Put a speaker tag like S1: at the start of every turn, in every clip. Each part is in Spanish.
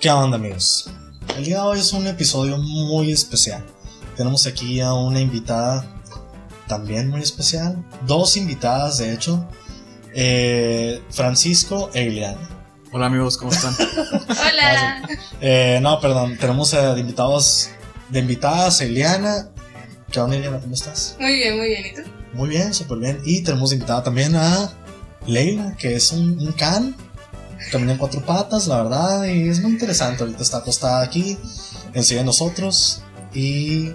S1: ¿Qué onda amigos? El día de hoy es un episodio muy especial. Tenemos aquí a una invitada también muy especial. Dos invitadas de hecho. Eh, Francisco e Ileana.
S2: Hola amigos, ¿cómo están?
S1: Ah,
S3: Hola.
S1: sí. Eh, no, perdón. Tenemos eh, de invitados de invitadas a Ileana. ¿Qué onda Ileana? ¿Cómo estás?
S3: Muy bien, muy bien. ¿Y tú?
S1: Muy bien, súper bien. Y tenemos de invitada también a Leila, que es un, un can. Camina en cuatro patas, la verdad. Y es muy interesante. Ahorita está acostada aquí, enseguida de nosotros. Y.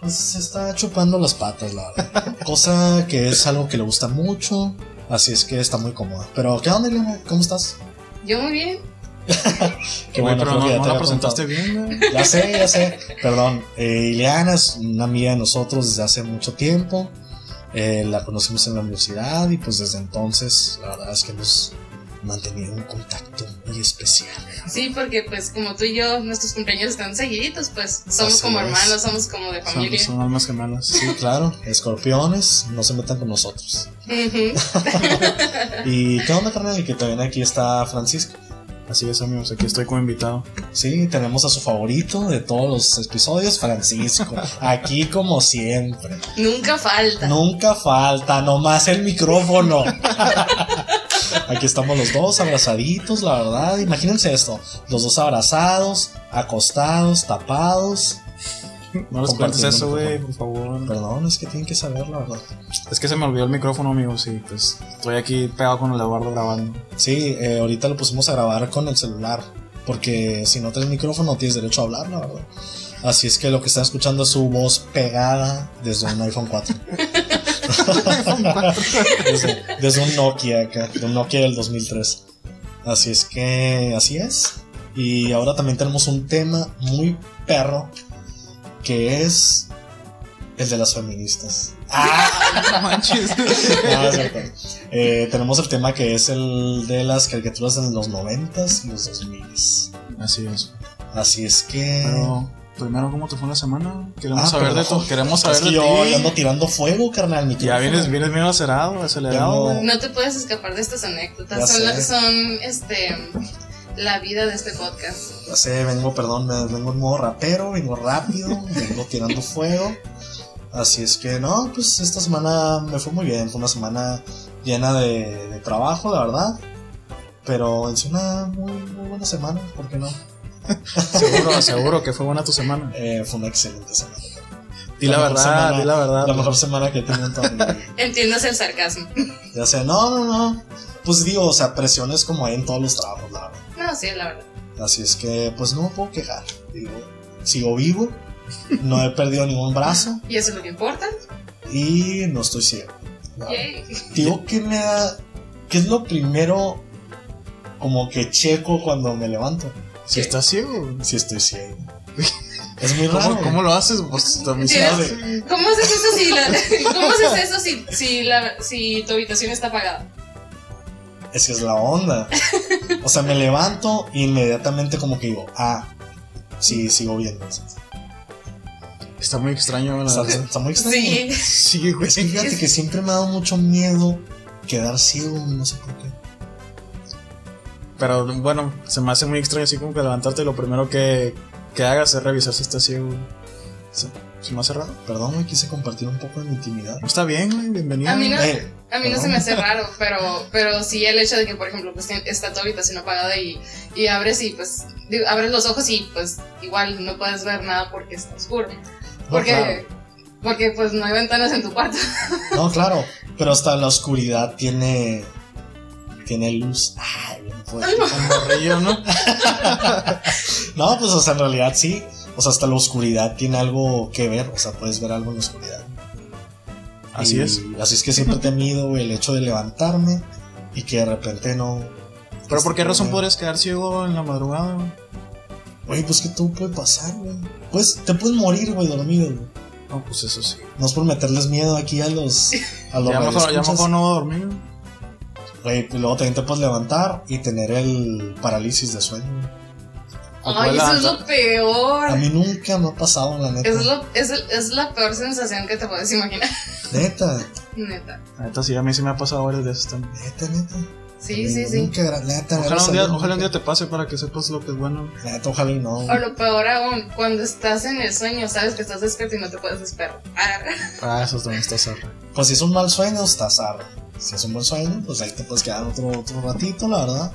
S1: Pues se está chupando las patas, la verdad. Cosa que es algo que le gusta mucho. Así es que está muy cómoda. Pero, ¿qué onda, Leila? ¿Cómo estás?
S3: Yo muy bien.
S1: Qué
S2: Güey, pero
S1: creo
S2: no,
S1: que ya
S2: no
S1: te
S2: la
S1: había
S2: presentaste
S1: presentado.
S2: bien, güey.
S1: Ya sé, ya sé. Perdón. Eh, Ileana es una amiga de nosotros desde hace mucho tiempo. Eh, la conocimos en la universidad y pues desde entonces la verdad es que hemos mantenido un contacto muy especial.
S3: Sí, porque pues como tú y yo, nuestros cumpleaños están seguiditos, pues somos
S1: Así
S3: como
S1: es.
S3: hermanos, somos como de
S2: Son,
S3: familia.
S2: son almas gemelas.
S1: Sí, claro. Escorpiones, no se metan con nosotros.
S3: Ujú.
S1: ¿Y qué onda, carnal? Y que también aquí está Francisco.
S2: Así es amigos, aquí estoy como invitado.
S1: Sí, tenemos a su favorito de todos los episodios, Francisco. Aquí como siempre.
S3: Nunca falta.
S1: Nunca falta, nomás el micrófono. Aquí estamos los dos abrazaditos, la verdad. Imagínense esto: los dos abrazados, acostados, tapados.
S2: No les cuentes
S1: Compartiendo
S2: eso, güey,
S1: micrófono.
S2: por favor.
S1: Perdón, es que tienen que saber, la verdad.
S2: Es que se me olvidó el micrófono, amigos, y pues estoy aquí pegado con el Eduardo grabando.
S1: Sí, eh, ahorita lo pusimos a grabar con el celular. Porque si no tienes micrófono, no tienes derecho a hablar, la verdad. Así es que lo que están escuchando es su voz pegada desde un iPhone 4. desde, desde un Nokia acá, de un Nokia del 2003. Así es que así es. Y ahora también tenemos un tema muy perro que es el de las feministas.
S2: No manches.
S1: No, es cierto. Eh, tenemos el tema que es el de las caricaturas de los 90s y los 2000s.
S2: Así es.
S1: Así es que.
S2: Pero primero, ¿cómo te fue la semana? Queremos
S1: Ah,
S2: saber de
S1: perdón.
S2: tu, queremos saber
S1: es que
S2: de
S1: yo yo ando
S2: ti.
S1: tirando fuego, carnal. mi
S2: Ya
S1: teléfono.
S2: vienes, vienes bien acelerado, acelerado.
S1: Tengo-
S2: güey.
S3: No te puedes escapar de estas
S1: Ya
S3: anécdotas. Son,
S1: sé.
S3: las- son este, la vida de este podcast.
S1: Ya sé, vengo, perdón, me- vengo en modo rapero, vengo rápido, vengo tirando fuego. Así es que no, pues esta semana me fue muy bien. Fue una semana llena de, de trabajo, la verdad. Pero es una muy, muy buena semana, ¿por qué no?
S2: Seguro, seguro que fue buena tu semana.
S1: Eh, fue una excelente semana.
S2: Di la,
S1: La mejor
S2: verdad,
S1: semana.
S2: di la verdad.
S1: La mejor semana que he tenido en toda mi vida.
S3: Entiendas el sarcasmo.
S1: Ya sea, no, no, no. Pues digo, o sea, presiones como hay en todos los trabajos, la verdad.
S3: No, sí, la verdad.
S1: Así es que, pues no me puedo quejar. Digo, sigo vivo, no he perdido ningún brazo
S3: Y eso es lo que importa.
S1: y no estoy ciego. La verdad.
S3: Yay.
S1: Digo que me da. ¿Qué es lo primero como que checo cuando me levanto?
S2: Si estás ciego, güey.
S1: Si estoy ciego. Es muy raro.
S2: ¿Cómo, cómo lo haces? Pues también se
S3: Tienes-
S2: hace.
S3: ¿Cómo haces eso si, la- ¿cómo haces eso si, si, la, si tu habitación está apagada?
S1: Es que es la onda. O sea, me levanto e inmediatamente como que digo, ah, sí, sigo viendo. Está,
S2: Está muy extraño, la verdad.
S1: está muy extraño.
S3: Sí.
S2: Sí, güey.
S1: Es que fíjate que siempre me ha dado mucho miedo quedar ciego, no sé por qué.
S2: Pero bueno, se me hace muy extraño así como que levantarte y lo primero que, que hagas es revisar si estás ciego. güey. Se, se me hace raro.
S1: Perdón, me quise compartir un poco de mi intimidad.
S2: Está bien, güey, bienvenido.
S3: A mí no-
S1: Eh,
S3: A mí no
S1: Perdón.
S3: se me hace raro, pero, pero sí el hecho de que, por ejemplo, pues tien- está tu habitación apagada y, y abres y pues digo, abres los ojos y pues igual no puedes ver nada porque está oscuro. Porque,
S1: claro.
S3: porque pues no hay ventanas en tu cuarto.
S1: No, claro, pero hasta la oscuridad tiene tiene luz. Ay, bien fuerte.
S2: Un morrillo, ¿no?
S1: No, pues o sea, en realidad sí. O sea, hasta la oscuridad tiene algo que ver. O sea, puedes ver algo en la oscuridad.
S2: Así
S1: Y
S2: es.
S1: Así es que siempre he temido güey, el hecho de levantarme y que de repente no. Este,
S2: Pero ¿por qué razón
S1: Güey,
S2: podrías quedar ciego en la madrugada? güey?
S1: Güey, pues que todo puede pasar, güey. Pues te puedes morir, güey, dormido, güey.
S2: No, pues eso sí.
S1: No es por meterles miedo aquí a los. A los
S2: Ya mejor, ya
S1: radioescuchas.
S2: mejor no dormir. güey.
S1: Güey, pues luego también te puedes levantar y tener el parálisis de sueño. güey.
S2: O
S3: Ay,
S2: puedes
S3: eso es
S2: levantar-
S3: lo peor.
S1: A mí nunca me ha pasado, la neta.
S3: Es, lo, es, el- es la peor sensación que te puedes imaginar.
S1: Neta,
S3: Neta.
S2: La neta, sí, a mí sí me ha pasado varias veces también.
S1: neta, neta.
S3: Sí, sí, sí.
S1: Nunca, la neta, la
S2: Ojalá un,
S1: salud
S2: día,
S1: nunca.
S2: ojalá un día te pase para que sepas lo que es bueno.
S1: La neta, ojalá y no.
S3: O lo peor aún, cuando estás en el sueño, sabes que estás despierto y no te puedes despertar.
S2: Ah, eso también está cerca.
S1: Pues si es un mal sueño, estás arre. Si es un buen sueño, pues ahí te puedes quedar otro, otro ratito, la verdad.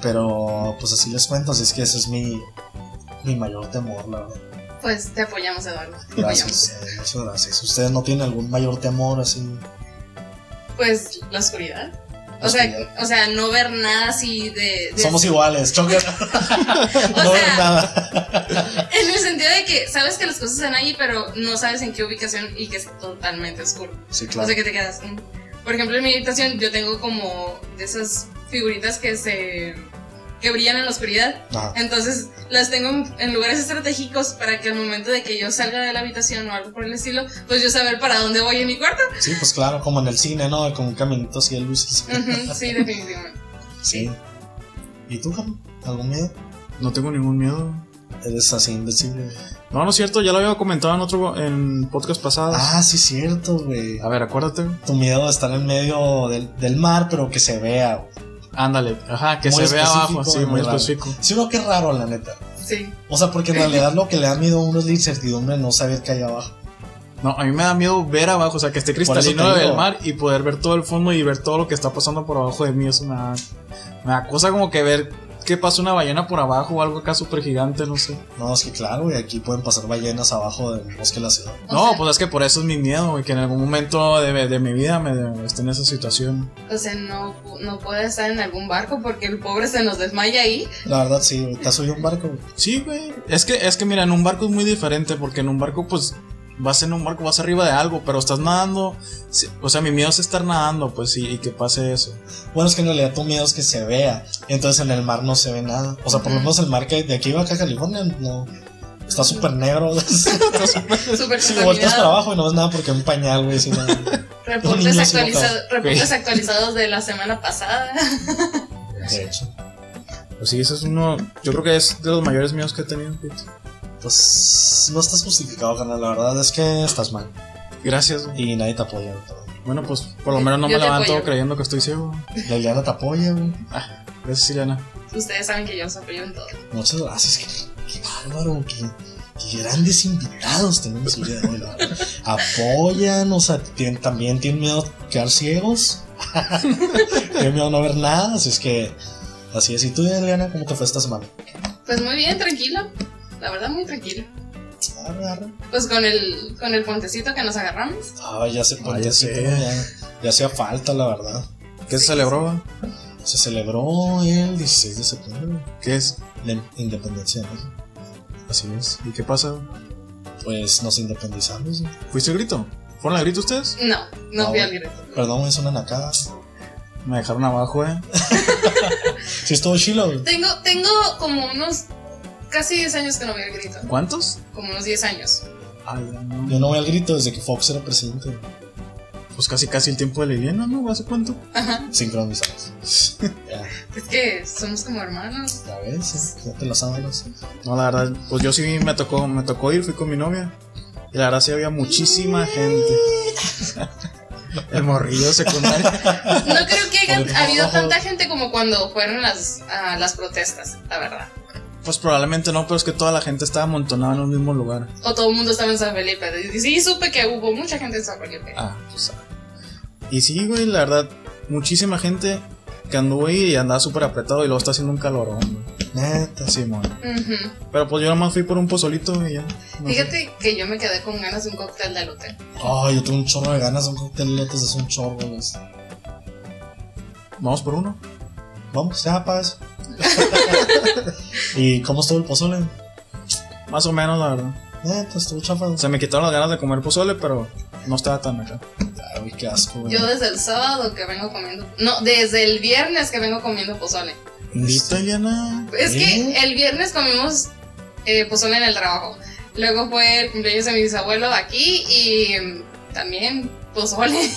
S1: Pero pues así les cuento, así es que ese es mi, mi mayor temor, la verdad.
S3: Pues te apoyamos, Eduardo. Te apoyamos.
S1: Gracias, eh, muchas gracias. ¿Ustedes no tienen algún mayor temor así?
S3: Pues la oscuridad. O sea,
S1: Oscuridad.
S3: o sea, no ver nada así de. de-
S1: Somos iguales, choque.
S3: O
S1: no
S3: sea,
S1: ven nada.
S3: En el sentido de que sabes que las cosas están ahí, pero no sabes en qué ubicación y que es totalmente oscuro.
S1: Sí,
S3: O
S1: claro.
S3: sea, que te quedas. mm. Por ejemplo, en mi habitación yo tengo como de esas figuritas que se. que brillan en la oscuridad.
S1: Ajá.
S3: Entonces las tengo en, en lugares estratégicos para que al momento de que yo salga de la habitación o algo por el estilo, pues yo saber para dónde voy en mi cuarto.
S1: Sí, pues claro, como en el cine, ¿no? Como un caminito así de luces.
S3: Ujú, sí, definitivamente.
S1: Sí. ¿Y tú, Cam? ¿Algún miedo?
S2: No tengo ningún miedo.
S1: Eres así invencible.
S2: No, no es cierto, ya lo había comentado en otro en podcast pasado.
S1: Ah, sí, cierto, güey.
S2: A ver, acuérdate.
S1: Tu miedo de estar en medio del, del mar, pero que se vea, güey.
S2: Ándale, ajá, que
S1: Muy
S2: se vea abajo,
S1: específico,
S2: sí, muy
S1: muy raro.
S2: específico.
S1: Sí, uno que raro, la neta.
S3: Sí.
S1: O sea, porque en realidad lo que le da miedo a uno es la incertidumbre de no saber qué hay abajo.
S2: No, a mí me da miedo ver abajo, o sea, que esté
S1: eso te
S2: cristalino del
S1: digo.
S2: mar y poder ver todo el fondo y ver todo lo que está pasando por abajo de mí. Eso me da, me da cosa como que ver qué pasa una ballena por abajo o algo acá súper gigante, no sé.
S1: No, es que claro, güey, aquí pueden pasar ballenas abajo del bosque de la ciudad.
S3: O
S2: no,
S3: sea-
S2: pues es que por eso es mi miedo, güey, que en algún momento de, de mi vida me, me esté en esa situación.
S3: O sea, no, no puede estar en algún barco porque el pobre se nos desmaya ahí.
S1: La verdad, sí, güey, te has subido a un barco. güey.
S2: Sí, güey. Es que, es que mira, en un barco es muy diferente porque en un barco, pues, vas en un barco, vas arriba de algo, pero estás nadando. sí, O sea, mi miedo es estar nadando, pues, y, y que pase eso.
S1: Bueno, es que en realidad tu miedo es que se vea. Entonces en el mar no se ve nada. O sea, por lo menos el mar que de aquí va acá a California, no. Está súper negro. Está súper-
S3: Súper
S1: Si volteas para
S3: contaminado.
S1: abajo y no ves nada porque un pañal, güey. si no- Un niño
S3: Reportes,
S1: sin
S3: actualizados,
S1: boca.
S3: reportes actualizados de la semana pasada.
S1: De hecho,
S2: Pues sí, eso es uno. Yo creo que es de los mayores miedos que he tenido. fíjate.
S1: pues no estás justificado, carnal. La verdad es que estás mal.
S2: Gracias, güey.
S1: Y nadie te apoya. güey, pero-
S2: Bueno, pues, por lo menos no
S3: Yo
S2: me
S3: te
S2: levanto
S3: apoyo.
S2: creyendo que estoy ciego.
S1: Liliana te apoya, güey.
S2: Gracias, Ileana.
S3: Ustedes saben que yo os apoyo en todo.
S1: Muchas gracias. Qué, qué bárbaro, qué, qué grandes invitados tenemos el día de hoy. la verdad. Apoyan, o sea, tienen- también tienen miedo a quedar ciegos. tienen miedo a no ver nada, así es que así es. ¿Y tú, Eliana, cómo te fue esta semana?
S3: Pues muy bien, tranquilo. La verdad, muy tranquilo.
S1: Arre, arre.
S3: Pues con el, con el puentecito que nos agarramos.
S1: Ay, ya se
S2: Ah, ya sé.
S1: ya, ya hacía falta, la verdad.
S2: ¿Qué se celebró?
S1: Se celebró el 16 de septiembre
S2: ¿Qué es?
S1: la independencia de México.
S2: Así es. ¿Y qué pasa?
S1: Pues nos independizamos. güey.
S2: ¿Fuiste el grito? ¿Fueron al grito ustedes?
S3: No, no
S1: Ah,
S3: fui
S1: bueno.
S3: al grito.
S1: Perdón, es una nacada.
S2: Me dejaron abajo, eh.
S1: Sí, estuvo chilo, güey.
S3: Tengo, tengo como unos casi 10 años que no voy al grito.
S2: ¿Cuántos?
S3: Como unos 10 años.
S2: Ay, no.
S1: Yo no voy al grito desde que Fox era presidente. güey.
S2: Pues casi casi el tiempo de la Ileana, ¿no? ¿Hace cuánto?
S1: sincronizados. ya,
S3: Es que somos como hermanos.
S1: ya ves, ya te las sábanas.
S2: No, la verdad, pues yo sí me tocó, me tocó ir, fui con mi novia. Y la verdad sí había muchísima gente. El morrillo secundario.
S3: No creo que
S1: Por el
S3: haya habido
S1: trabajo.
S3: tanta gente como cuando fueron las, a las protestas, la verdad.
S2: Pues probablemente no, pero es que toda la gente estaba amontonada en un mismo lugar.
S3: O todo el mundo estaba en San Felipe. Y Sí, supe que hubo mucha gente en San Felipe.
S2: Ah, pues. ah. Y sí, güey, la verdad, muchísima gente que anduvo ahí y andaba súper apretado y luego está haciendo un calorón, güey.
S1: Neta.
S2: Simón.
S3: Ujú.
S2: Pero pues yo nomás fui por un pozolito y ya. No sé.
S3: Fíjate que yo me quedé con ganas de un cóctel de hotel.
S1: Ay, yo tengo un chorro de ganas, un cóctel de lotes es un chorro, pues. güey.
S2: Vamos por uno.
S1: Vamos, ya, paz. ¿Y cómo estuvo el pozole?
S2: Más o menos, la verdad.
S1: Neta, estuvo chafa.
S2: Se me quitaron las ganas de comer pozole, pero no estaba tan acá.
S1: Ay, qué asco, güey.
S3: Yo desde el sábado que vengo comiendo. No, desde el viernes que vengo comiendo pozole.
S1: Este,
S2: Invita, Eliana.
S3: Es que
S1: ¿Eh?
S3: el viernes comimos eh, pozole en el trabajo. Luego fue el cumpleaños de mi bisabuelo aquí y mm, también pozole.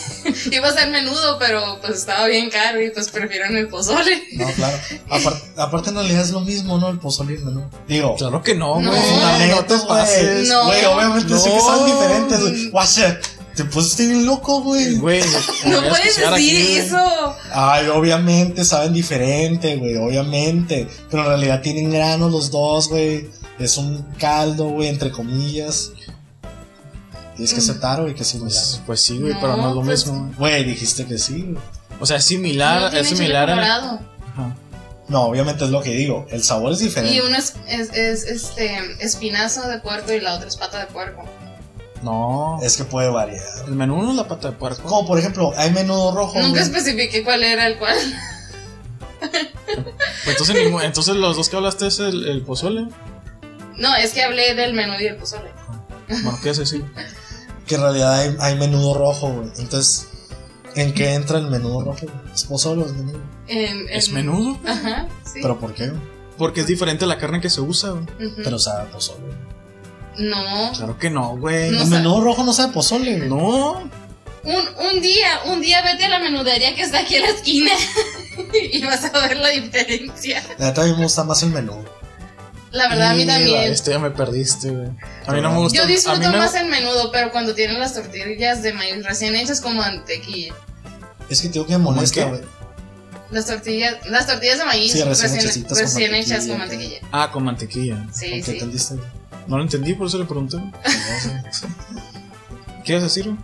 S3: Iba a ser menudo, pero pues estaba bien caro y pues prefiero el pozole.
S1: No, claro. Apar- aparte, en realidad es lo mismo, ¿no? El pozole, ¿no? Digo.
S2: Claro que no,
S3: No.
S2: güey. No,
S1: neta,
S2: te
S1: güey.
S2: pases.
S3: No.
S1: Güey, obviamente sí que son
S2: No.
S1: diferentes, güey. Guacha, Te pusiste bien loco, güey.
S2: Güey,
S3: No
S2: podrías
S3: puedes decir
S2: escuchar aquí, güey.
S3: eso.
S1: Ay, obviamente saben diferente, güey, obviamente. Pero en realidad tienen granos los dos, güey. Es un caldo, güey, entre comillas. Tienes que
S3: Mm.
S1: aceptar, güey, que sí, güey.
S2: Pues, pues sí, güey,
S3: No,
S2: pero no es lo
S3: pues-
S2: mismo. güey.
S1: Güey, dijiste que sí. güey.
S2: O sea, es
S3: No
S2: similar,
S3: tiene
S2: es
S3: chile
S2: similar a...
S3: colorado.
S2: Ajá.
S1: No, obviamente es lo que digo. El sabor es diferente.
S3: Y uno es, es, es, este, espinazo de puerco y la otra es pata de puerco.
S2: No,
S1: Es que puede variar.
S2: el menú no es la pata de puerco.
S1: Como por ejemplo, hay menudo rojo.
S3: Nunca
S1: güey.
S3: especifiqué cuál era el cual.
S2: Pues Entonces, ningún- entonces los dos que hablaste es el, el pozole.
S3: No, es que hablé del menú y el pozole.
S2: Bueno, ¿qué es decir?
S1: Que en realidad hay, hay menudo rojo, güey. Entonces, ¿en qué entra el menudo rojo? güey? ¿Es pozole o es menudo?
S3: En-
S2: Es
S3: en-
S2: menudo.
S3: Ajá, sí.
S1: ¿Pero por qué? güey?
S3: Mm.
S2: Porque es diferente la carne que se usa, güey.
S3: Ujú.
S1: Pero sabe a pozole.
S3: No.
S2: Claro que no, güey.
S3: No
S1: el
S3: sabe.
S1: menudo rojo no sabe a pozole, güey.
S2: No.
S3: Un, un día, un día vete a la menudería que está aquí en la esquina y vas a ver la diferencia.
S1: La neta a mí me gusta más el menudo.
S3: La verdad, a mí
S2: Mira,
S3: también.
S2: Este ya me perdiste, güey. A mí no me
S1: Yo
S2: gusta.
S3: Yo
S2: a mí
S3: disfruto
S2: me-
S3: más el menudo, pero cuando tienen las tortillas de maíz recién hechas como mantequilla.
S1: Es que tengo que
S2: ¿Cómo
S1: molesta,
S2: qué?
S1: güey.
S3: Las tortillas, las tortillas de maíz
S1: Sí, recién
S3: recién,
S1: hechecitas con
S3: recién hechas
S1: mantequilla.
S3: con mantequilla.
S2: Ah, con mantequilla.
S3: Sí,
S1: ¿Por qué
S3: sí.
S1: entendiste?
S2: No lo entendí, por eso le pregunté. ¿Quieres decir? güey?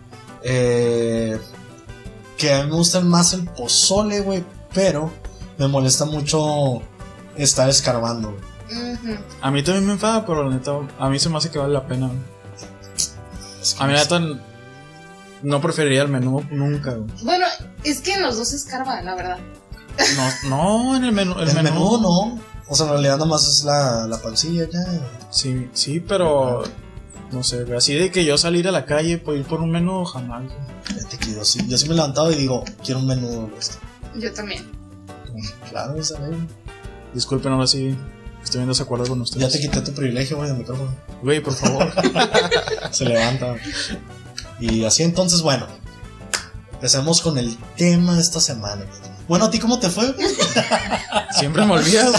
S1: Eh, que a mí me gusta más el pozole, güey. Pero me molesta mucho estar escarbando, güey.
S3: Ujú.
S2: A mí también me enfada, pero la neta, a mí se me hace que vale la pena. güey.
S1: Es que
S2: A mí
S1: no
S2: la
S1: sé.
S2: neta no preferiría el menú nunca, güey.
S3: Bueno, es que en los dos se escarba, la verdad.
S2: No, no, en el menú. El,
S1: el menudo no. O sea, en realidad nomás es la, la pancilla ya.
S2: Sí, sí, pero no sé, güey, así de que yo salir a la calle por ir por un menú jamás. güey.
S1: Fíjate que yo sí, yo sí me he levantado y digo, quiero un menudo, güey.
S3: Yo también.
S1: Claro, esa, güey.
S2: Disculpen ahora sí, estoy en desacuerdo con
S1: Ya te
S2: ustedes.
S1: quité tu privilegio, güey, del micrófono.
S2: Güey, por favor.
S1: Se levanta. Y así entonces, bueno. Empecemos con el tema de esta semana. Bueno, ¿a ti cómo te fue? güey?
S2: Siempre me olvidas,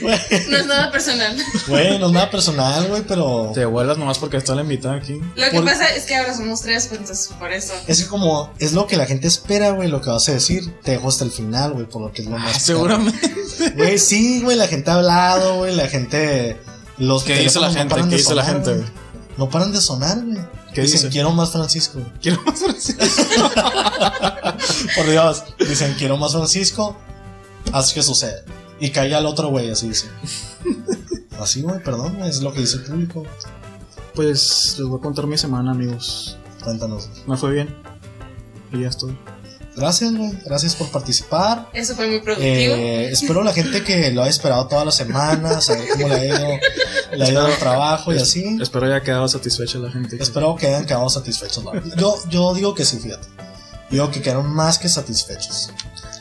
S2: güey.
S3: No es nada personal.
S1: Güey, no es nada personal, güey, pero...
S2: Te vuelas nomás porque está la invitada aquí.
S3: Lo que
S1: Por-
S3: pasa es que ahora somos tres, pues entonces por eso.
S1: Es que como es lo que la gente espera, güey, lo que vas a decir, te dejo hasta el final, güey, por lo que es lo más...
S2: Ah, Seguramente.
S1: Güey, sí, güey, la gente ha hablado, güey, la gente... Los
S2: ¿Qué dice la
S1: teléfonos no
S2: gente?
S1: paran
S2: ¿Qué
S1: de
S2: dice la
S1: sonar,
S2: gente?
S1: güey.
S2: güey?
S1: No paran de sonar, güey.
S2: ¿Qué
S1: dicen?
S2: dice?
S1: Quiero más Francisco.
S2: Quiero más Francisco.
S1: Por Dios. Dicen, quiero más Francisco. Haz que suceda. Y caiga al otro güey, así dice. Así, güey, perdón, güey, es lo que dice el público.
S2: Pues les voy a contar mi semana, amigos.
S1: Cuéntanos. güey.
S2: Me fue bien. Y ya estoy.
S1: Gracias, güey. Gracias por participar.
S3: Eso fue muy productivo.
S1: Eh, espero la gente que lo ha esperado todas las semanas, saber cómo le ha ido, le ha ido al trabajo y así.
S2: Espero haya quedado satisfecha la gente.
S1: Espero que hayan quedado satisfechos. la verdad. Yo, yo digo que sí, fíjate. Digo que quedaron más que satisfechos.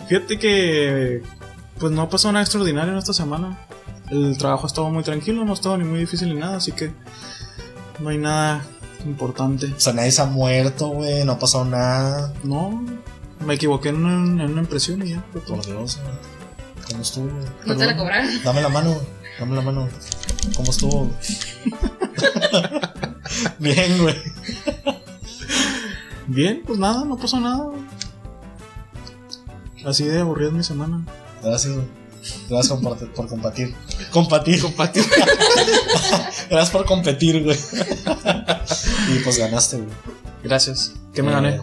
S2: Fíjate que pues no pasó nada extraordinario en esta semana. El trabajo ha estado muy tranquilo, no ha estado ni muy difícil ni nada, así que no hay nada importante.
S1: O sea, nadie se ha muerto, güey, no ha pasado nada.
S2: No, me equivoqué en una, en una impresión y ya. fue todo.
S1: Por Dios, güey. ¿Cómo estuvo? güey?
S3: no te la
S2: perdón.
S3: cobraron.
S1: Dame la mano, güey. dame la mano. ¿Cómo estuvo? Bien, güey.
S2: Bien, pues nada, no pasó nada. Así de aburrida es mi semana.
S1: Gracias, güey. Gracias comparte- por compartir. Compartir.
S2: Compartir.
S1: Gracias por competir, güey. y pues ganaste, güey.
S2: Gracias. ¿Qué me
S1: Eh,
S2: gané?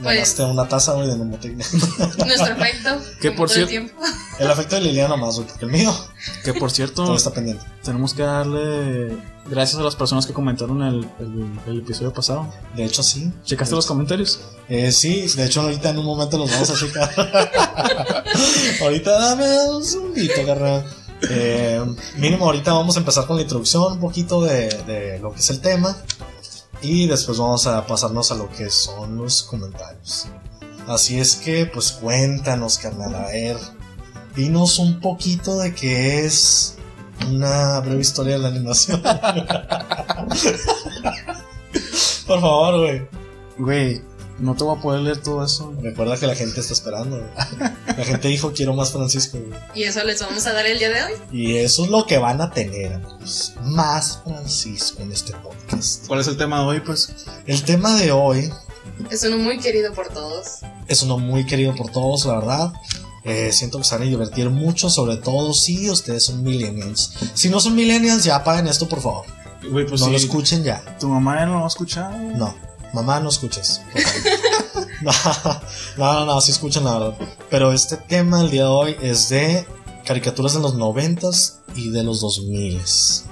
S1: Ganaste una taza, güey, de mnemotecnia.
S3: Nuestro afecto.
S2: Que
S3: como
S2: por
S3: todo
S2: cierto-
S3: el tiempo.
S1: El afecto de Liliana más, güey, porque el mío
S2: Que por cierto,
S1: todo está pendiente.
S2: tenemos que darle gracias a las personas que comentaron el, el- el episodio pasado.
S1: De hecho, sí.
S2: ¿Checaste los comentarios?
S1: Eh, sí, de hecho, ahorita en un momento los vamos a checar. ahorita dame un segundito, carnal. Eh, mínimo, ahorita vamos a empezar con la introducción, un poquito de, de lo que es el tema. Y después vamos a pasarnos a lo que son los comentarios. Así es que, pues cuéntanos, carnal. A ver, dinos un poquito de qué es una breve historia de la animación. Por favor, güey.
S2: Güey, No te voy a poder leer todo eso.
S1: Recuerda que la gente está esperando. güey. La gente dijo, quiero más Francisco. güey.
S3: Y eso les vamos a dar el día de hoy.
S1: Y eso es lo que van a tener, amigos. Más Francisco en este podcast.
S2: ¿Cuál es el tema de hoy? Pues
S1: El tema de hoy
S3: Es uno muy querido por todos.
S1: es uno muy querido por todos, la verdad. Eh, siento que se van a divertir mucho, sobre todo si ustedes son millennials. Si no son millennials, ya apaguen esto, por favor.
S2: güey, pues
S1: no
S2: sí,
S1: lo escuchen ya.
S2: Tu mamá ya no lo va a escuchar.
S1: No, mamá, no escuches. por favor. No, no, no, no, sí escuchan la verdad. Pero este tema el día de hoy es de caricaturas de los noventas y de los dos miles.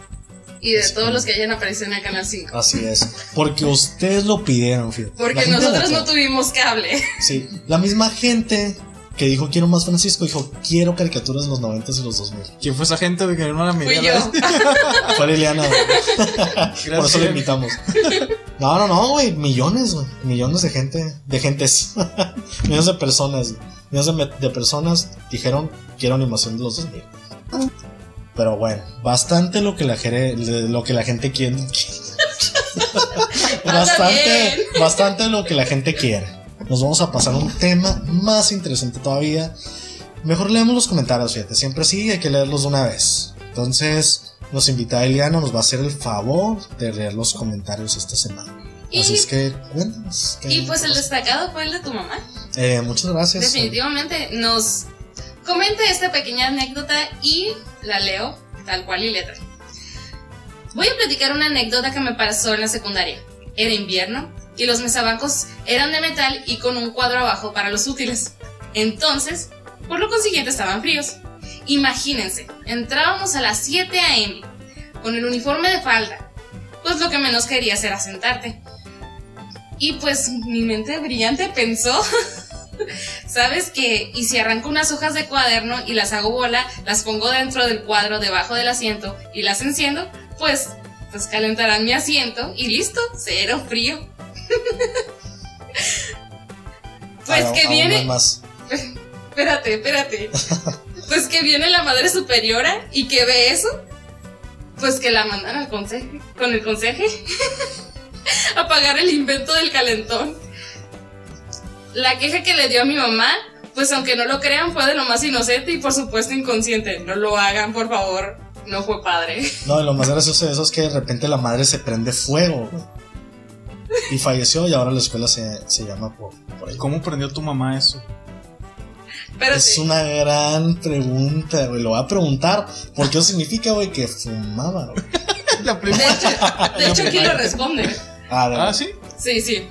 S3: Y de todos los que hayan aparecido en el Canal 5.
S1: Así es. Porque ustedes lo pidieron, fíjate. La
S3: Porque
S1: gente
S3: nosotros
S1: votó.
S3: no tuvimos cable.
S1: Sí, la misma gente que dijo quiero más Francisco dijo quiero caricaturas de los noventas y los dos mil.
S2: ¿Quién fue esa gente güey, que no la miré?
S3: Fui yo.
S1: Fue Liliana, güey. Por eso le invitamos. No, no, no, güey. Millones, güey. Millones de gente. De gentes. millones de personas. güey. Millones de, me- de personas dijeron quiero animación de los 2000. Pero bueno, bastante lo que la, jere- de lo que la gente quiere. bastante, bastante lo que la gente quiere. Nos vamos a pasar a un tema más interesante todavía. Mejor leemos los comentarios, fíjate. Siempre sí, hay que leerlos de una vez. Entonces, nos invita Eliana, nos va a hacer el favor de leer los comentarios esta semana.
S3: Y,
S1: Así es que cuéntanos. ¿qué-
S3: y pues el destacado fue el de tu mamá.
S1: Eh, muchas gracias.
S3: Definitivamente nos comenta esta pequeña anécdota y la leo tal cual y letra. Voy a platicar una anécdota que me pasó en la secundaria. Era invierno y los mesabancos eran de metal y con un cuadro abajo para los útiles. Entonces, por lo consiguiente estaban fríos. Imagínense, entrábamos a las 7 a.m. con el uniforme de falda. Pues lo que menos querías era sentarte. Y pues mi mente brillante pensó ¿Sabes qué? Y si arranco unas hojas de cuaderno y las hago bola, las pongo dentro del cuadro debajo del asiento y las enciendo, pues, pues calentarán mi asiento y listo, cero frío. pues
S1: Ah,
S3: que
S1: aún
S3: viene,
S1: hay más.
S3: espérate, espérate. pues que viene la madre superiora y que ve eso, pues que la mandan al conserje, con el conserje a pagar el invento del calentón. La queja que le dio a mi mamá, pues aunque no lo crean, fue de lo más inocente y por supuesto inconsciente. No lo hagan, por favor. No fue padre.
S1: No, y lo más gracioso de eso es que de repente la madre se prende fuego. güey. Y falleció y ahora la escuela se, se llama por, por ella.
S2: ¿Cómo prendió tu mamá eso?
S3: Espérate.
S1: Es una gran pregunta, güey. Lo voy a preguntar. Porque eso significa, güey, que fumaba, güey.
S2: la
S3: De
S2: primera.
S3: hecho, de hecho aquí lo responde.
S1: Ah, de-
S2: Ah, sí.
S3: Sí, sí.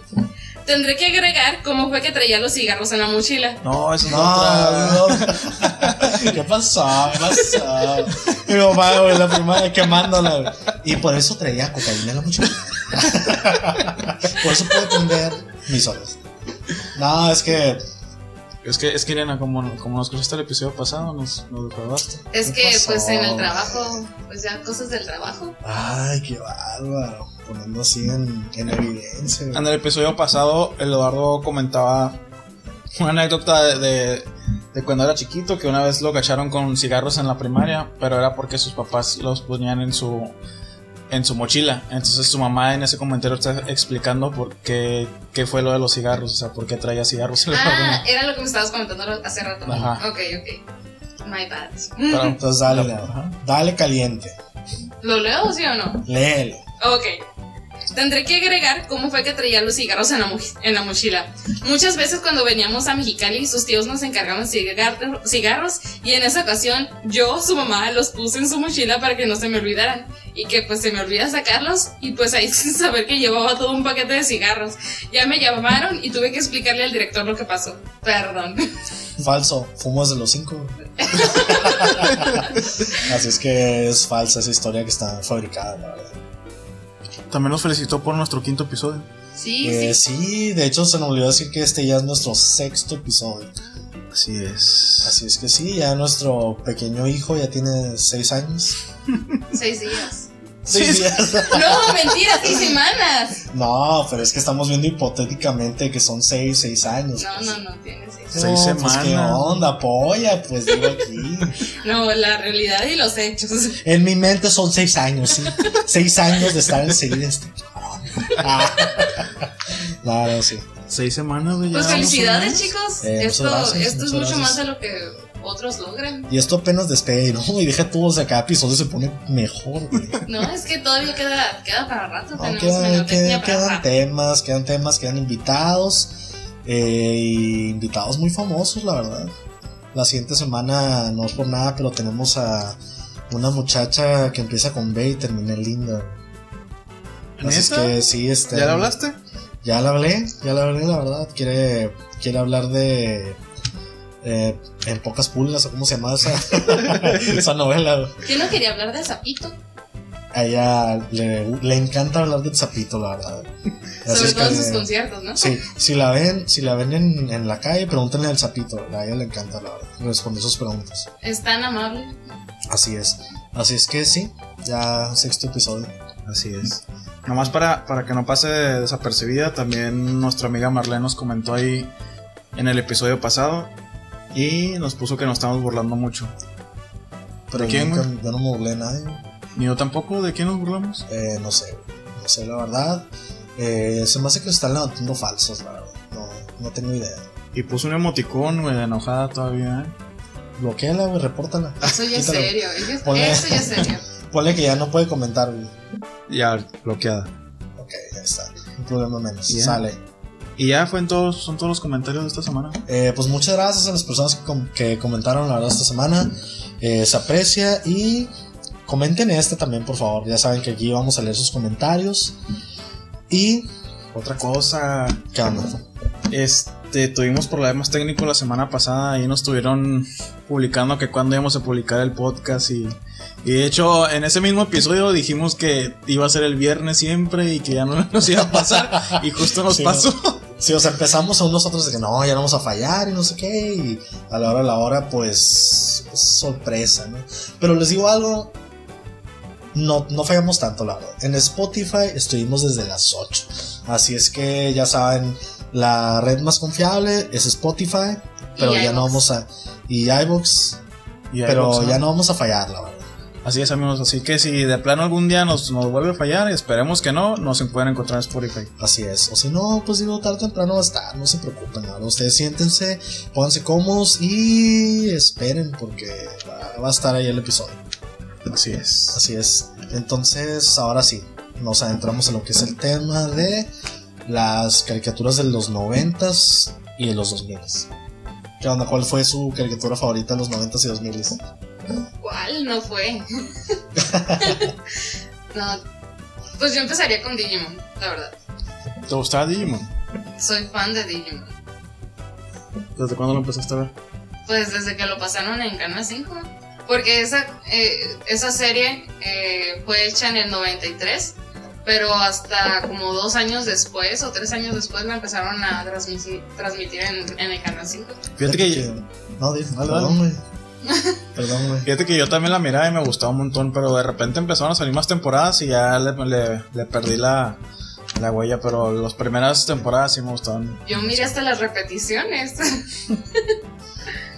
S3: Tendré que agregar cómo fue que traía los cigarros en la mochila.
S2: No, eso no.
S1: No, no. ¿Qué pasó? ¿Qué pasó? Mi papá, güey, la primaria quemándola, güey. Y por eso traía cocaína en la mochila. Por eso pude prender mis ojos. No, es que.
S2: Es que, es que Irena, como, como nos escuchaste el episodio pasado, nos, nos defraudaste.
S3: Es
S1: ¿Qué
S3: que
S1: pasó?
S3: pues en el trabajo, pues ya cosas del trabajo.
S1: Ay, qué bárbaro. Poniendo así en, en evidencia. güey.
S2: En el episodio pasado, Eduardo comentaba una anécdota de, de- de cuando era chiquito, que una vez lo cacharon con cigarros en la primaria, pero era porque sus papás los ponían en su en su mochila. Entonces su mamá en ese comentario está explicando por qué, qué fue lo de los cigarros, o sea, por qué traía cigarros en la
S3: Ah,
S2: primaria.
S3: era lo que me estabas comentando lo- hace rato.
S2: Ajá.
S3: Ok, ok. My bad.
S2: Pero-
S1: Entonces dale,
S2: Ajá.
S1: dale caliente.
S3: ¿Lo leo, sí o no?
S1: Léelo.
S3: Ok. Tendré que agregar cómo fue que traía los cigarros en la, mo- en la mochila. Muchas veces cuando veníamos a Mexicali, sus tíos nos encargaban cigar- cigarros y en esa ocasión yo, su mamá, los puse en su mochila para que no se me olvidaran. Y que pues se me olvida sacarlos y pues ahí sin saber que llevaba todo un paquete de cigarros. Ya me llamaron y tuve que explicarle al director lo que pasó. Perdón.
S1: Falso. Fumo desde los cinco. güey. Así es que es falsa esa historia que está fabricada, la verdad.
S2: También nos felicitó por nuestro quinto episodio.
S3: Sí,
S1: Eh,
S3: sí.
S1: sí, de hecho se nos olvidó decir que este ya es nuestro sexto episodio.
S2: Así es.
S1: Así es que sí, ya nuestro pequeño hijo ya tiene seis años.
S3: Seis días.
S1: Seis
S2: Sí.
S1: días.
S3: No, mentira, seis semanas.
S1: No, pero es que estamos viendo hipotéticamente que son seis, seis años.
S3: No,
S1: pues.
S3: no, no, tiene seis.
S1: No,
S2: Seis
S1: pues,
S2: semanas.
S1: ¿Qué onda? Polla, pues digo aquí.
S3: No, la realidad y los hechos.
S1: En mi mente son seis años, sí. seis años de estar enseguida este cabrón. Ah. No, no, sí.
S2: Seis semanas, güey. ya
S3: Pues
S2: vamos a
S3: felicidades,
S2: ver.
S3: chicos.
S1: Eh, muchas
S3: esto
S1: gracias,
S3: esto
S1: muchas
S3: es
S1: gracias.
S3: mucho más de lo que otros logran.
S1: Y esto apenas despega y no, y deja todo, o sea, cada episodio se pone mejor, güey.
S3: No, es que todavía queda, queda para rato.
S1: No,
S3: Tenemos
S1: queda-
S3: mercadotecnia
S1: queda-
S3: para
S1: quedan
S3: rato.
S1: temas, quedan temas, quedan invitados. eh, y invitados muy famosos, la verdad. La siguiente semana, no es por nada, pero tenemos a una muchacha que empieza con B y termina en linda. Así es
S2: ¿Neta?
S1: que sí, este.
S2: ¿Ya le hablaste?
S1: Ya la hablé, ya la hablé, la verdad. Quiere, quiere hablar de. eh, en pocas pulgas, o cómo se llama esa, esa novela.
S3: ¿Quién no quería hablar de sapito?
S1: A ella le, le encanta hablar del sapito, la verdad. Así
S3: Sobre
S1: es
S3: todo en
S1: que-
S3: sus conciertos, ¿no?
S1: Sí, si la ven, si la ven en, en la calle, pregúntenle al sapito. A ella le encanta la verdad, responder sus preguntas.
S3: Es tan amable.
S1: Así es. Así es que sí, ya sexto episodio.
S2: Así es. Nomás para, para que no pase desapercibida, también nuestra amiga Marlene nos comentó ahí en el episodio pasado y nos puso que nos estamos burlando mucho.
S1: Pero
S2: ¿De quién,
S1: nunca- yo no me burlé de nadie.
S2: Ni yo tampoco, ¿de quién nos burlamos?
S1: Eh, no sé, no sé la verdad. Eh, se me hace que lo están levantando falsos, la verdad. No, no tengo idea.
S2: Y puso un emoticón, güey, de enojada todavía. ¿eh?
S1: Bloqueala, güey, repórtala.
S3: Eso ya es
S1: Quítalo.
S3: serio. ellos-
S1: Ponle-
S3: Eso ya es serio.
S1: Ponle que ya no puede comentar, güey.
S2: Ya, bloqueada.
S1: Ok, ya está. Un problema menos.
S2: Ya.
S1: Sale.
S2: Y ya fue en todos, son todos los comentarios de esta semana.
S1: Eh, pues muchas gracias a las personas que, com- que comentaron la verdad esta semana. Eh, se aprecia y comenten este también, por favor. Ya saben que aquí vamos a leer sus comentarios. Y
S2: Otra cosa,
S1: qué onda.
S2: este, tuvimos problemas técnicos la semana pasada y nos estuvieron publicando que cuándo íbamos a publicar el podcast y, y de hecho en ese mismo episodio dijimos que iba a ser el viernes siempre y que ya no nos iba a pasar y justo nos
S1: Sí,
S2: pasó.
S1: Sí, o sea, empezamos aún nosotros de que no, ya no vamos a fallar y no sé qué. Y a la hora de la hora, pues, pues, sorpresa, ¿no? Pero les digo algo. No, no fallamos tanto, la verdad. En Spotify estuvimos desde las 8. Así es que ya saben, la red más confiable es Spotify. Pero
S3: Y
S1: ya no
S3: iVoox.
S1: vamos a. Y iBox.
S2: Y ahí
S1: Pero
S2: pasó.
S1: ya no vamos a fallar, la verdad.
S2: Así es amigos, así que si de plano algún día nos, nos vuelve a fallar, esperemos que no, nos pueden encontrar en Spotify.
S1: Así es. O si no, pues digo, tarde o temprano va a estar. No se preocupen, la verdad. Ustedes siéntense, pónganse cómodos y esperen porque va, va a estar ahí el episodio.
S2: Así es.
S1: Así es. Entonces, ahora sí, nos adentramos en lo que es el tema de las caricaturas de los noventas y de los 2000. ¿Qué onda? ¿Cuál fue su caricatura favorita de los noventas y 2000?
S3: ¿Cuál? No fue. no. Pues yo empezaría con Digimon, la verdad.
S2: ¿Te gustaba Digimon?
S3: Soy fan de Digimon.
S2: ¿Desde cuándo lo empezaste a ver?
S3: Pues desde que lo pasaron en Canal 5. Porque esa, eh, esa serie eh, fue hecha en el 93, pero hasta como dos años después o tres años después la empezaron a transmitir, transmitir en, en el Canal 5.
S2: Fíjate que
S1: No, dime,
S2: Dale,
S1: perdón, güey. Perdón, güey.
S2: Fíjate que yo también la miraba y me gustaba un montón, pero de repente empezaron a salir más temporadas y ya le, le- le perdí la, la huella, pero las primeras temporadas sí me gustaban.
S3: Yo miré hasta las repeticiones.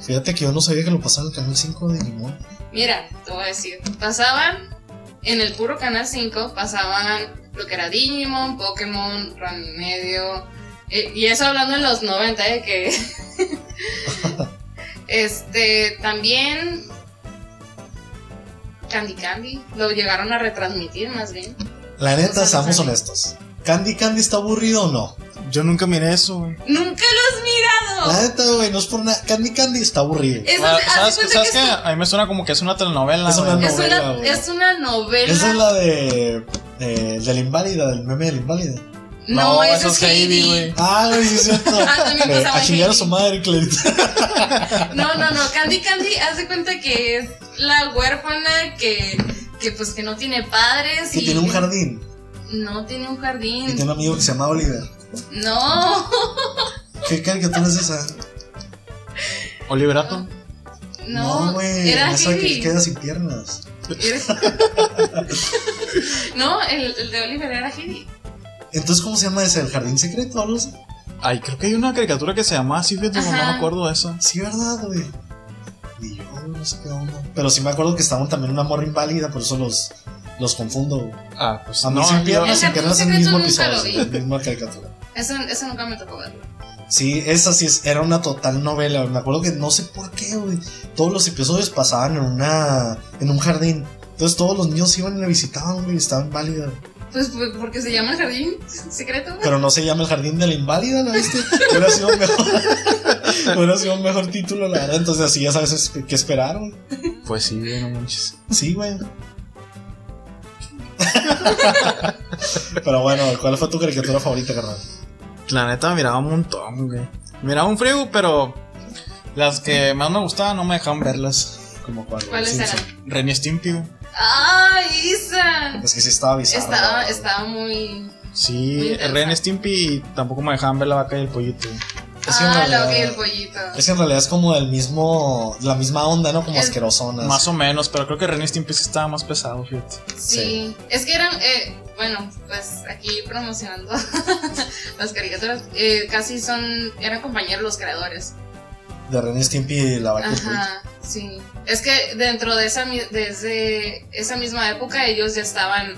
S1: Fíjate que yo no sabía que lo pasaba en el canal 5 de Limón.
S3: Mira, te voy a decir, pasaban en el puro Canal 5, pasaban lo que era Digimon, Pokémon, Ran y medio, eh, y eso hablando en los 90, eh, que... este, también... Candy Candy, lo llegaron a retransmitir más bien.
S1: La
S3: O
S1: neta,
S3: sea, no
S1: seamos
S3: sabía.
S1: honestos. ¿Candy Candy está aburrido o no?
S2: Yo nunca miré eso, güey.
S3: ¡Nunca lo has mirado!
S1: La neta, güey, no es por nada. Candy Candy está aburrido.
S3: Es,
S2: Ah,
S3: haz de
S2: ¿Sabes,
S3: cuenta
S2: sabes
S3: que
S2: qué? A mí me suena como que es una telenovela.
S1: Es una
S2: güey.
S3: es, es
S1: novela,
S3: una,
S1: güey.
S3: es una novela.
S1: Esa es la de. eh, de la inválida, del meme de la inválida.
S3: no, eso es Heidi.
S1: Ah, güey, sí es cierto.
S3: Ah, también
S1: Le-
S3: pasaba
S1: Eh, a chingar a
S3: Heidi.
S1: su madre, Clarita.
S3: No, no, no, Candy Candy hace cuenta que es la huérfana que, que pues que no tiene padres
S1: Que
S3: y
S1: tiene un jardín.
S3: no tiene un
S1: Y
S3: jardín.
S1: tiene un amigo que se llama Oliver.
S3: No,
S1: ¿Qué caricatura es esa?
S2: Oliverato.
S3: no,
S1: güey.
S3: era
S1: esa que
S3: Heidi.
S1: queda sin piernas.
S3: Era- no, el, el de Oliver era Heidi.
S1: Entonces, ¿cómo se llama ese? ¿El jardín secreto o algo así?
S2: Ay, creo que hay una caricatura que se llama así, fíjate, pero no
S3: Ajá.
S2: me acuerdo de eso.
S1: Sí, ¿verdad, güey? Ni yo, no sé qué onda. Pero sí me acuerdo que estaban también una morra inválida, por eso los, Los confundo. güey.
S2: Ah, pues
S1: A mí
S2: no,
S1: sí,
S2: yo-
S1: piernas sin
S3: El Capitán
S1: querer en el
S3: Secreto
S1: mismo
S3: nunca lo
S1: episodio, la misma caricatura.
S3: Eso, eso nunca me tocó verlo.
S1: Sí, esa sí es- era una total novela. Me acuerdo que no sé por qué, güey. Todos los episodios pasaban en una. en un jardín. Entonces todos los niños iban y la visitaban, güey, estaban válidas.
S3: Pues pues, porque se llama el jardín secreto.
S1: Pero no se llama el jardín de la inválida, ¿la viste? Hubiera sido mejor. hubiera sido un mejor título, la verdad. Entonces así ya sabes es- qué esperar, güey.
S2: Pues sí, güey, no manches.
S1: Sí, güey. Pero bueno, ¿cuál fue tu caricatura favorita, carnal?
S2: La neta miraba un montón, güey. Miraba un frío, pero las que más me gustaban no me dejaban verlas.
S1: Como cuál, güey?
S3: ¿Cuáles
S1: Sí,
S3: eran?
S1: sí.
S2: Ren y Stimpy, güey.
S3: ¡Ay, Isa!
S1: Es que sí estaba bizarro.
S3: ¡Ah, Estaba,
S1: güey.
S3: estaba muy. Muy
S2: Sí,
S3: interesante.
S2: Ren y Stimpy y tampoco me dejaban ver la vaca y el pollito. güey.
S1: Es que en
S3: ah,
S1: realidad-
S3: la boca y el pollito.
S1: Es que en realidad es como el mismo, la misma onda, ¿no? Como
S3: Es-
S1: asquerosona.
S2: Más o menos, pero creo que Ren y Stimpy sí estaba más pesado, fíjate.
S3: Sí, es que eran, eh, bueno, pues aquí promocionando las caricaturas, eh, casi son, eran compañeros los creadores.
S1: De Ren y Stimpy y la vaca. y el pollito.
S3: Ajá, sí. Es que dentro de esa, mi- de ese- esa misma época ellos ya estaban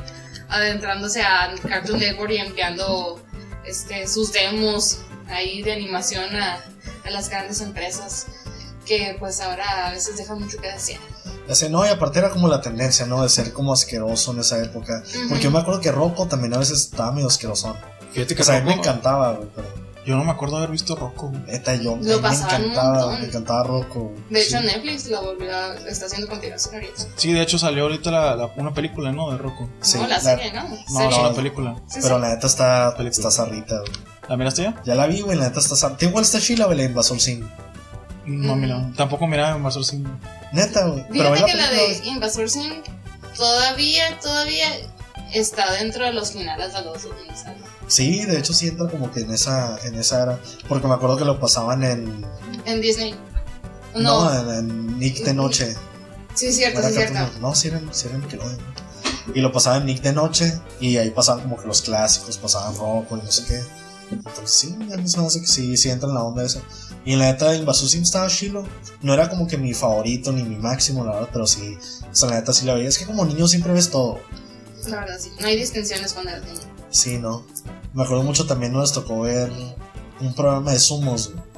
S3: adentrándose a Cartoon Network y enviando este, sus demos ahí de animación a, a las grandes empresas que pues ahora a veces dejan mucho que desear.
S1: Ya sé, no, y aparte era como la tendencia, ¿no? De ser como asqueroso en esa época. Porque yo me acuerdo que Rocco también a veces estaba medio asquerosón.
S2: Fíjate que
S1: O sea, a mí me
S2: Rocco-
S1: encantaba, güey. Pero
S2: Yo no me acuerdo haber visto Rocco, güey.
S1: neta, yo a mí me
S3: Lo pasaban un
S1: encantaba,
S3: montón.
S1: me encantaba Rocco. güey.
S3: De hecho
S1: Sí.
S3: Netflix lo volvió a, está haciendo continuación ahorita.
S2: Sí, de hecho salió ahorita la, la- una película, ¿no? De Rocco.
S1: Sí,
S3: no, la,
S1: la-
S3: serie, ¿no?
S2: No,
S3: Serie.
S2: es una
S1: no.
S2: película.
S3: Sí,
S1: Pero
S3: sí.
S1: la neta está,
S2: Película.
S1: está zarrita, güey.
S2: ¿La miraste ya?
S1: Ya la vi, güey, la neta está zarrita. Igual está chila, güey, la Invasor Sin.
S2: No,
S3: Mm.
S2: mira. Tampoco miraba Invasor Sim.
S1: Neta, güey. Pero
S3: Fíjate
S1: ve
S3: que
S1: película,
S3: la de
S1: güey.
S3: Invasor Sim todavía, todavía está dentro de los finales de los 2000, ¿sabes?
S1: Sí, de hecho sí entra como que en esa, en esa era. Porque me acuerdo que lo pasaban en...
S3: En Disney. No,
S1: No, en, en Nick de Noche.
S3: sí es cierto,
S1: No era
S3: sí es cierto.
S1: Cartoon Network. No, sí era, sí era Nickelodeon. Y lo pasaban en Nick de Noche. Y ahí pasaban como que los clásicos, pasaban rock y no sé qué. Entonces sí, a mí se me hace que sí, sí entra en la onda esa. Y la neta, Invasor Sim estaba chilo. No era como que mi favorito ni mi máximo, la verdad, pero sí. O sea, la neta sí la veía. Es que como niño siempre ves todo. pues
S3: La verdad, sí. No hay distinciones cuando eres niño.
S1: Sí, no. Me acuerdo mucho también nos tocó ver un programa de sumos. güey.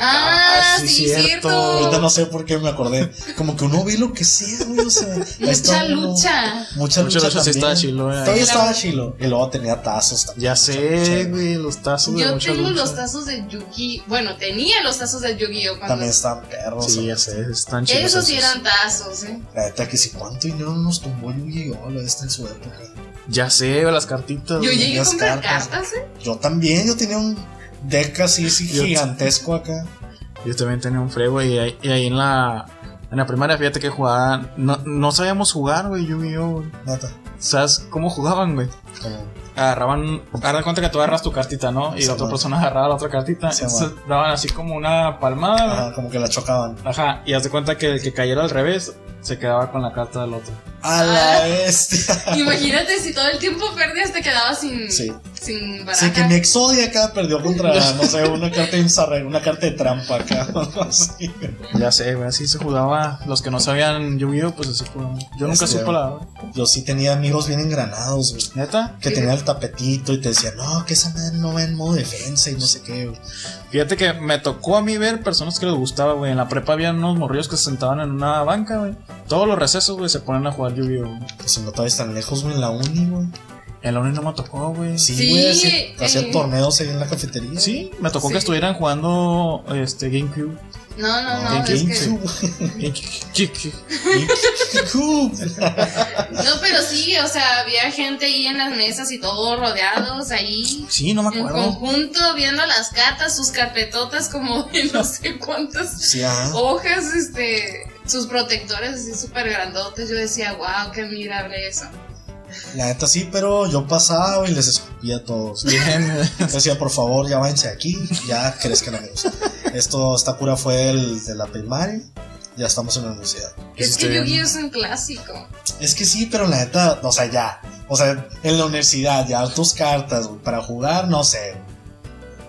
S3: Ah,
S2: sí,
S3: sí, es
S2: cierto.
S3: cierto.
S1: Ahorita no sé por qué me acordé. Como que uno ve lo que sea, güey. O sea, ahí
S3: Mucha
S1: está uno-
S3: lucha.
S1: Mucha lucha.
S2: Muchas gracias, sí
S1: también.
S2: estaba chilo, eh.
S1: Todavía
S3: Sí, la-
S1: estaba chilo. Y luego tenía tazos también.
S2: Ya sé,
S1: Sí.
S2: güey, los tazos de
S3: Yo
S2: mucha
S3: tengo
S2: lucha.
S3: los tazos de Yugi. Bueno, tenía los tazos de Yu-Gi-Oh! cuando.
S1: También estaban perros.
S2: Sí,
S1: o
S2: ya
S1: sea,
S2: sé, están chidos.
S3: Esos sí
S2: esos.
S3: eran tazos, ¿eh?
S1: La neta que si cuánto dinero nos tumbó Yu-Gi-Oh! la esta en su época.
S2: Ya sé, las cartitas.
S3: Yo
S2: güey.
S3: llegué a
S1: las
S3: comprar
S1: cartas.
S3: cartas, ¿eh?
S1: Yo también, yo tenía un deck así, así
S2: Yo-
S1: gigantesco acá.
S2: Yo también tenía un frego y ahí, y ahí en la en la primaria, fíjate que jugaban. No, no sabíamos jugar, güey, Yu-Gi-Oh! güey.
S1: Neta.
S2: ¿Sabes cómo jugaban, güey?
S1: Como-
S2: Agarraban. Agarran cuenta que tú agarras tu cartita, ¿no? Y
S1: Sí,
S2: la otra
S1: man.
S2: persona agarraba la otra cartita.
S1: Sí,
S2: entonces daban así como una palmada.
S1: ajá, como que la chocaban.
S2: Ajá. Y haz de cuenta que el que cayera al revés se quedaba con la carta del otro.
S1: A la bestia.
S3: ¿eh? Imagínate si todo el tiempo perdías, te quedabas sin.
S1: Sí.
S3: Sin baraja.
S1: Sí, que mi Exodia acá perdió contra, no sé, una carta de un zarrero, una carta de trampa acá. o algo así.
S2: Ya sé, güey, así se jugaba. Los que no sabían Yu-Gi-Oh! pues así jugaban. Yo nunca
S1: Sí.
S2: supe la.
S1: Yo sí tenía amigos bien engranados, güey.
S2: ¿Neta?
S1: Que tenía el tapetito y te decían, no, que esa madre no va en modo defensa y no sé qué, güey.
S2: Fíjate que me tocó a mí ver personas que les gustaba, güey. En la prepa había unos morrillos que se sentaban en una banca, güey. Todos los recesos, güey, se ponían a jugar Yu-Gi-Oh! güey.
S1: Pues si no todavía tan lejos, güey, en la uni, güey.
S2: En la uni no me tocó, güey. Sí.
S1: Sí,
S3: Sí,
S1: güey, hacía- hacía
S3: eh.
S1: torneos ahí en la cafetería.
S2: me tocó
S3: Sí.
S2: que estuvieran jugando este GameCube.
S3: No, no, Ah, no.
S1: En
S3: es que...
S1: GameCube,
S2: GameCube.
S1: güey. GameCube.
S3: No, pero sí, o sea, había gente ahí en las mesas y todos rodeados ahí.
S2: Sí, no me
S3: En
S2: acuerdo.
S3: conjunto, viendo las cartas, sus carpetotas como de no sé cuántas
S1: Sí, ah, ajá.
S3: hojas, este, sus protectores así súper grandotes. Yo decía, wow, qué admirable eso.
S1: La neta sí, pero yo pasaba y les escupía a todos.
S2: Bien, güey.
S1: Les decía, por favor, ya váyanse de aquí, ya crezcan amigos. Esto, esta cura fue el de la primaria, ya estamos en la universidad.
S2: Eso
S3: Es
S2: está
S3: que
S2: bien.
S3: Yu-Gi-Oh! es un clásico.
S1: Es que sí, pero la neta, o sea, ya. O sea, en la universidad, ya tus cartas, güey, para jugar, no sé.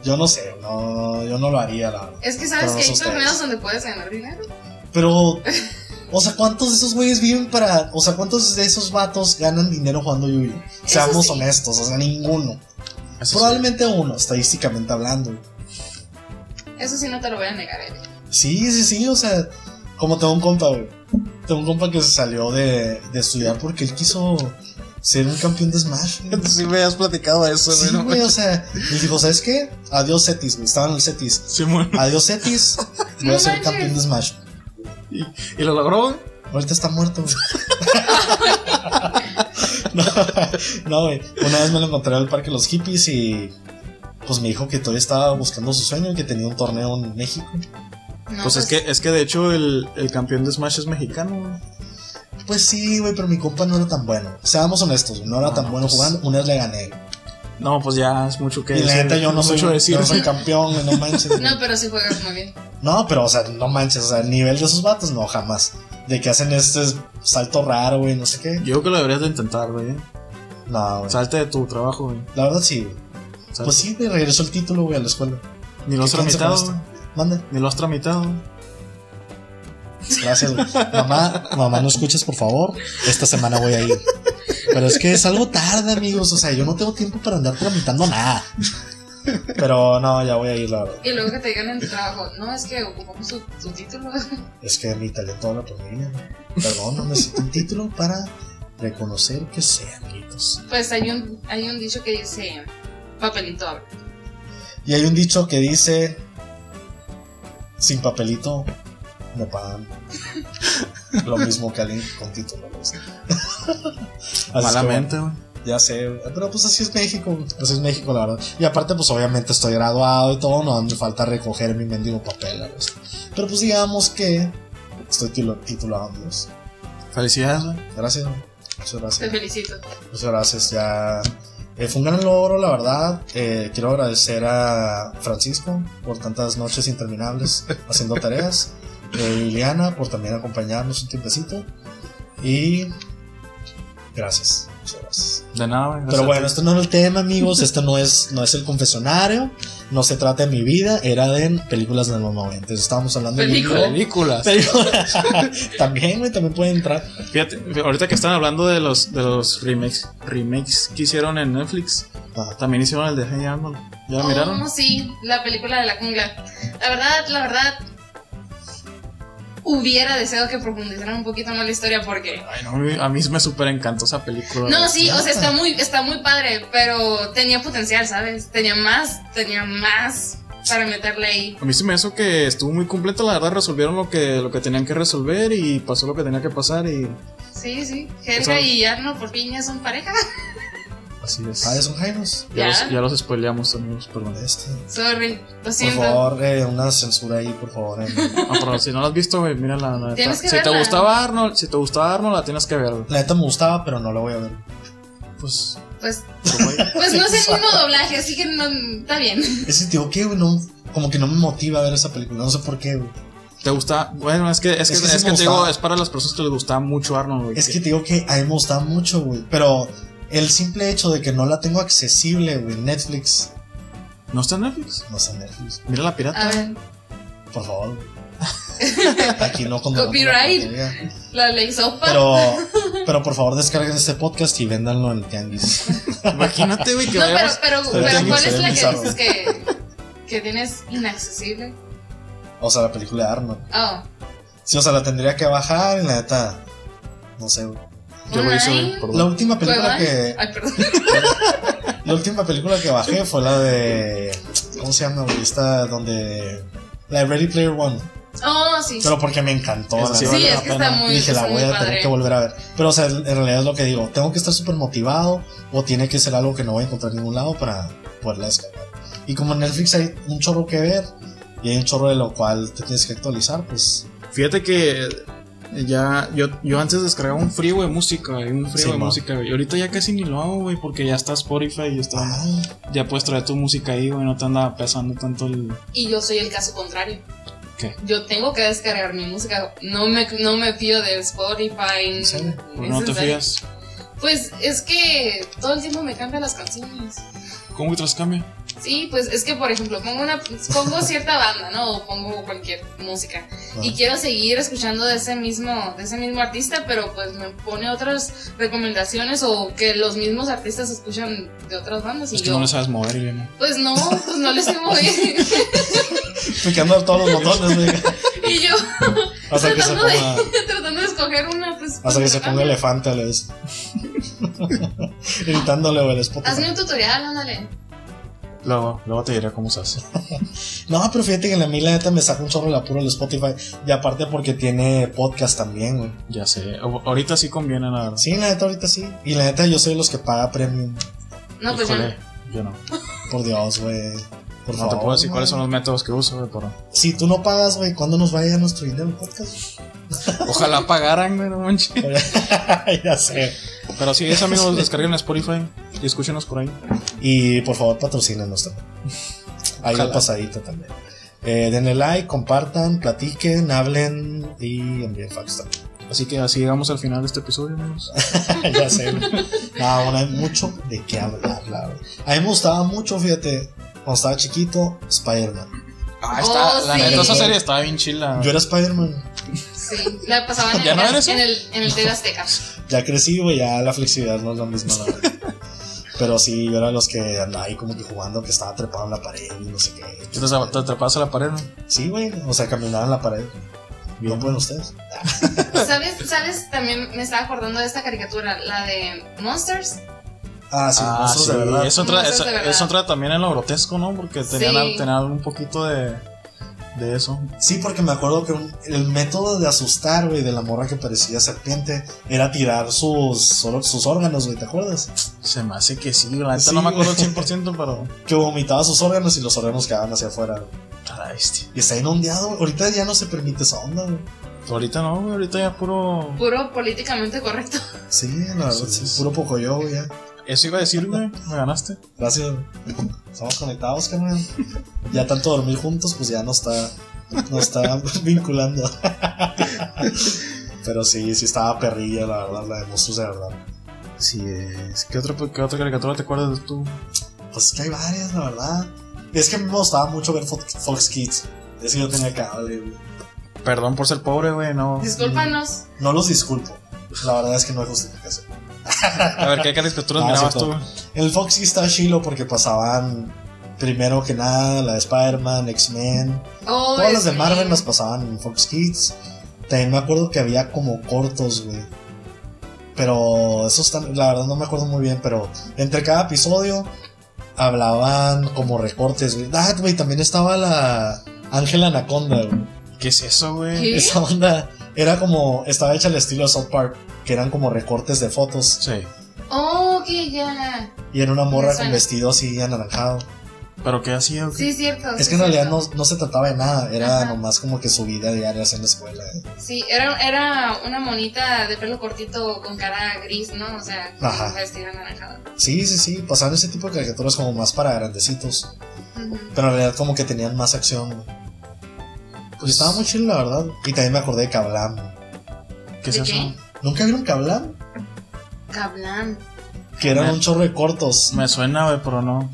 S1: Yo no sé, no, yo no lo haría, la verdad.
S3: Es que sabes
S1: Pero
S3: que hay
S1: no sé
S3: torneos
S1: ustedes.
S3: donde puedes ganar dinero.
S1: Pero O sea, ¿cuántos de esos güeyes viven para.? O sea, ¿cuántos de esos vatos ganan dinero jugando Yu-Gi-Oh? Seamos
S3: sí.
S1: honestos, o sea, ninguno.
S2: Eso sí.
S1: Probablemente uno, estadísticamente hablando.
S3: Eso sí no te lo voy a negar, Eric.
S1: Sí, sí, sí, o sea, como tengo un compa, güey. Tengo un compa que se salió de, de estudiar porque él quiso ser un campeón de Smash. güey.
S2: Sí me has platicado eso,
S1: Sí,
S2: ¿no?
S1: güey, o sea, y dijo, ¿sabes qué? Adiós Cetis, güey, estaba en el Cetis.
S2: Simón.
S1: Adiós Cetis, voy a
S3: No
S1: ser
S3: manches.
S1: campeón de Smash.
S2: ¿Y, y lo logró?
S1: Ahorita está muerto, güey. no, no, güey. Una vez me lo encontré en el parque de los hippies y pues me dijo que todavía estaba buscando su sueño y que tenía un torneo en México.
S3: No,
S2: Pues es que, es que de hecho el, el campeón de Smash es mexicano. güey.
S1: Pues sí, güey, pero mi compa no era tan bueno. Seamos honestos, güey, no era
S2: Ah,
S1: tan bueno
S2: pues.
S1: jugando. Una vez le gané.
S2: No, pues ya es mucho que
S1: Y la
S2: decir,
S1: neta, yo no soy,
S2: mucho decir.
S1: yo no soy campeón, güey, no manches. güey.
S3: No, pero sí juegas muy bien.
S1: No, pero, o sea, no manches. O sea, el nivel de esos vatos, no, jamás. De que hacen este salto raro, güey, no sé qué.
S2: Yo creo que lo deberías de intentar, güey.
S1: No, güey.
S2: Salte de tu trabajo, güey.
S1: La verdad sí, güey.
S2: Salte.
S1: Pues sí, me regresó el título, güey, a la escuela.
S2: Ni lo has
S1: ¿qué cansa con
S2: tramitado,
S1: esto?
S2: güey.
S1: Manda.
S2: Ni lo has tramitado.
S1: Gracias, güey. Mamá, mamá, no escuches, por favor. Esta semana voy a ir. Pero es que es algo tarde, amigos. O sea, yo no tengo tiempo para andar tramitando nada. Pero no, ya voy a ir, la verdad.
S3: Y luego que te digan en tu trabajo, no, es que ocupamos tu, tu título.
S1: Es que mi talento habla por mí. Perdón, no necesito un título para reconocer que sean ricos.
S3: Pues hay un, hay un dicho que dice, papelito habla.
S1: Y hay un dicho que dice: Sin papelito, no pagan. Lo mismo que alguien con título. ¿no? Así es que, bueno,
S2: Malamente, güey.
S1: Ya sé, güey. pero pues así es México, güey. así es México, la verdad. Y aparte, pues obviamente estoy graduado y todo, no me falta recoger mi mendigo papel, la verdad. Pero pues digamos que estoy tilo- titulado, Dios.
S2: Felicidades, güey.
S1: Gracias, güey. muchas
S3: Te
S1: gracias.
S3: felicito.
S1: Muchas gracias, ya. eh, fue un gran logro, la verdad. Eh, quiero agradecer a Francisco por tantas noches interminables haciendo tareas. Eh, Liliana por también acompañarnos un tiempecito. Y gracias, muchas gracias.
S2: De nada, güey.
S1: Pero
S2: Gracias
S1: bueno,
S2: a ti.
S1: esto no es el tema, amigos. Esto no es, no es el confesionario. No se trata de mi vida. Era de películas de los 90. Estábamos hablando
S3: Películas.
S1: de
S2: películas.
S1: películas. también, güey, también puede entrar.
S2: Fíjate, ahorita que están hablando de los, de los remakes, remakes que hicieron en Netflix,
S1: Ajá.
S2: también hicieron el de Hey Arnold. ¿Ya
S1: Ah,
S2: lo miraron?
S3: Oh, sí, la película de la jungla. La verdad, la verdad, hubiera deseado que profundizaran un poquito más la historia porque...
S2: Ay, no, a mí- a mí me súper encantó esa
S1: Pues
S2: película.
S3: No,
S2: güey.
S3: sí, o sea, está muy, está muy padre, pero tenía potencial, ¿sabes? Tenía más, tenía más para meterle ahí.
S2: A mí se me hizo que estuvo muy completa, la verdad resolvieron lo que, lo que tenían que resolver y pasó lo que tenía que pasar y
S3: Sí, sí. Helga
S2: Eso-
S3: y Arno por fin ya son pareja.
S2: así es.
S1: Ah, son Jainos.
S2: ya,
S3: ya.
S2: Los, ya los spoileamos, amigos, perdón.
S1: Este.
S3: Sorry, lo
S1: Por
S3: siento.
S1: favor, eh, una censura ahí, por favor. eh. en-
S2: Ah, pero si no la has visto, güey, mira la, la
S3: Tienes que
S2: Si te
S3: verla.
S2: gustaba Arnold, si te gustaba Arnold, la tienes que ver, güey.
S1: La neta me gustaba, pero no la voy a ver.
S2: Pues,
S3: Pues,
S2: pero, güey,
S3: pues no sé ni no doblaje, así que no, está bien.
S1: Ese tío, ¿qué, güey? No, como que no me motiva a ver esa película. No sé por qué, güey.
S2: te gusta, bueno, es que, es que,
S1: Es que sí
S2: es
S1: me
S2: que te digo,
S1: gustaba.
S2: es para las personas que les gustaba mucho Arnold, güey.
S1: Es que te digo que a mí me gustaba mucho, güey. Pero el simple hecho de que no la tengo accesible, güey, Netflix.
S2: ¿No está en Netflix?
S1: No sé, Netflix.
S2: Mira la pirata.
S3: A ver,
S1: Por favor. Aquí no con
S3: Copyright. la ley sopa.
S1: Pero, pero por favor descarguen este podcast y véndanlo en el tianguis.
S2: Imagínate, güey, que
S3: Ah. no, pero,
S1: Pero
S2: vayamos.
S3: pero, pero
S1: tiene que
S3: ¿cuál es
S1: ser
S3: la que
S1: bizarro.
S3: dices que, que tienes inaccesible?
S1: O sea, la película de Arnold.
S3: Oh,
S1: Sí, o sea, la tendría que bajar y la neta. No sé, güey.
S2: Yo lo hice, güey,
S3: online.
S2: perdón.
S1: La última película
S3: ¿Cuevas?
S1: que.
S3: Ay, perdón.
S1: La última película que bajé fue la de. ¿Cómo se llama, güey? Esta donde. La de Ready Player One.
S3: Oh, sí.
S1: Pero porque me encantó.
S2: Esa
S1: la
S2: sí
S1: neta.
S2: vale
S3: sí, es
S2: la
S3: que
S2: pena.
S3: está muy,
S1: dije, la
S3: está
S1: voy
S3: muy
S1: a tener
S3: padre.
S1: que volver a ver. Pero, o sea, en realidad es lo que digo. Tengo que estar súper motivado o tiene que ser algo que no voy a encontrar en ningún lado para poderla descargar. Y como en Netflix hay un chorro que ver y hay un chorro de lo cual te tienes que actualizar, pues
S2: Fíjate que ya yo, yo antes descargaba un frío de música, güey, un frío
S1: Sí,
S2: de
S1: ma.
S2: música, güey. Y ahorita ya casi ni lo hago, güey, porque ya está Spotify y
S3: Ah.
S2: está,
S1: ay,
S2: ya puedes traer tu música ahí, güey, no te anda pesando tanto el...
S3: Y yo soy el caso contrario.
S2: ¿Qué?
S3: Yo tengo que descargar mi música. No me, no me fío de Spotify.
S1: ¿En serio?
S2: porque no
S3: Es
S2: te
S3: en serio.
S2: fías.
S3: Pues es que todo el tiempo me cambian las canciones.
S2: ¿Cómo que te las cambia?
S3: Sí, pues es que, por ejemplo, pongo, una, pongo cierta banda, ¿no? O pongo cualquier música. Y quiero seguir escuchando de ese mismo, de ese mismo artista, pero pues me pone otras recomendaciones o que los mismos artistas escuchan de otras bandas.
S2: Es
S3: y
S2: que no
S3: yo,
S2: le sabes mover, Irene.
S3: pues no, pues no les sé mover.
S1: Picando todos los botones, güey.
S3: y yo
S1: Hasta que se
S3: Tratando de-
S1: ponga.
S3: tratando de escoger una, pues.
S1: Hasta que se ponga
S3: tratando.
S1: elefante, le dice. Gritándole, güey, el Spotify.
S3: ah, Hazme un tutorial, ándale.
S2: Luego, luego te diré cómo se hace.
S1: No, pero fíjate que la mí la neta me saca un chorro el apuro el Spotify. Y aparte porque tiene podcast también, güey.
S2: Ya sé. O- Ahorita sí conviene, la verdad.
S1: Sí, la neta ahorita sí. Y la neta yo soy los que paga premium.
S3: No, pues yo
S2: Híjole,
S3: no.
S2: yo no.
S1: Por Dios, güey. Por
S2: No
S1: favor,
S2: te puedo decir
S1: güey.
S2: cuáles son los métodos que uso, güey, pero.
S1: Si tú no pagas, güey, ¿cuándo nos vaya nuestro dinero en podcast?
S2: Ojalá pagaran, güey, no manches.
S1: ya sé.
S2: Pero sí, es amigos, descarguen Spotify y escúchenos por ahí.
S1: Y por favor, patrocínanos también. Ahí la
S2: Ojalá.
S1: pasadita también. Eh, denle like, compartan, platiquen, hablen y envíen fax también.
S2: Así que así llegamos al final de este episodio, amigos.
S1: ya sé. güey. No, ahora hay mucho de qué hablar, la verdad. A mí me gustaba mucho, fíjate, cuando estaba chiquito, Spider-Man.
S2: Ah,
S3: Oh,
S2: está, la
S3: sí.
S2: neta, esa serie estaba bien chila.
S1: Yo era Spider-man.
S3: Sí, la pasaban en,
S2: ¿Ya no
S3: el-
S2: eres, eh?
S3: en el, en el TV Azteca.
S1: Ya crecí, güey, ya la flexibilidad no es la misma, la verdad. Pero sí, yo era de los que andaba ahí como que jugando, que estaba trepado en la pared y no sé qué.
S2: Entonces te atrapas a la pared, ¿no?
S1: Sí, güey, o sea, caminaba en la pared. Bien,
S2: Bien.
S1: pueden ustedes.
S3: ¿Sabes? ¿Sabes? También me estaba acordando de esta caricatura, la de Monsters.
S1: Ah, sí,
S2: Ah,
S1: monstruos
S2: sí,
S1: de verdad.
S2: Es otra,
S3: Monstruos
S2: es,
S3: de verdad.
S2: es otra también en lo grotesco, ¿no? Porque tenían,
S3: Sí.
S2: al- tenían un poquito de, de eso.
S1: Sí, porque me acuerdo que un- el método de asustar, güey, de la morra que parecía serpiente, era tirar sus, sus órganos, güey, ¿te acuerdas?
S2: Se me hace que sí, la neta
S1: Sí,
S2: no me acuerdo al
S1: güey.
S2: 100%, pero.
S1: que vomitaba sus órganos y los órganos quedaban hacia afuera. güey.
S2: a la bestia.
S1: Y está inundado, güey. ahorita ya no se permite esa onda. güey.
S2: Ahorita no, güey, ahorita ya puro.
S3: Puro políticamente correcto.
S1: Sí, la verdad,
S2: Eso
S1: sí,
S2: es.
S1: puro poco yo, güey. ya.
S2: Eso iba a decir, güey, me ganaste.
S1: Gracias. güey. Estamos conectados, carnal. Ya tanto dormir juntos, pues ya no está, no está vinculando. Pero sí, sí estaba perrilla, la verdad, la de monstruos de verdad.
S2: Sí, es. ¿Qué otra, qué otra caricatura te acuerdas tú?
S1: Pues es que hay varias, la verdad. Es que a mí me gustaba mucho ver Fo- Fox Kids. Es que yo tenía cable, güey.
S2: Perdón por ser pobre, güey, no.
S3: Discúlpanos.
S1: No los disculpo. La verdad es que no hay justificación.
S2: A ver, ¿qué caricaturas
S1: Ah,
S2: mirabas
S1: sí,
S2: tú? güey?
S1: En El Fox sí está chilo porque pasaban primero que nada la de Spider-Man, X-Men.
S3: Oh,
S1: Todas las
S3: es
S1: de Marvel
S3: mi-
S1: las pasaban en Fox Kids. También me acuerdo que había como cortos, güey. Pero eso está, la verdad no me acuerdo muy bien, pero entre cada episodio hablaban como recortes, güey. Ah, güey, también estaba la Ángela Anaconda, güey.
S2: ¿Qué es eso, güey?
S3: ¿Qué?
S1: Esa onda era como, estaba hecha al estilo de South Park, que eran como recortes de fotos.
S2: Sí.
S3: Oh, que ya.
S1: Y era una morra con
S3: suena.
S1: vestido así anaranjado.
S2: ¿Pero qué hacía? güey?
S3: Sí, cierto.
S1: Es
S3: sí,
S1: que en realidad no,
S3: cierto.
S1: no se trataba de nada, era
S3: Ajá.
S1: nomás como que su vida diaria en la escuela. ¿eh?
S3: Sí, era, era una monita de pelo cortito con cara gris, ¿no? O sea, con
S1: Ajá.
S3: vestida anaranjada.
S1: Sí, sí, sí, pasaban ese tipo de caricaturas como más para grandecitos,
S3: Ujú.
S1: pero en realidad como que tenían más acción. güey. Pues
S2: Pues-
S1: estaba muy chido, la verdad. Y también me acordé de Kablam.
S2: ¿Qué es
S3: ¿De
S2: eso?
S3: qué?
S1: ¿Nunca vieron Kablam?
S3: Cablan.
S1: Que eran
S2: Me-
S1: un chorro de cortos.
S2: Me suena, güey, pero no.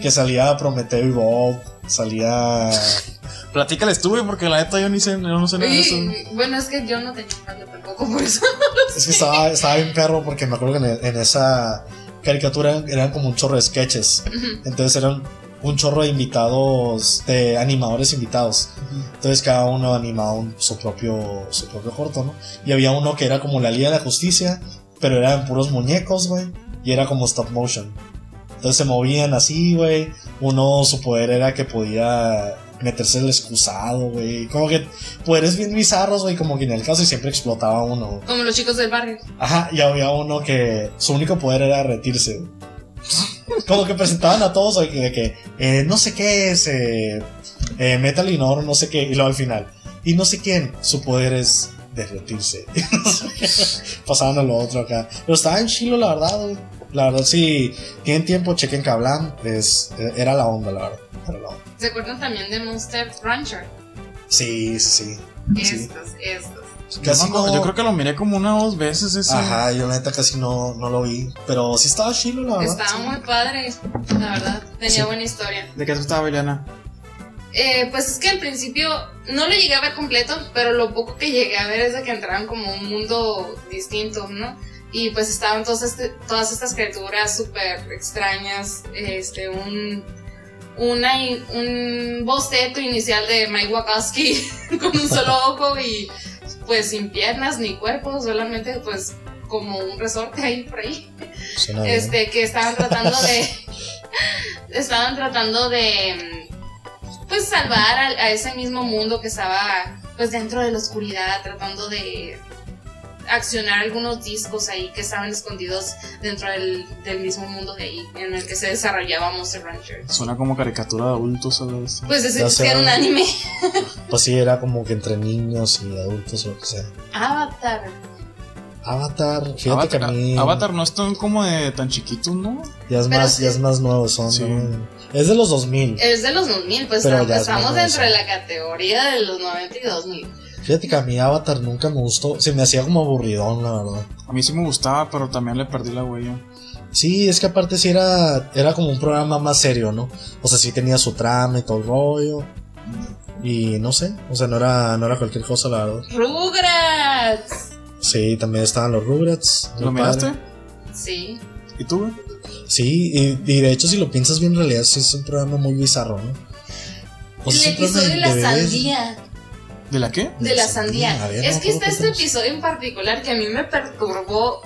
S1: Que salía Prometeo y Bob, salía...
S2: Platícales tú, güey, porque la neta yo ni sé, yo no sé nada de eso.
S3: Y, bueno, es que yo no tenía cable tampoco, por eso.
S1: Es que estaba, estaba bien perro porque me acuerdo que en, en esa caricatura eran como un chorro de sketches.
S3: Ujú.
S1: Entonces eran un chorro de invitados, de animadores invitados. Entonces cada uno animaba un- su, propio, su propio corto, ¿no? Y había uno que era como la Liga de la Justicia, pero eran puros muñecos, güey. Y era como stop motion. Entonces se movían así, güey. Uno, su poder era que podía meterse el excusado, güey. Como que poderes bien bizarros, güey. Como que en el caso y siempre explotaba uno. güey.
S3: Como los chicos del barrio.
S1: Ajá, y había uno que su único poder era retirse. güey. Como que presentaban a todos de que, de que, eh, no sé qué es eh, eh, Metal Inor, no sé qué, y luego al final. Y no sé quién, su poder es derretirse. Pasaban a lo otro acá. Pero estaba en chilo, la verdad, güey. La verdad, si tienen tiempo, chequen que hablan. Es, eh, era la onda, la verdad. Era la onda.
S3: ¿Se acuerdan también de Monster Rancher?
S1: Sí, sí, sí. Sí.
S3: Estos, estos.
S2: Yo,
S1: Casi
S2: me acuerdo-
S1: no-
S2: yo creo que lo miré como una o dos veces ese.
S1: Ajá, yo la neta casi no, no lo vi. Pero Ah, sí estaba chilo, la verdad.
S3: Estaba muy padre, la verdad. Tenía
S1: Sí.
S3: buena historia.
S2: ¿De qué estaba Ileana?
S3: Eh, pues es que al principio no lo llegué a ver completo, pero lo poco que llegué a ver es de que entraron como un mundo distinto, ¿no? Y pues estaban todas, este- todas estas criaturas súper extrañas, este, un, una in- un boceto inicial de Mike Wazowski con un solo ojo y pues sin piernas ni cuerpo, solamente pues como un resorte ahí por ahí
S1: Suena bien.
S3: este que estaban tratando de estaban tratando de mm, pues salvar al- a, ese mismo mundo que estaba pues dentro de la oscuridad tratando de accionar algunos discos ahí que estaban escondidos dentro del, del mismo mundo de ahí en el que se desarrollaba Monster Rancher
S2: Suena como caricatura de adultos, ¿sabes?
S3: pues es,
S1: Ya
S3: es que era un
S1: sé.
S3: anime
S1: Pues sí, era como que entre niños y adultos o lo que sea.
S3: Avatar
S1: Avatar, fíjate
S2: Avatar,
S1: que a mí.
S2: Avatar no es tan como de tan chiquitos, ¿no?
S1: Ya es
S3: Pero
S1: más,
S3: sí. Eh.
S1: ya es más nuevo, son.
S2: Sí.
S1: ¿no? Es de los 2000.
S3: es de los 2000 pues
S1: Pero
S3: tam-
S1: ya es
S3: estamos
S1: más
S3: dentro de la categoría de los 90 y 2000
S1: Fíjate que a mí Avatar nunca me gustó. Se me hacía como aburridón, la verdad.
S2: A mí sí me gustaba, pero también le perdí la huella.
S1: Sí, es que aparte sí era, era como un programa más serio, ¿no? O sea, sí tenía su trama y todo el rollo. Y no sé, o sea, no era, no era cualquier cosa, la verdad.
S3: Rugrats
S1: Sí, también estaban los Rugrats.
S2: ¿Lo
S1: muy padre.
S2: miraste?
S3: sí
S2: ¿Y tú? güey?
S1: Sí, y, y de hecho, si lo piensas bien, en realidad sí es un programa muy bizarro, ¿no? O sea,
S3: el
S1: es un programa
S3: episodio de la
S1: pues, bebés.
S3: sandía
S2: ¿De la qué?
S3: de la
S1: A
S3: sandía.
S1: ver,
S3: Es
S1: no
S3: que está
S1: creo
S3: este
S1: sea-
S3: episodio en particular que a mí me perturbó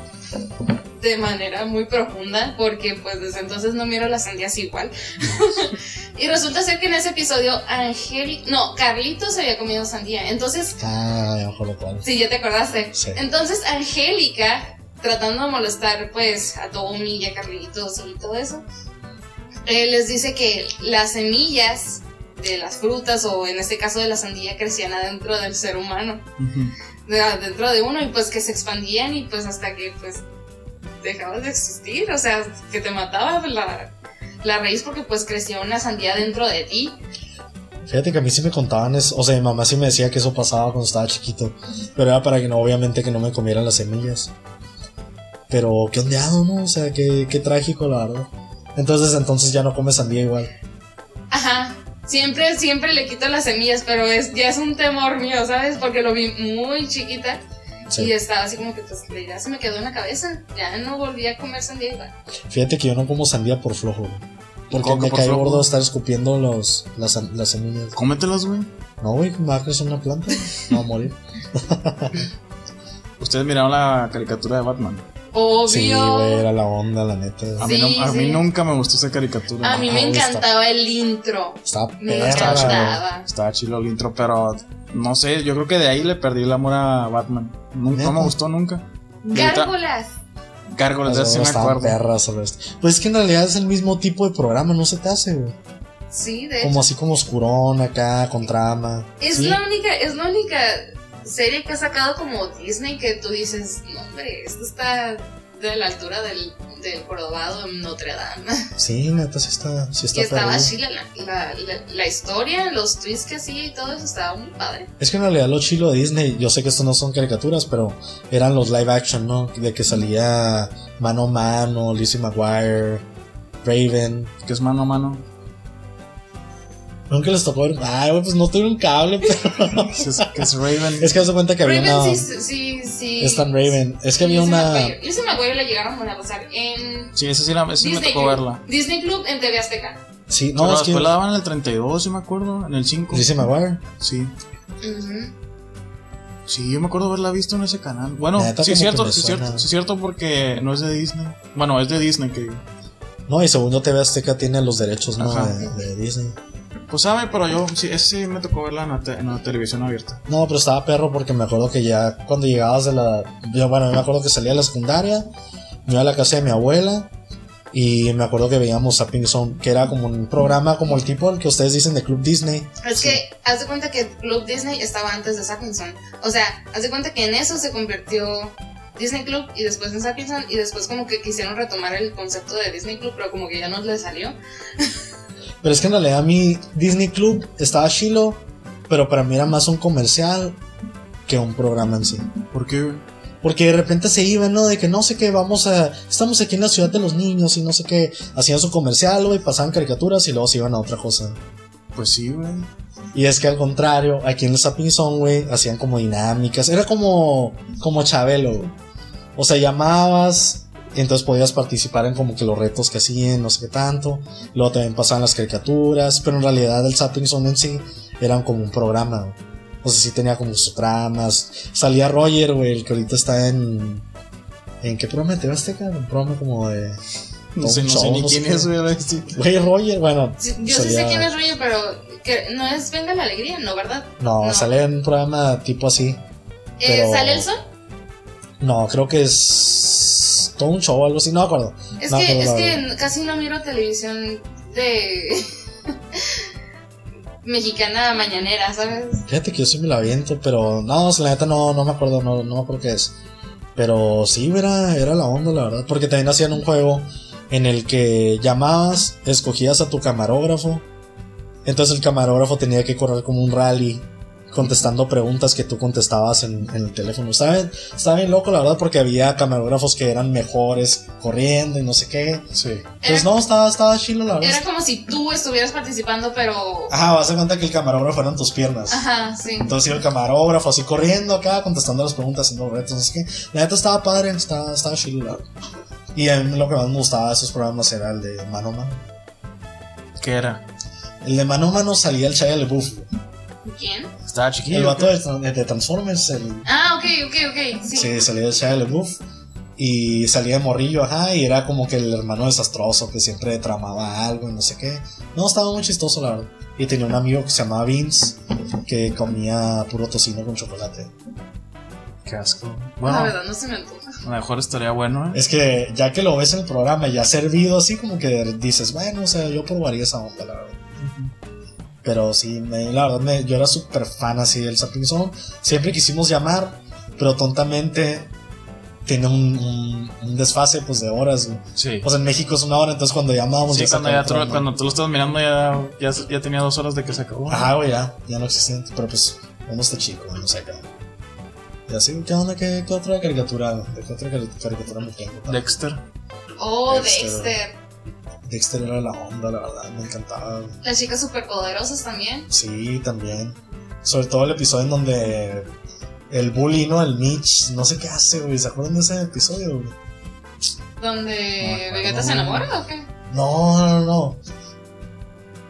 S3: de manera muy profunda porque pues desde entonces no miro las sandías igual. y resulta ser que en ese episodio Angel, no, Carlitos había comido sandía. Entonces,
S1: Ah, ya mejor lo cual.
S3: sí, ya te acordaste.
S1: Sí.
S3: Entonces Angélica, tratando de molestar pues a Tommy y a Carlitos y todo eso, eh, les dice que las semillas de las frutas o en este caso de la sandía crecían adentro del ser humano
S2: Ujú.
S3: de- dentro de uno y pues que se expandían y pues hasta que pues dejabas de existir, o sea, que te mataba la, la raíz porque pues crecía una sandía dentro de ti.
S1: Fíjate que a mí sí me contaban eso. O sea, mi mamá sí me decía que eso pasaba cuando estaba chiquito. Pero era para que no, obviamente, que no me comieran las semillas. Pero qué ondeado, ¿no? O sea, qué, qué trágico, la verdad. Entonces, entonces ya no comes sandía igual.
S3: Ajá. Siempre, siempre le quito las semillas, pero es, ya es un temor mío, ¿sabes? Porque lo vi muy chiquita y
S1: Sí.
S3: estaba así como que pues ya se me quedó en la cabeza. Ya no volví a comer sandía igual.
S1: Fíjate que yo no como sandía por flojo. güey. Porque
S2: ¿Cómo que
S1: me
S2: por
S1: cae
S2: flojo?
S1: gordo estar escupiendo los, las, las semillas.
S2: Cómetelas, güey.
S1: No, güey, me va a crecer una planta. Me va a morir.
S2: Ustedes miraron la caricatura de Batman.
S3: Obvio.
S1: Sí, güey, era la onda, la neta.
S2: A
S3: Sí,
S2: mí, no- a mí
S3: sí.
S2: nunca me gustó esa caricatura.
S3: a mí
S1: Ah,
S3: me
S1: gusta.
S3: encantaba el intro.
S1: Estaba
S3: Me
S1: perra, güey.
S3: encantaba.
S2: Estaba chido el intro, pero no sé, yo creo que de ahí le perdí el amor a Batman. Nun- No,
S1: ¿Neta?
S2: me gustó nunca. ahorita-
S3: Gárgolas.
S2: Gárgolas, de
S1: Las
S2: eso sí me
S1: estaban
S2: acuerdo.
S1: perras, a veces. Pues es que en realidad es el mismo tipo de programa, no se te hace, güey.
S3: Sí, de hecho.
S1: Como así como oscurón acá, con trama.
S3: Es
S1: Sí.
S3: la única, es la única serie que ha sacado como Disney que tú dices, no hombre, esto está de la altura del, del jorobado en Notre Dame.
S1: Sí, neta, sí está, sí
S3: Y
S1: está
S3: estaba
S1: perdido.
S3: chila la, la, la- la historia, los twists que hacía y todo eso estaba muy padre.
S1: Es que en realidad lo chilo de Disney, yo sé que esto no son caricaturas, pero eran los live action, ¿no? De que salía mano a mano, Lizzie McGuire, Raven.
S2: Que es mano a mano.
S1: Nunca les tocó ver. Ay, güey, pues no tuvieron cable. pero-
S2: Que es, que es Raven.
S1: es que se cuenta que había
S3: Raven
S1: una.
S3: sí, sí, sí.
S1: Stan Raven. Es que había
S3: Lizzie
S1: una.
S3: McGuire. Lizzie McGuire la llegaron a pasar en
S2: Sí, esa sí, la, esa sí me
S3: Disney
S2: tocó
S3: Club.
S2: verla.
S3: Disney Club en TV Azteca.
S1: Sí,
S2: No,
S1: no, es
S2: después
S1: que.
S2: la daban en el 32, sí me acuerdo, en el 5.
S1: Lizzie McGuire.
S2: Sí.
S3: Ujú.
S2: Sí, yo me acuerdo haberla visto en ese canal. Bueno,
S1: La neta
S2: sí es
S1: como que
S2: cierto,
S1: me
S2: sí es
S1: suena.
S2: cierto, sí es cierto porque no es de Disney. Bueno, es de Disney que
S1: No, y según yo TV Azteca tiene los derechos, ¿no?
S2: Ajá.
S1: De, de Disney.
S2: Pues sabe, pero yo sí, ese sí me tocó verla en la, te- en la televisión abierta.
S1: No, pero estaba perro porque me acuerdo que ya cuando llegabas de la... Yo, bueno, me acuerdo que salía de la secundaria, me iba a la casa de mi abuela y me acuerdo que veíamos Zapping Zone, que era como un programa como el tipo al que ustedes dicen de Club Disney.
S3: Es
S1: Sí.
S3: que haz de cuenta que Club Disney estaba antes de Sapinson. O sea, haz de cuenta que en eso se convirtió Disney Club y después en Sapinson y después como que quisieron retomar el concepto de Disney Club, pero como que ya no le salió.
S1: Pero es que en realidad a mí Disney Club estaba chilo, pero para mí era más un comercial que un programa en sí.
S2: ¿Por qué?
S1: Porque de repente se iban, ¿no? De que no sé qué, vamos a. Estamos aquí en la ciudad de los niños y no sé qué. Hacían su comercial, güey, pasaban caricaturas y luego se iban a otra cosa.
S2: Pues sí, güey.
S1: Y es que al contrario, aquí en el Sapinzón, güey, hacían como dinámicas. Era como, como Chabelo, güey. O sea, llamabas, y entonces podías participar en como que los retos que hacían, no sé qué tanto. Luego también pasaban las caricaturas, pero en realidad el Sapinzón en sí era como un programa, güey. O sea, sí tenía como sus tramas. Salía Roger, güey, el que ahorita está en. ¿En qué programa te vas, Teca? Un programa como de.
S2: No sé, no
S1: Tom
S2: sé ni
S1: Jones,
S2: quién
S1: güey.
S2: es, güey. ahora sí.
S1: Güey, Roger, bueno.
S3: Sí, Yo sí sé
S1: salía-
S3: quién es Roger, pero que- no es Venga la Alegría, ¿no? ¿Verdad?
S1: No,
S3: No.
S1: sale en un programa tipo así.
S3: Eh,
S1: Pero-
S3: ¿Sale el sol?
S1: No, creo que es todo un show o algo así, no me acuerdo.
S3: Es
S1: No,
S3: que,
S1: pero
S3: es
S1: la-
S3: que n- casi no miro televisión de mexicana mañanera, ¿sabes?
S1: Fíjate que yo sí me la aviento, pero no, o sea, la neta no, no me acuerdo, no, no me acuerdo qué es. Pero sí, era, era la onda, la verdad. Porque también hacían un juego en el que llamabas, escogías a tu camarógrafo. Entonces el camarógrafo tenía que correr como un rally contestando preguntas que tú contestabas en, en el teléfono. Estaba bien, estaba bien loco, la verdad, porque había camarógrafos que eran mejores corriendo y no sé qué.
S2: Sí.
S1: Entonces, no, estaba, estaba chilo, la verdad.
S3: Era como si tú estuvieras participando, pero...
S1: Ajá, vas a cuenta que el camarógrafo eran tus piernas.
S3: Ajá, sí.
S1: Ah. Entonces iba el camarógrafo así corriendo acá, contestando las preguntas, haciendo los retos. Es que la neta estaba padre, estaba, estaba chido. la verdad. Y a mí lo que más me gustaba de esos programas era el de Mano a Mano.
S2: ¿Qué era?
S1: El de Mano a Mano salía el Shia LaBeouf. güey.
S3: ¿Quién?
S2: Estaba chiquillo.
S1: El vato
S2: ¿qué?
S1: de, Tran- de Transformers, el,
S3: Ah, ok, ok, ok, sí.
S1: sí, salía el Shia LaBeouf. Y salía de morrillo, ajá, y era como que el hermano desastroso que siempre tramaba algo y no sé qué. No, estaba muy chistoso, la verdad. Y tenía un amigo que se llamaba Vince, que comía puro tocino con chocolate.
S2: Qué asco.
S3: La
S2: Bueno,
S3: verdad, no se me antoja.
S2: a lo mejor estaría bueno, ¿eh?
S1: Es que ya que lo ves en el programa ya servido así, como que dices, bueno, o sea, yo probaría esa onda, la verdad. Pero sí, me- la verdad, me- yo era súper fan así del Sapinzón. Siempre quisimos llamar, pero tontamente tiene un, un- un desfase pues de horas. güey.
S2: Sí.
S1: Pues en México es una hora, entonces cuando llamamos
S2: Sí, cuando,
S1: acabó
S2: ya
S1: el
S2: tro-
S1: programa.
S2: cuando tú lo estabas mirando ya, ya, ya tenía dos horas de que se acabó.
S1: Ajá, güey, ya, ya no existen. Pero pues, uno está chico, no sé qué. Y así, ¿qué onda? ¿Qué, qué otra caricatura? ¿De qué otra cari- caricatura me tengo?
S2: Dexter.
S3: Oh,
S1: Dexter.
S3: Dexter.
S1: Dexter era la onda, la verdad, me encantaba. güey.
S3: Las chicas superpoderosas también.
S1: Sí, también. Sobre todo el episodio en donde el bully, ¿no? El Mitch, no sé qué hace, güey. ¿Se acuerdan de ese episodio, güey? No me
S3: Donde
S1: acuerdo.
S3: Vegeta se enamora o qué?
S1: No, no, no.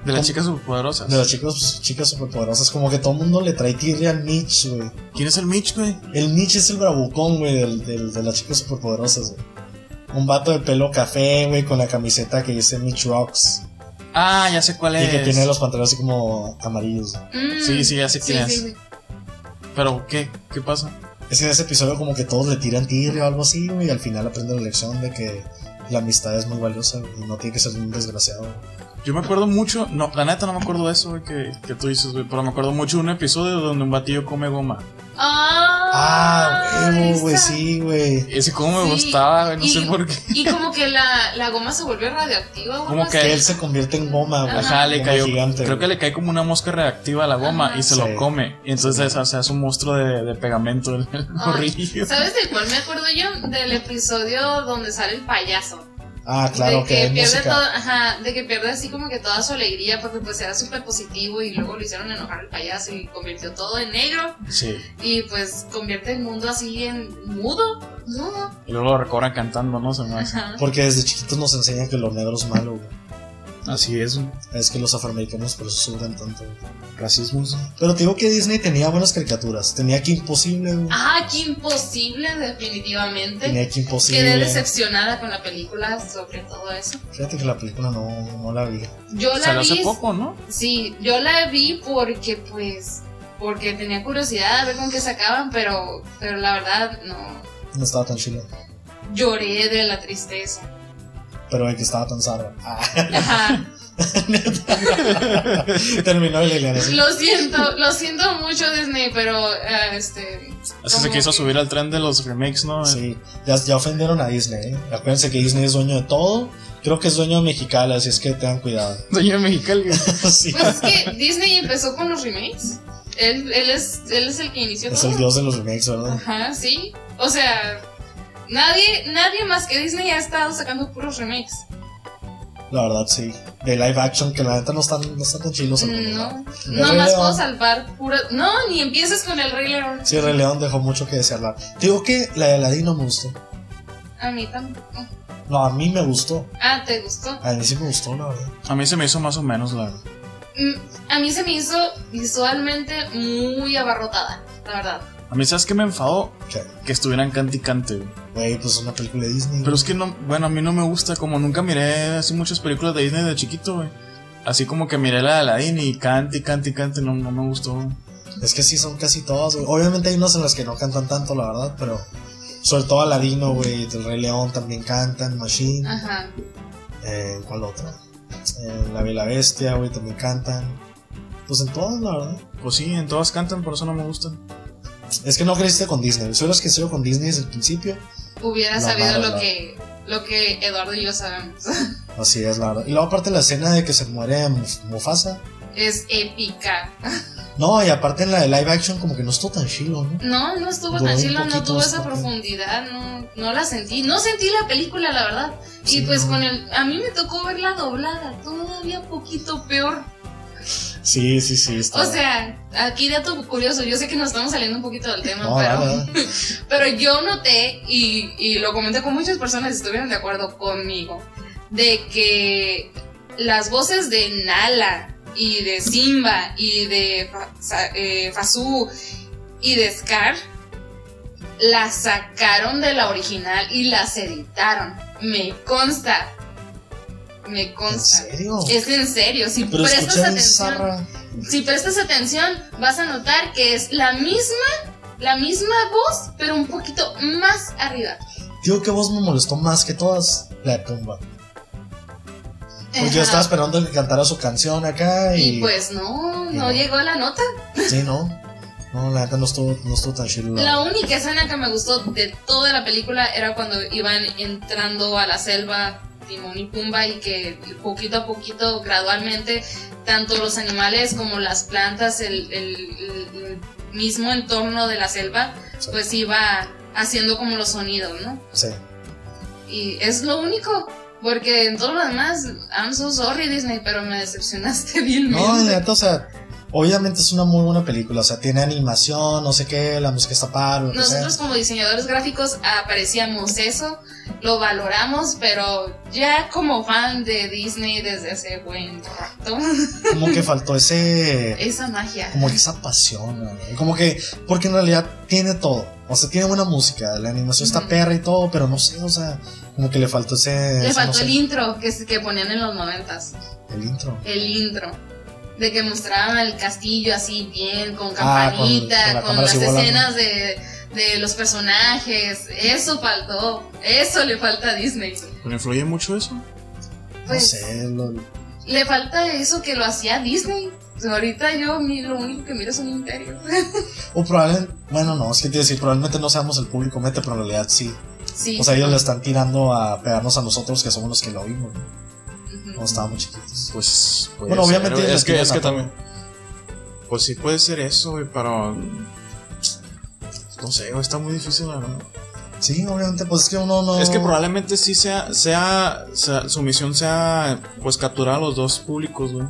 S2: De las
S1: ¿Cómo?
S2: chicas superpoderosas.
S1: De las chicas, pues, chicas superpoderosas. Como que todo el mundo le trae tirria al Mitch, güey.
S2: ¿Quién es el Mitch, güey?
S1: El Mitch es el bravucón, güey, del, del- de las chicas superpoderosas, güey. Un vato de pelo café, güey, con la camiseta que dice Mitch Rocks.
S2: Ah, ya sé cuál es.
S1: Y que tiene los pantalones así como amarillos. güey.
S3: Mm,
S2: Sí, sí, ya sé quién es.
S3: sí, sí.
S2: Pero, ¿qué? ¿Qué pasa?
S1: Es que en ese episodio como que todos le tiran tirria o algo así, güey. Y al final aprende la lección de que la amistad es muy valiosa güey, y no tiene que ser un desgraciado, güey.
S2: Yo me acuerdo mucho, no, la neta no me acuerdo de eso güey, que, que tú dices, güey, pero me acuerdo mucho de un episodio donde un batillo come goma.
S1: Ah,
S3: Ah,
S1: huevo, güey,
S3: esa.
S1: sí, güey.
S2: Ese como me
S3: Sí,
S2: gustaba, güey, no
S3: y-
S2: sé por qué.
S3: Y como que la, la goma se volvió radioactiva o
S2: Como
S3: algo
S2: que-
S3: así.
S1: Que él se convierte en goma, güey.
S2: Ajá, le
S1: Goma
S2: cayó.
S1: gigante,
S2: creo que
S1: güey.
S2: le cae como una mosca reactiva a la goma
S3: Ajá.
S2: y se
S1: Sí.
S2: lo come. Y entonces se hace un monstruo de, de pegamento el el
S3: Ay,
S2: morrillo.
S3: ¿Sabes de cuál me acuerdo yo? Del episodio donde sale el payaso.
S1: Ah, claro,
S3: de
S1: que,
S3: que,
S1: es
S3: pierde
S1: música.
S3: todo, ajá, de que pierde así como que toda su alegría porque pues era súper positivo y luego lo hicieron enojar al payaso y convirtió todo en negro
S2: Sí.
S3: y pues convierte el mundo así en mudo, mudo.
S2: Y luego lo recobran cantando, ¿no? Se me hace.
S3: Ajá.
S1: Porque desde chiquitos nos enseñan que lo negro es malo, güey.
S2: Así es, güey.
S1: Es que los afroamericanos por eso sufren tanto. güey.
S2: racismo. sí.
S1: Pero te digo que Disney tenía buenas caricaturas. Tenía que imposible, güey.
S3: Ah, qué imposible definitivamente.
S1: Tenía que
S3: Quedé
S1: imposible.
S3: decepcionada con la película sobre todo eso.
S1: Fíjate que la película no, no la vi.
S3: Yo la
S2: Salió
S3: vi
S2: hace poco, ¿no?
S3: Sí, yo la vi porque pues porque tenía curiosidad a ver con qué sacaban, pero pero la verdad no
S1: No estaba tan chila.
S3: lloré de la tristeza.
S1: Pero de que estaba tan zarra. Ah,
S3: Ajá.
S1: terminó el Liliana. así.
S3: Lo siento, lo siento mucho Disney, pero eh, este
S2: Así se
S3: ¿Cómo?
S2: quiso subir al tren de los remakes, ¿no?
S1: Sí, ya, ya ofendieron a Disney. ¿eh? Acuérdense que Disney es dueño de todo. Creo que es dueño de Mexicali, así es que tengan cuidado.
S2: Doña Mexicali.
S1: Sí.
S3: pues es que Disney empezó con los remakes. Él, él, es, él es el que inició
S1: Es
S3: todo.
S1: el dios de los remakes, ¿verdad?
S3: Ajá, sí. O sea, nadie, nadie más que Disney ha estado sacando puros remakes.
S1: La verdad, sí. De live action, que la neta no están, no están tan chilos. algunos,
S3: Mm, No,
S1: El
S3: no
S1: Rey
S3: más
S1: León.
S3: puedo salvar pura. No, ni empieces con el Rey León.
S1: Sí, Rey León dejó mucho que desearla. Te digo que la de Aladdin no me gustó.
S3: A mí tampoco.
S1: No, a mí me gustó.
S3: Ah, ¿te gustó?
S1: A mí sí me gustó, la verdad.
S2: A mí se me hizo más o menos la verdad.
S3: Mm, A mí se me hizo visualmente muy abarrotada, la verdad.
S2: A mí, ¿sabes qué me enfadó?
S1: ¿Qué?
S2: Que estuvieran cante y cante, güey.
S1: Güey, pues es una película de Disney.
S2: Pero es que no, bueno, a mí no me gusta, como nunca miré así muchas películas de Disney de chiquito, güey. Así como que miré la de Aladdin y cante y cante y cante, no, no me gustó. güey.
S1: Es que sí, son casi todas, güey. Obviamente hay unas en las que no cantan tanto, la verdad, pero sobre todo Aladino, güey, del Rey León también cantan, Machine,
S3: Ajá.
S1: eh, ¿cuál otra? Eh, la Bella Bestia, güey, también cantan. Pues en todas, la verdad.
S2: Pues sí, en todas cantan, por eso no me gustan.
S1: Es que no creciste con Disney. Soy los que sigo con Disney desde el principio.
S3: Hubiera
S1: La
S3: sabido
S1: mala,
S3: lo
S1: la-
S3: que, lo que Eduardo y yo sabemos.
S1: Así es, la verdad. Y luego aparte la escena de que se muere Muf- Mufasa.
S3: es épica.
S1: No, y aparte en la de live action como que no estuvo tan chilo, ¿no?
S3: No, no estuvo
S1: Duró
S3: tan
S1: un
S3: chila, no
S1: poquito
S3: tuvo esa
S1: bastante.
S3: profundidad, no, no la sentí. No sentí la película, la verdad.
S1: Sí,
S3: y pues
S1: no.
S3: con el. A mí me tocó verla doblada, todavía un poquito peor.
S1: Sí, sí, sí. Está
S3: O sea, aquí dato curioso, yo sé que nos estamos saliendo un poquito del tema,
S1: no,
S3: pero,
S1: la verdad.
S3: pero yo noté, y, y lo comenté con muchas personas que estuvieron de acuerdo conmigo, de que las voces de Nala y de Simba y de Fa- Sa- eh, Fasú y de Scar las sacaron de la original y las editaron. Me consta. Me
S1: ¿En
S3: consta.
S1: serio?
S3: Es en serio, si
S1: Pero
S3: prestas
S1: escuché
S3: atención.
S1: bizarra.
S3: Si prestas atención, vas a notar que es la misma, la misma voz, pero un poquito más arriba.
S1: Digo que vos me molestó más que todas la de Pumba. Pues yo
S3: Ajá.
S1: estaba esperando que cantara su canción acá y.
S3: Y pues no,
S1: y
S3: no
S1: no.
S3: llegó la nota.
S1: Sí, no. No, la neta no estuvo, no estuvo tan chido. la-
S3: La única escena que me gustó de toda la película era cuando iban entrando a la selva Timón y Pumba y que poquito a poquito, gradualmente, tanto los animales como las plantas, el, el- el mismo entorno de la selva,
S1: Sí.
S3: pues iba haciendo como los sonidos, ¿no?
S1: Sí.
S3: Y es lo único. Porque en todo lo demás, I'm so sorry Disney, pero me decepcionaste bien.
S1: No, la neta, o sea. Obviamente es una muy buena película, o sea, tiene animación, no sé qué, la música está par, lo que sea.
S3: Nosotros como diseñadores gráficos apreciamos eso, lo valoramos, pero ya como fan de Disney desde hace buen rato,
S1: Como que faltó ese.
S3: esa magia.
S1: Como que esa pasión, ¿no? como que. Porque en realidad tiene todo. O sea, tiene buena música, la animación está
S3: Ujú.
S1: perra y todo, pero no sé, o sea, como que le faltó ese.
S3: Le
S1: ese, no
S3: faltó
S1: sé,
S3: el intro que, se- que ponían en los noventas,
S1: el intro.
S3: el intro. De que mostraban el castillo así bien, con
S1: Ah, con- con la
S3: campanita, con,
S1: cámara
S3: las
S1: así volando.
S3: escenas de, de los personajes. Eso faltó. Eso le falta a Disney.
S2: ¿Pero influye mucho eso?
S1: no
S3: Pues
S1: sé, lo-
S3: le falta eso que lo hacía Disney. O sea, ahorita yo mi- lo único que miro es un imperio.
S1: O probablemente, bueno, no, es que te iba a decir, probablemente no seamos el público meta, pero en realidad sí.
S3: sí.
S1: O sea, ellos le están tirando a pegarnos a nosotros, que somos los que lo vimos, ¿no?
S3: Ujú.
S1: cuando estábamos chiquitos.
S2: Pues. puede
S1: Bueno,
S2: ser,
S1: obviamente
S2: güey.
S1: ellos
S2: Es que,
S1: les
S2: es que
S1: tiran a
S2: también. Pues sí puede ser eso, güey, pero. No sé, güey, está muy difícil, la verdad.
S1: Sí, obviamente, pues es que uno no.
S2: Es que probablemente sí sea, sea, sea- su misión sea, pues, capturar a los dos públicos, güey.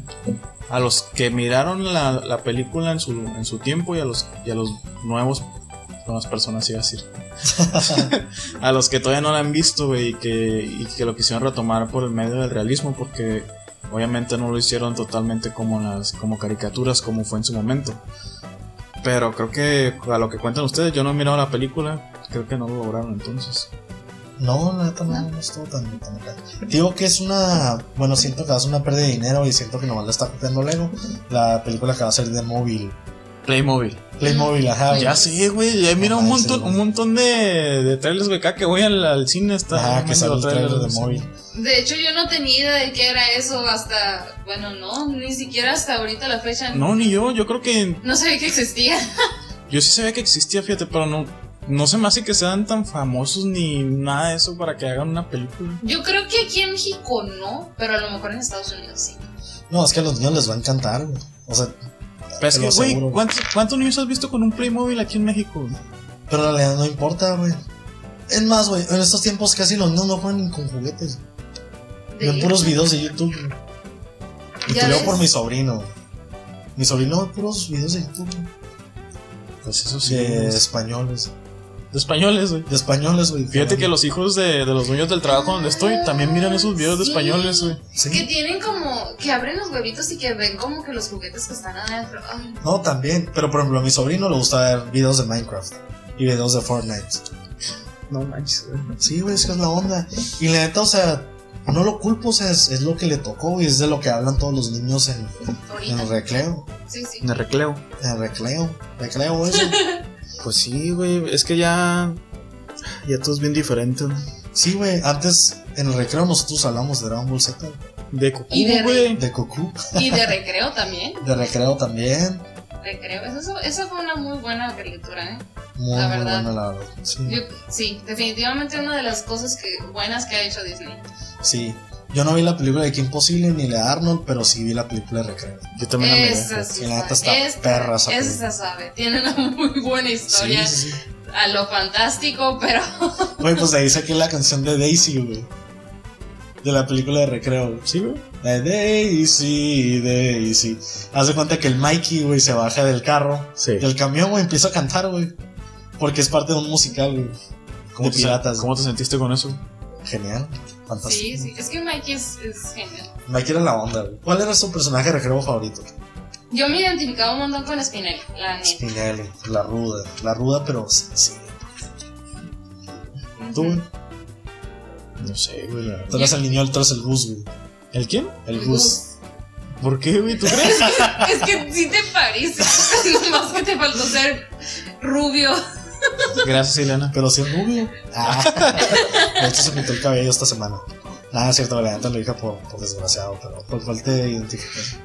S2: A los que miraron la, la película en su, en su tiempo y a los, y a los nuevos, nuevas personas, iba a decir. a los que todavía no la han visto, güey, y que, y que lo quisieron retomar por el medio del realismo, porque obviamente no lo hicieron totalmente como las, como caricaturas, como fue en su momento. Pero creo que a lo que cuentan ustedes, yo no he mirado la película, creo que no lo lograron entonces.
S1: No, la neta no, no estuvo tan, tan acá. Digo que es una. Bueno, siento que es una pérdida de dinero y siento que nomás la está copiando Lego. La película que va a ser de móvil.
S2: Playmobil.
S1: Playmobil, ajá.
S2: Ya sé, güey. Ya mira un
S1: Ajá, sí,
S2: montón,
S1: güey.
S2: un montón de, de trailers, güey. Cada que voy al, al cine está.
S1: Ajá, que
S2: mendigo
S1: sale el
S2: trailer,
S1: trailer de
S2: sí.
S1: móvil.
S3: De hecho, yo no tenía idea de qué era eso hasta. Bueno, no, ni siquiera hasta ahorita la fecha.
S2: No, ni yo. Yo creo que.
S3: No sabía que existía.
S2: Yo sí sabía que existía, fíjate, pero no. No se me hace que sean tan famosos ni nada de eso para que hagan una película.
S3: Yo creo que aquí en México no, pero a lo mejor en Estados Unidos sí.
S1: No, es que a los niños les va a encantar, güey. O sea,
S2: Pero es
S1: te
S2: que,
S1: lo
S2: güey,
S1: aseguro.
S2: ¿cuántos, cuántos niños has visto con un Playmobil aquí en México?
S1: Pero en realidad no importa, güey. Es más, güey, en estos tiempos casi los niños no juegan ni con juguetes.
S3: De-
S1: Ven puros videos de YouTube. güey. Y
S3: Ya
S1: te leo
S3: ves.
S1: por mi sobrino. Mi sobrino ve puros videos de YouTube. güey.
S2: Pues eso
S1: De
S2: De,
S1: españoles.
S2: de españoles, güey.
S1: De españoles, güey.
S2: Fíjate que los hijos de, de los dueños del trabajo donde estoy también miran esos videos de
S3: Sí.
S2: españoles, güey.
S1: Sí.
S3: Que tienen como. Que abren los huevitos y que ven como que los juguetes que están adentro. Ay,
S1: No, también. Pero por ejemplo, a mi sobrino le gusta ver videos de Minecraft. Y videos de Fortnite.
S2: No manches, güey.
S1: Sí, güey, es que es la onda. Y la neta, o sea, no lo culpo, o sea, es, es lo que le tocó y es de lo que hablan todos los niños en, en el
S3: ahorita.
S1: recreo.
S3: Sí, sí.
S2: De recreo.
S1: En el recreo. Recreo eso.
S2: Pues sí, güey. Es que ya. Ya todo es bien diferente. ¿no?
S1: Sí, güey, antes en el recreo nosotros hablamos de Dragon Ball Z,
S2: De Goku,
S3: Y de
S2: güey.
S1: de Goku,
S3: Y de recreo también.
S1: de recreo también.
S3: Recreo. Eso, eso fue una muy buena caricatura, ¿eh?
S1: Muy,
S3: La
S1: muy
S3: verdad.
S1: buena, la verdad. Sí.
S3: Yo- sí, definitivamente una de las cosas que, buenas que ha hecho Disney.
S1: sí. Yo no vi la película de Kim Possible ni la de Arnold, pero sí vi la película de recreo.
S2: Yo también la miré.
S3: esa
S1: sí,
S3: sí
S1: la neta
S3: sabe.
S1: está perra esa
S3: esa
S1: película.
S3: sabe. Tiene una muy buena
S1: Sí,
S3: historia
S1: sí, sí.
S3: a lo fantástico, pero
S1: Güey, pues de ahí saqué la canción de Daisy, güey. De la película de recreo, güey.
S2: Sí, güey.
S1: La de Daisy, Daisy. Haz de cuenta que el Mikey, güey, se baja del carro,
S2: Sí.
S1: del camión, güey, empieza a cantar, güey. Porque es parte de un musical, güey.
S2: ¿Cómo
S1: de
S2: te,
S1: piratas,
S2: ¿Cómo te sentiste con eso?
S1: Genial, fantástico.
S3: sí, sí. Es que Mikey es, es genial.
S1: Mikey era la onda, güey. ¿Cuál era su personaje de recreo favorito?
S3: Yo me identificaba un montón con Spinelli, la neta.
S1: Spinelli, la ruda. La ruda, pero sí. Tú, güey.
S2: No sé, güey. la-
S1: Tú eres el niño, tú eres el Gus, güey.
S2: ¿El quién?
S1: El Gus.
S3: Gus.
S2: ¿Por qué, güey? ¿Tú crees?
S3: Es que sí te pareces, nomás que te faltó ser rubio.
S2: Gracias, Elena.
S1: Pero sí es rubio. Ah, de hecho, se pintó el cabello esta semana. Nada, es cierto, la neta lo dije por, por desgraciado, pero por falta de identificación.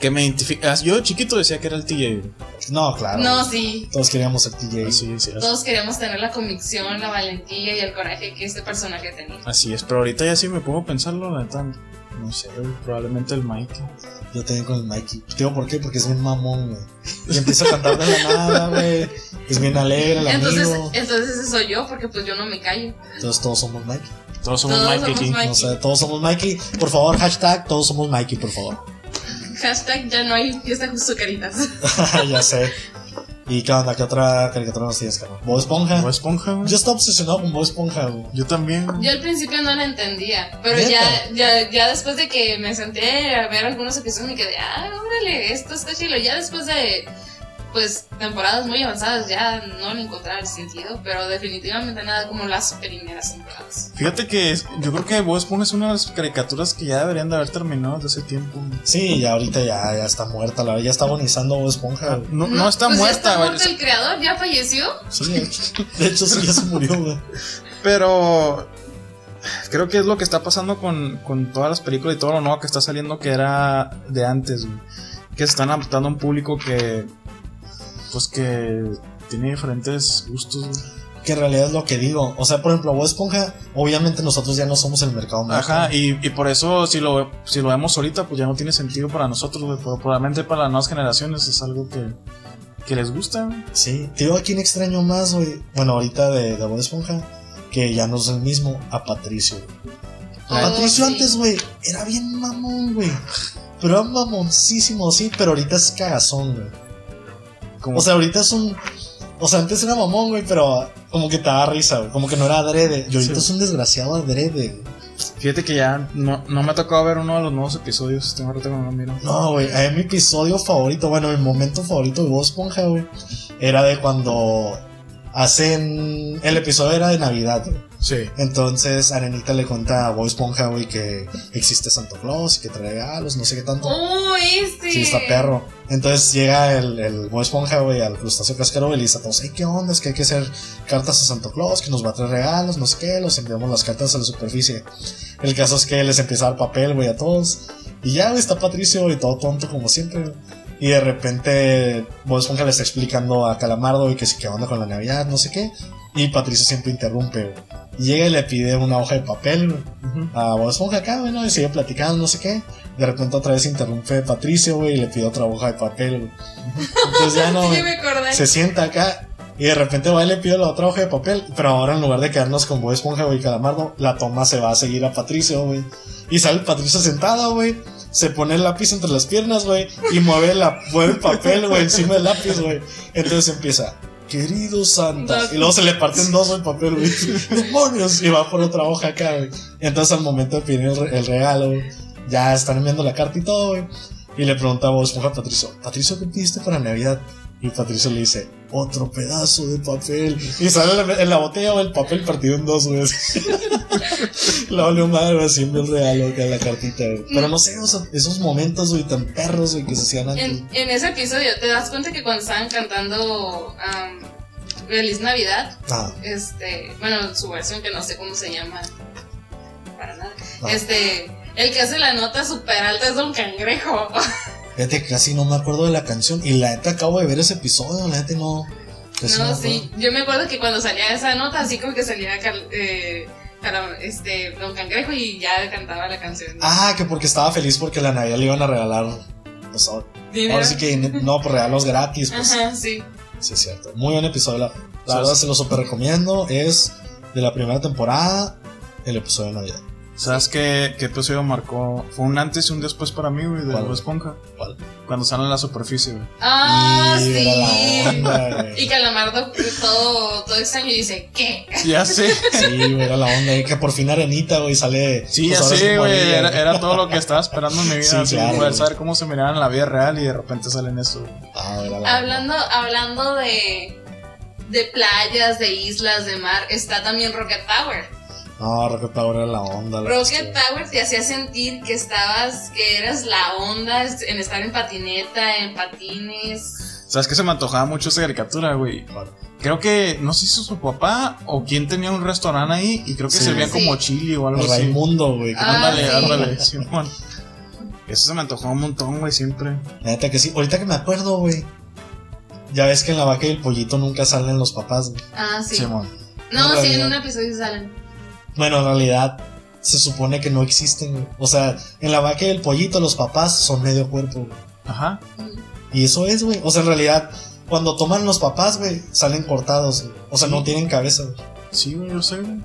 S2: Que me identificas. Yo de chiquito decía que era el TJ. güey.
S1: Ah, No, claro.
S3: No, sí.
S1: Todos queríamos ser TJ.
S2: Así es, así-
S3: Todos queríamos tener la convicción, la valentía y el coraje que este personaje tenía.
S2: así es. Pero ahorita ya sí me pongo a pensarlo, la neta. No sé, güey, probablemente el Mike.
S1: Yo también con el Mikey. Te digo por qué, porque es bien mamón, güey. Y empieza a cantar de la nada, güey. Es bien alegre el
S3: Entonces,
S1: amigo.
S3: entonces eso soy yo, porque pues yo no me callo.
S1: Entonces todos somos Mikey.
S2: Todos somos
S3: Todos
S2: Mike
S3: somos
S2: aquí.
S3: Mikey.
S1: O sea, todos somos Mikey. Por favor, hashtag todos somos Mikey, por favor.
S3: Hashtag ya no hay fiesta con caritas.
S1: ya sé. ¿Y qué onda? ¿Qué otra caricatura nos tienes, cabrón? Bob Esponja.
S2: ¿O esponja, güey?
S1: Yo estaba obsesionado con Bob Esponja, güey.
S2: Yo también. güey.
S3: Yo al principio no la entendía, pero
S1: ¿Neta?
S3: ya, ya, ya después de que me senté a ver algunos episodios me quedé, ah, órale, esto está chilo. Ya después de pues temporadas muy avanzadas ya no le encontraba el sentido, pero definitivamente nada como las primeras temporadas.
S2: Fíjate que es- yo creo que vos pones unas caricaturas que ya deberían de haber terminado de ese tiempo. güey.
S1: Sí, ya ahorita ya, ya está muerta, la verdad, ya está agonizando Bob Esponja. güey.
S2: No, no está
S3: pues ya
S2: muerta,
S3: está
S2: güey.
S3: muerto el creador, ya falleció.
S1: Sí, de hecho- de hecho sí, ya se murió, güey.
S2: Pero creo que es lo que está pasando con, con todas las películas y todo lo nuevo que está saliendo que era de antes, güey. Que se están adaptando a un público que. Pues que tiene diferentes gustos, güey.
S1: Que en realidad es lo que digo. O sea, por ejemplo, Bob Esponja, obviamente nosotros ya no somos el mercado
S2: Ajá,
S1: mexicano.
S2: y, y por eso si lo, si lo vemos ahorita, pues ya no tiene sentido para nosotros, güey. Pero probablemente para las nuevas generaciones es algo que, que les gusta, güey.
S1: Sí, te digo a quién extraño más, güey. Bueno, ahorita de, de Bob Esponja, que ya no es el mismo, a Patricio. güey.
S3: Oh,
S1: Patricio
S3: sí.
S1: antes, güey, era bien mamón, güey. Pero era mamoncísimo, sí, pero ahorita es cagazón, güey.
S2: Como
S1: O sea, ahorita es un. O sea, antes era mamón, güey, pero como que te daba risa, güey. Como que no era adrede. Y ahorita
S2: Sí.
S1: es un desgraciado adrede, güey.
S2: Fíjate que ya no, no me ha tocado ver uno de los nuevos episodios. Tengo rato que no lo miro.
S1: No, güey, a mí mi episodio favorito, bueno, mi momento favorito de Bob Esponja, güey, era de cuando hacen. El episodio era de Navidad, güey.
S2: Sí.
S1: Entonces, Arenita le cuenta a Bob Esponja, güey, que existe Santo Claus y que trae regalos, no sé qué tanto.
S3: Oh, este.
S1: Sí, está perro. Entonces llega el, el Bob Esponja, güey, al crustáceo cascaro y le dice a todos, "Ey, ¿qué onda? Es que hay que hacer cartas a Santo Claus, que nos va a traer regalos, no sé qué, los enviamos las cartas a la superficie. El caso es que les empieza a dar papel, güey, a todos. Y ya, güey, está Patricio y todo tonto como siempre. güey. Y de repente Bob Esponja le está explicando a Calamardo, güey, que sí, qué onda con la Navidad, no sé qué. Y Patricio siempre interrumpe, güey. Y Llega y le pide una hoja de papel, güey. A Bob Esponja acá, güey, ¿no? Y sigue platicando, no sé qué. De repente otra vez interrumpe Patricio, güey, y le pide otra hoja de papel, güey. Entonces ya no,
S3: Sí,
S1: güey.
S3: me acordé.
S1: Se sienta acá. Y de repente va y le pide la otra hoja de papel. Pero ahora en lugar de quedarnos con Bob Esponja, güey, y Calamardo, la toma se va a seguir a Patricio, güey. Y sale Patricio sentado, güey. Se pone el lápiz entre las piernas, güey. Y mueve, la, mueve el papel, güey, encima del lápiz, güey. Entonces empieza. Querido Santa.
S3: Dos.
S1: Y luego se le parten dos el papel, güey. ¡Demonios! Y va por otra hoja acá, güey. Entonces al momento de pedir el, re- el regalo, güey, ya están viendo la carta y todo, güey. Y le pregunta a Bob Esponja a Patricio, Patricio, ¿qué pidiste para Navidad? Y Patricio le dice, otro pedazo de papel. Y sale en la, en la botella o el papel partido en dos, güey. la valió madre, güey, siempre el regalo acá en la cartita, güey. Pero no sé, o sea, esos momentos, güey, tan perros, güey, que se hacían antes.
S3: En, en ese episodio, ¿te das cuenta que cuando estaban cantando am, Feliz Navidad?
S1: Ah,
S3: Este, bueno, su versión que no sé cómo se llama. Para nada.
S1: Ah.
S3: Este, el que hace la nota super alta es Don Cangrejo.
S1: fíjate que casi no me acuerdo de la canción. Y la neta acabo de ver ese episodio, la neta no. casi
S3: no,
S1: me
S3: sí. Yo me acuerdo que cuando salía esa nota, así como que salía cal- eh, cara- este, Don Cangrejo y ya cantaba la canción.
S1: Ah, que porque estaba feliz porque la Navidad le iban a regalar. Pues, ahora,
S3: Dinero.
S1: ahora sí que no, pues regalos gratis. Pues,
S3: Ajá, sí.
S1: Sí, es cierto. Muy buen episodio. La, la
S2: Sí,
S1: verdad
S2: sí.
S1: se lo super recomiendo. Es de la primera temporada, el episodio de Navidad.
S2: ¿Sabes qué, qué episodio marcó? Fue un antes y un después para mí, güey, de
S1: ¿Cuál?
S2: Bob Esponja.
S1: ¿Cuál?
S2: Cuando salen a la superficie, güey.
S3: Ah,
S1: Y era la
S3: sí.
S1: onda, güey.
S3: Y Calamardo todo, todo extraño y dice, ¿qué?
S2: Ya sé.
S1: Sí, güey, era la onda. güey, Que por fin Arenita, güey, sale.
S2: Sí,
S1: pues,
S2: ya
S1: ahora
S2: sé,
S1: sin
S2: güey.
S1: bolilla,
S2: Era,
S1: güey.
S2: era todo lo que estaba esperando en mi vida.
S1: Sí,
S2: así,
S1: claro,
S2: poder
S1: güey.
S2: saber cómo se miraban en la vida real y de repente salen eso. güey.
S1: Ah, era la
S3: Hablando, hablando de, de playas, de islas, de mar, está también Rocket Power.
S1: onda. No, Rocket Power era la onda. la
S3: Rocket
S1: cuestión.
S3: Power te hacía sentir que estabas, que eras la onda en estar en patineta, en patines.
S2: ¿Sabes qué se me antojaba mucho esa caricatura, güey?
S1: ¿Cuál?
S2: Creo que, no sé si su papá o quién tenía un restaurante ahí y creo que
S1: Sí.
S2: servían
S3: Sí.
S2: como chili o algo
S1: El
S2: así.
S1: Raimundo, güey. que
S3: Ah,
S2: Ándale,
S3: sí.
S2: ándale, Simón. Eso se me antojó un montón, güey, siempre.
S1: La neta que sí. Ahorita que me acuerdo, güey. Ya ves que en la vaca y el pollito nunca salen los papás. güey.
S3: Ah, sí.
S2: Simón.
S3: no,
S1: en
S3: sí, en
S1: realidad.
S3: un episodio salen.
S1: Bueno, en realidad se supone que no existen. güey. O sea, en la vaca y el pollito los papás son medio cuerpo. güey.
S2: Ajá.
S1: Y eso es, güey. O sea, en realidad, cuando toman los papás, güey, salen cortados. güey. O sea, no tienen cabeza, güey.
S2: Sí, güey, yo sé, güey.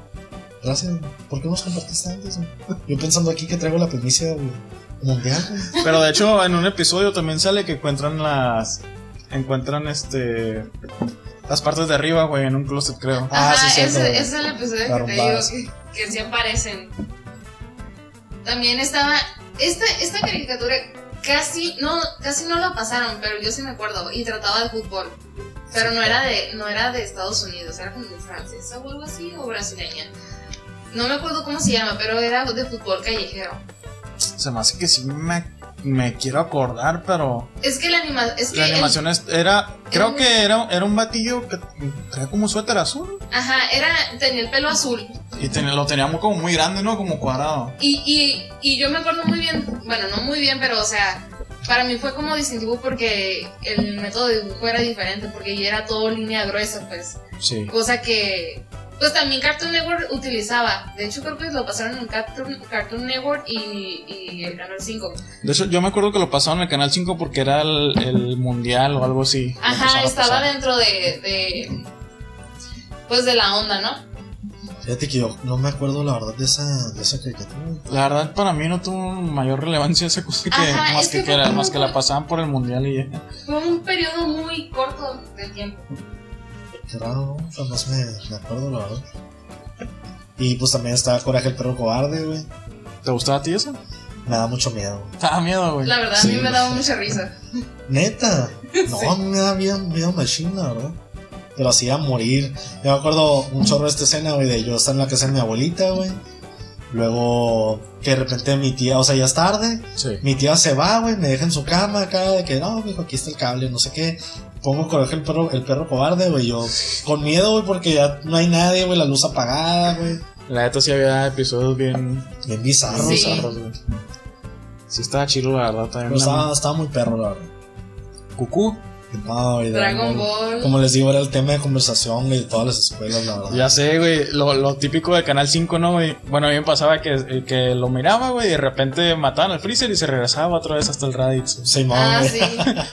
S1: Gracias. güey. ¿Por qué nos compartiste antes, güey? Yo pensando aquí que traigo la primicia, güey. Mundial, güey.
S2: Pero de hecho, en un episodio también sale que encuentran las. Encuentran este. Las partes de arriba, güey, en un closet, creo.
S1: Ah,
S3: Ajá,
S1: sí, cierto,
S3: ese,
S1: güey.
S3: ese es el episodio
S1: Claro,
S3: que te
S1: va,
S3: digo,
S1: sí.
S3: que, que sí aparecen. También estaba, esta, esta caricatura casi no, casi no la pasaron, pero yo sí me acuerdo, y trataba de fútbol. Pero no era de, no era de Estados Unidos, era como francesa o algo así, o brasileña. No me acuerdo cómo se llama, pero era de fútbol callejero.
S2: Se me hace que sí me, me quiero acordar, pero.
S3: Es que la, anima, es que
S2: La
S3: el-
S2: animación es- era. Creo
S3: el-
S2: que era, era un batillo que traía como un suéter azul.
S3: ajá, era, tenía el pelo azul,
S2: Y tenía- lo tenía muy- como muy grande, ¿no? Como cuadrado.
S3: Y, y, y yo me acuerdo muy bien, bueno, no muy bien, pero o sea, para mí fue como distintivo porque el método de dibujo era diferente, porque ya era todo línea gruesa, pues.
S2: Sí.
S3: Cosa que, pues también Cartoon Network utilizaba. De hecho, creo que lo pasaron en Cartoon, Cartoon Network y, y el Canal 5.
S2: De hecho, yo me acuerdo que lo pasaron en el Canal 5 porque era el, el mundial o algo así. Lo
S3: Ajá,
S2: empezaron a
S3: estaba
S2: pasar.
S3: dentro de, de, pues de la onda, ¿no?
S1: Fíjate que yo no me acuerdo la verdad de esa, de esa caricatura. güey.
S2: La verdad, para mí no tuvo mayor relevancia esa cosa que.
S3: Ajá,
S2: más
S3: es
S2: que,
S3: que
S2: que era-
S3: fue
S2: más que la
S3: como-
S2: pasaban por el mundial y ya.
S3: Fue un periodo muy corto de tiempo.
S1: Qué raro, ¿no? Jamás me, me acuerdo la verdad. Y pues también está Coraje el perro cobarde, güey.
S2: ¿Te gustaba a ti esa?
S1: Me da mucho miedo, güey.
S2: Estaba miedo, güey.
S3: La verdad, a
S1: Sí.
S3: mí me daba mucha risa.
S1: Neta. No, a mí me da miedo, miedo Machine, la verdad. Pero así a morir. Yo me acuerdo un chorro de esta escena, güey, de yo estar en la casa de mi abuelita, güey. Luego, que de repente mi tía, o sea, ya es tarde.
S2: Sí.
S1: Mi tía se va, güey, me deja en su cama acá, de que no, mijo, aquí está el cable, no sé qué. Pongo coraje el perro, el perro cobarde, güey, yo con miedo, güey, porque ya no hay nadie, güey, la luz apagada, güey.
S2: La neta sí había episodios bien
S1: Bien bizarro,
S3: Sí.
S1: bizarro.
S2: bizarros, güey. Sí estaba chido, la verdad,
S1: Pero
S2: también. la-
S1: estaba, estaba muy perro, la verdad.
S2: Cucú.
S1: No, y
S3: Dragon Ball.
S1: Como les digo, era el tema de conversación güey, de todas las escuelas, la verdad.
S2: Ya sé, güey, lo, lo típico de Canal 5, ¿no? güey? bueno, a mí me pasaba que, que lo miraba, güey, y de repente mataban al Freezer y se regresaba otra vez hasta el Raditz.
S1: Simón,
S3: Ah,
S1: güey.
S3: sí.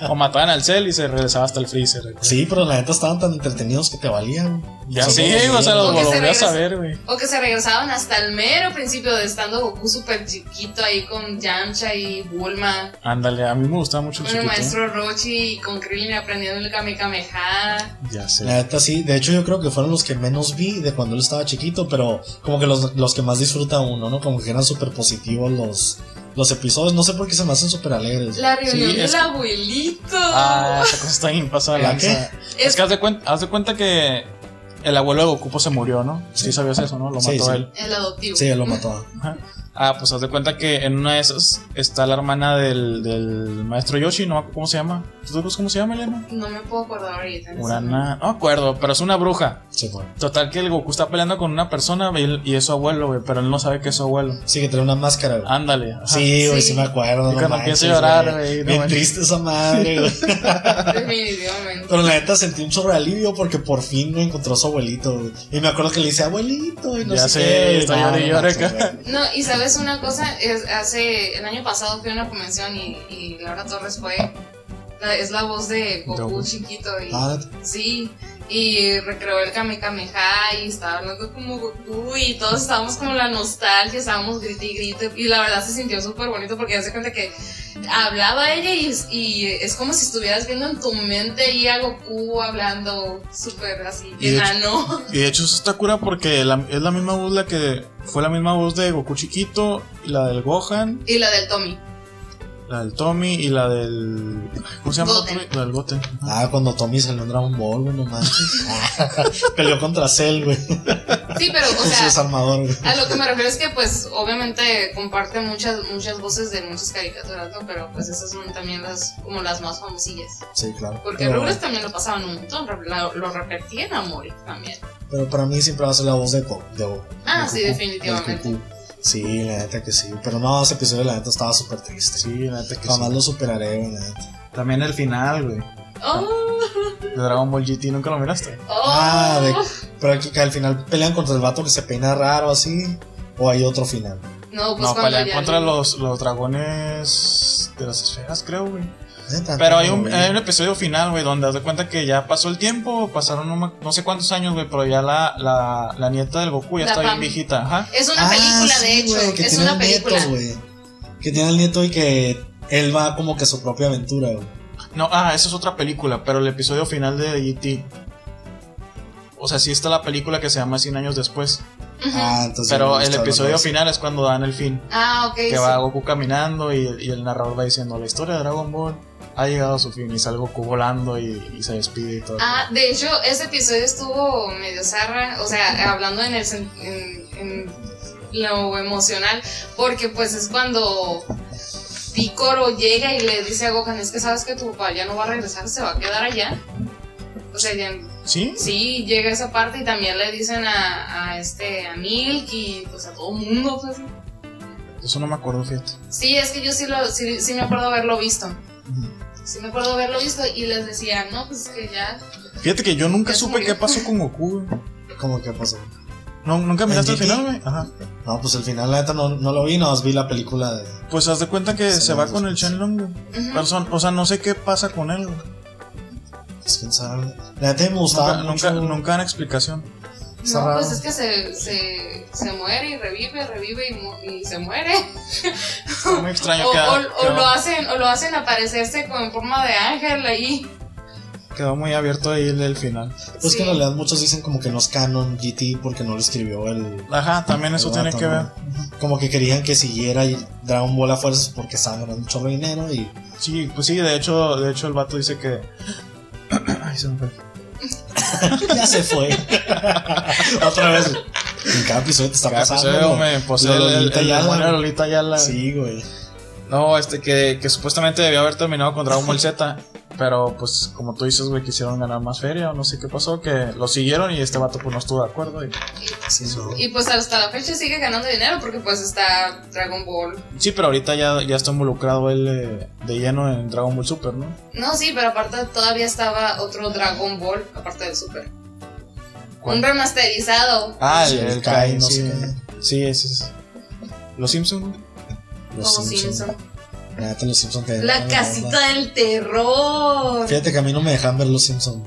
S2: O mataban al Cell y se regresaba hasta el Freezer. güey.
S1: Sí, pero la neta estaban tan entretenidos que te valían.
S2: Ya
S1: O sea,
S2: sí,
S1: todos
S2: o sea, lo,
S1: bien.
S2: lo
S3: Porque se
S2: volví a
S3: regresa-
S2: saber, güey.
S3: O que se regresaban hasta el mero principio de estando Goku súper chiquito ahí con Yamcha y Bulma.
S2: Ándale, a mí me gustaba mucho el
S3: Con el
S2: chiquito.
S3: maestro Rochi y con Krillin aprendiendo el Kame Kameha.
S2: Ya
S1: La
S2: sé.
S1: neta sí, de hecho yo creo que fueron los que menos vi de cuando él estaba chiquito, pero como que los, los que más disfruta uno, ¿no? Como que eran súper positivos los, los episodios, no sé por qué se me hacen súper alegres.
S3: La reunión
S2: Sí, es-
S3: del abuelito.
S2: Ah, esa cosa está bien pasada de
S1: ¿La
S2: lanza. Es
S3: Es-
S2: que haz de, cuenta, haz de cuenta que el abuelo de Goku pues, se murió, ¿no? Sí,
S1: Sí.
S2: sabías eso, ¿no? Lo
S1: Sí, sí.
S2: mató él.
S3: El adoptivo.
S1: Sí, él lo mató.
S2: Ah, pues haz de cuenta que en una de esas está la hermana del, del maestro Yoshi, no me acuerdo cómo se llama. ¿Tú sabes cómo se llama, Elena?
S3: No me puedo acordar ahorita. no sé.
S2: Urana. No me acuerdo, pero es una bruja.
S1: Sí, bueno.
S2: Total que el Goku está peleando con una persona y él- y es su abuelo, güey, pero él no sabe que es su abuelo.
S1: Sí, que trae una máscara, güey.
S2: Ándale. ajá.
S1: Sí, güey, sí.
S3: Sí.
S1: me acuerdo.
S2: Y Ah, cuando
S1: manches,
S2: empieza a llorar,
S1: güey.
S2: güey. no
S1: Bien
S2: manches.
S1: triste esa madre, güey.
S3: Definitivamente.
S1: Pero la neta sentí un chorro de alivio porque por fin me encontró a su abuelito. güey. Y me acuerdo que le dice abuelito y no
S2: Ya
S1: sé
S2: sé,
S1: qué.
S2: está
S1: No,
S2: llore y
S1: no
S2: llore
S1: manches,
S2: acá.
S1: güey.
S3: No, y sabes una cosa, es, hace el año pasado fui a una convención y, y Laura Torres fue, la- es la voz de Goku
S2: Goku.
S3: chiquito y
S1: Ah,
S3: sí, y recreó el Kame Kameha y estaba hablando como Goku y todos estábamos como la nostalgia, estábamos grite y grite y la verdad se sintió súper bonito porque hace cuenta que hablaba ella y, y es como si estuvieras viendo en tu mente ahí a Goku hablando súper así,
S2: Y de hecho-
S3: enano.
S2: Y de hecho eso está cura porque la- es la misma voz la que fue la misma voz de Goku chiquito, y la del Gohan,
S3: Y la del Tommy.
S2: la del Tommy y la del ¿cómo se llama?
S3: Goten.
S2: La del Goten.
S1: Ah, cuando Tommy salió en Dragon Ball, güey, no manches. Ah, Peleó contra Cell, güey.
S3: Sí, pero o
S1: Con su
S3: sea...
S1: desarmador, güey.
S3: A lo que me refiero es que, pues, obviamente comparte muchas, muchas voces de muchas caricaturas, ¿no? Pero, pues, esas son también las, como las más famosillas.
S1: Sí, claro.
S3: Porque
S1: Pero,
S3: Rugrats también lo pasaban un montón, lo, lo repetían a morir también.
S1: pero para mí siempre va a ser la voz de Goku. De,
S3: Ah,
S1: de
S3: sí,
S1: Goku,
S3: definitivamente.
S1: del Goku. Sí, la neta que sí. Pero no, ese episodio la neta estaba súper triste.
S2: Sí, la neta que
S1: Jamás
S2: sí.
S1: lo superaré, güey, la neta.
S2: También el final, güey.
S3: Oh,
S2: De Dragon Ball GT nunca lo miraste.
S3: oh.
S1: Ah, de- pero aquí que al final pelean contra el vato que se peina raro así. O hay otro final.
S3: No, pues
S2: No,
S3: cuando
S2: pelean
S3: ya-
S2: contra los, los dragones de las esferas, creo, güey.
S1: Neta,
S2: Pero
S1: no,
S2: hay un,
S1: güey.
S2: hay un episodio final, güey, donde haz de cuenta que ya pasó el tiempo, pasaron no me- no sé cuántos años, güey, pero ya la, la, la nieta del Goku ya
S3: La
S2: está bien
S3: Pam.
S2: viejita, ajá.
S3: Es una película,
S1: Ah, sí,
S3: de hecho.
S1: güey, que
S3: es
S1: tiene
S3: una
S1: el
S3: película.
S1: Nieto, güey. que tiene el nieto y que él va como que a su propia aventura, güey.
S2: No, ah, eso es otra película, pero el episodio final de GT. O sea, sí está la película que se llama 100 años después.
S3: Ujú. ah,
S1: Ah, entonces.
S2: pero
S1: no,
S2: el
S1: está
S2: episodio
S1: hablando de
S2: final es cuando dan el fin.
S3: ok.
S2: Que
S3: sí.
S2: va Goku caminando y, y el narrador va diciendo: La historia de Dragon Ball ha llegado a su fin. Y sale Goku volando y, y se despide y todo.
S3: Ah, de hecho, ese episodio estuvo medio zarra, o sea, hablando en, el, sen- en, en lo emocional, porque pues es cuando Picoro llega y le dice a Gohan, es que sabes que tu papá ya no va a regresar, se va a quedar allá. O sea, ya,
S2: ¿Sí?
S3: sí, llega esa parte y también le dicen a, a este, a Milk y pues a todo mundo. Pues.
S2: Eso no me acuerdo, fíjate.
S3: Sí, es que yo sí, lo, sí, sí me acuerdo haberlo visto. Sí me acuerdo haberlo visto y les decía, no, pues es que ya...
S2: Fíjate que yo nunca
S3: Ya se
S2: supe
S3: murió.
S2: qué pasó con Goku. güey.
S1: eso. ¿Cómo que pasó?
S2: No, ¿Nunca miraste el
S1: GT?
S2: final, güey? Ajá.
S1: No, pues el final, la neta, no, no lo vi, nada más vi la película de.
S2: Pues haz de cuenta que
S1: Sí,
S2: se
S1: no,
S2: va
S1: no
S2: con el
S1: sé.
S2: Shenlong, güey.
S3: ujú.
S2: Pero son- O sea, no sé qué pasa con él, güey.
S1: Pues quién sabe. La neta me gustaba
S2: Nunca,
S1: mucho.
S2: nunca, nunca dan explicación.
S1: Está
S3: No,
S1: raro.
S3: pues es que se, se, se muere y revive, revive y, mu- y se muere.
S2: Está muy
S1: Ah,
S2: extraño
S3: O,
S2: que-
S3: o- o
S2: que-
S3: lo hacen, o lo hacen aparecerse con forma de ángel ahí.
S2: Quedó muy abierto ahí el, el final.
S1: Pues que en
S3: Sí.
S1: realidad muchos dicen como que no es canon GT porque no lo escribió el.
S2: Ajá, también eso
S1: el
S2: tiene
S1: vato,
S2: que
S1: ¿no?
S2: ver.
S1: Como que querían que siguiera y Dragon Ball a fuerzas porque estaban ganando mucho dinero y.
S2: Sí, pues sí, de hecho, de hecho el vato dice que. Ay, se me fue.
S1: Ya se fue. Otra vez. En cada episodio te está
S2: Cada
S1: pasando.
S2: episodio
S1: güey.
S2: me posee
S1: Lo
S2: el,
S1: de
S2: el-
S1: Lolita
S2: el
S1: Ayala,
S2: demonio de
S1: güey.
S2: Lolita Ayala.
S1: Sí, güey.
S2: No, este que, que supuestamente debió haber terminado con Dragon Ball Z. Pero pues como tú dices, güey, quisieron ganar más feria o no sé qué pasó, que lo siguieron y este vato pues no estuvo de acuerdo. y-
S1: Sí, no.
S3: Y pues hasta la fecha sigue ganando dinero porque pues está Dragon Ball.
S2: Sí, pero ahorita ya, ya está involucrado él eh, de lleno en Dragon Ball Super, ¿no?
S3: No, sí, pero aparte todavía estaba otro Dragon Ball, aparte del Super.
S2: ¿Cuál?
S3: Un remasterizado.
S2: Ah,
S1: Sí,
S2: el, el Kai, no sé. Sí, ese es. Los Simpsons,
S1: Los
S3: Como
S1: Simpson.
S3: Simpson.
S1: La neta, los Simpson te
S3: La
S1: dan onda.
S3: casita del terror.
S1: Fíjate que a mí no me dejaban ver los Simpson.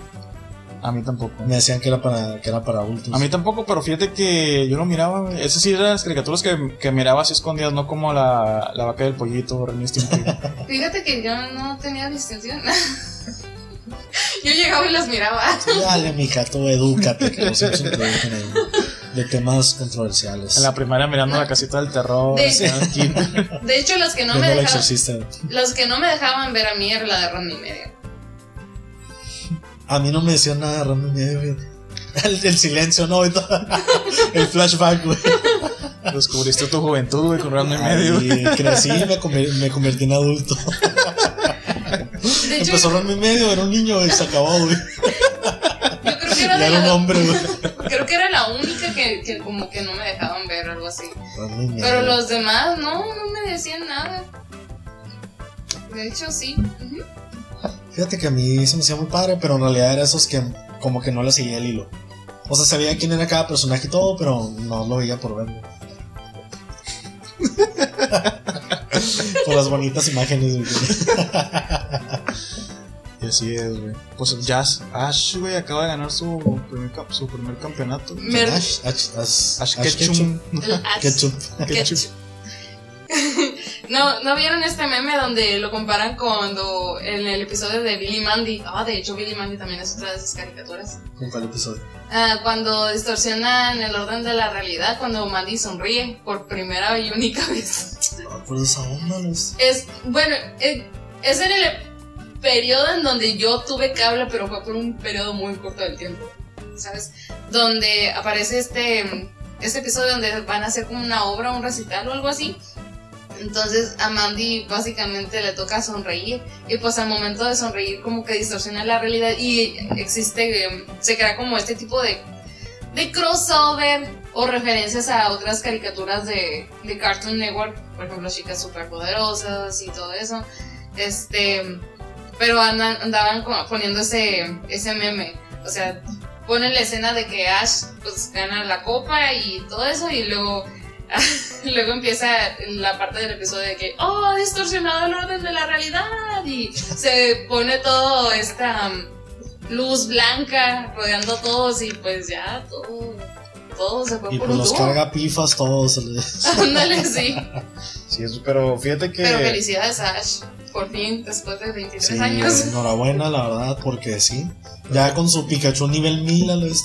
S2: A mí tampoco.
S1: Me decían que era para, que era para adultos.
S2: A mí tampoco, pero fíjate que yo lo miraba. güey. Esas sí eran las caricaturas que, que miraba así escondidas, no como la, la vaca del pollito, Ren y Stimpy.
S3: Fíjate que yo no tenía distinción. yo llegaba y las miraba.
S1: Dale, mija, tú edúcate, que los Simpson te eduquen ahí. De temas controversiales.
S2: En la primaria mirando la casita del terror.
S3: De-
S2: así, al kinder.
S3: De hecho, los que no
S1: Viendo
S3: me
S1: el
S3: dejaban,
S1: exorcista.
S3: los que no me dejaban ver a mí era la de Ron y medio.
S1: A mí no me decían nada, Ramón. eh, güey. El, el silencio, ¿no? Y todo. El flashback, güey.
S2: Descubriste tu juventud, güey, con Rando y medio. güey.
S1: Y crecí y me, conver- me convertí en adulto.
S3: De hecho,
S1: Empezó Ramón y medio, era un niño y se acabó, güey.
S3: yo creo que era,
S1: Ya
S3: de
S1: era un
S3: la,
S1: hombre, güey.
S3: creo que era la única que, que como que no me dejaban ver algo así.
S1: Ramón y medio.
S3: Pero los demás no, no me decían nada. De hecho, sí. Ujú.
S1: Fíjate que a mí se me hacía muy padre, pero en realidad era esos que como que no le seguía el hilo. O sea, sabía quién era cada personaje y todo, pero no lo veía por verlo. por las bonitas imágenes. güey.
S2: Y así es, güey. Pues Jazz, Ash, güey, acaba de ganar su primer, cap- su primer campeonato.
S3: Mer-
S1: Ash, Ash, Ash,
S2: Ash
S1: Ash Ketchum.
S2: Ketchum.
S3: el as-
S1: Ketchum.
S3: Ketchup. No, ¿no vieron este meme donde lo comparan cuando en el episodio de Billy Mandy? Ah, de hecho Billy Mandy también es otra de esas caricaturas.
S1: ¿En cuál episodio?
S3: Ah, cuando distorsionan el orden de la realidad, cuando Mandy sonríe por primera y única vez.
S1: No recuerdo esa onda, los-
S3: Es, bueno, eh, es en el periodo en donde yo tuve cable, pero fue por un periodo muy corto del tiempo, ¿sabes? Donde aparece este, este episodio donde van a hacer como una obra, un recital o algo así. Entonces a Mandy básicamente le toca sonreír y pues al momento de sonreír como que distorsiona la realidad y existe, eh, se crea como este tipo de, de crossover o referencias a otras caricaturas de, de Cartoon Network, por ejemplo chicas superpoderosas y todo eso. Este, pero andan- andaban como poniendo ese, ese meme, o sea, ponen la escena de que Ash pues gana la copa y todo eso y luego Luego empieza la parte del episodio de que, oh, ha distorsionado el orden de la realidad y se pone todo esta um, luz blanca rodeando a todos y pues ya todo, todo se fue
S1: Y
S3: por
S1: pues
S3: un
S1: los
S3: tubo.
S1: carga pifas todos. se le-
S3: Ándale, sí.
S2: Sí, es- pero fíjate que.
S3: Pero felicidades a Ash, por fin, después de 23
S1: Sí,
S3: años.
S1: enhorabuena, la verdad, porque sí. Ya con su Pikachu nivel 1000 a los.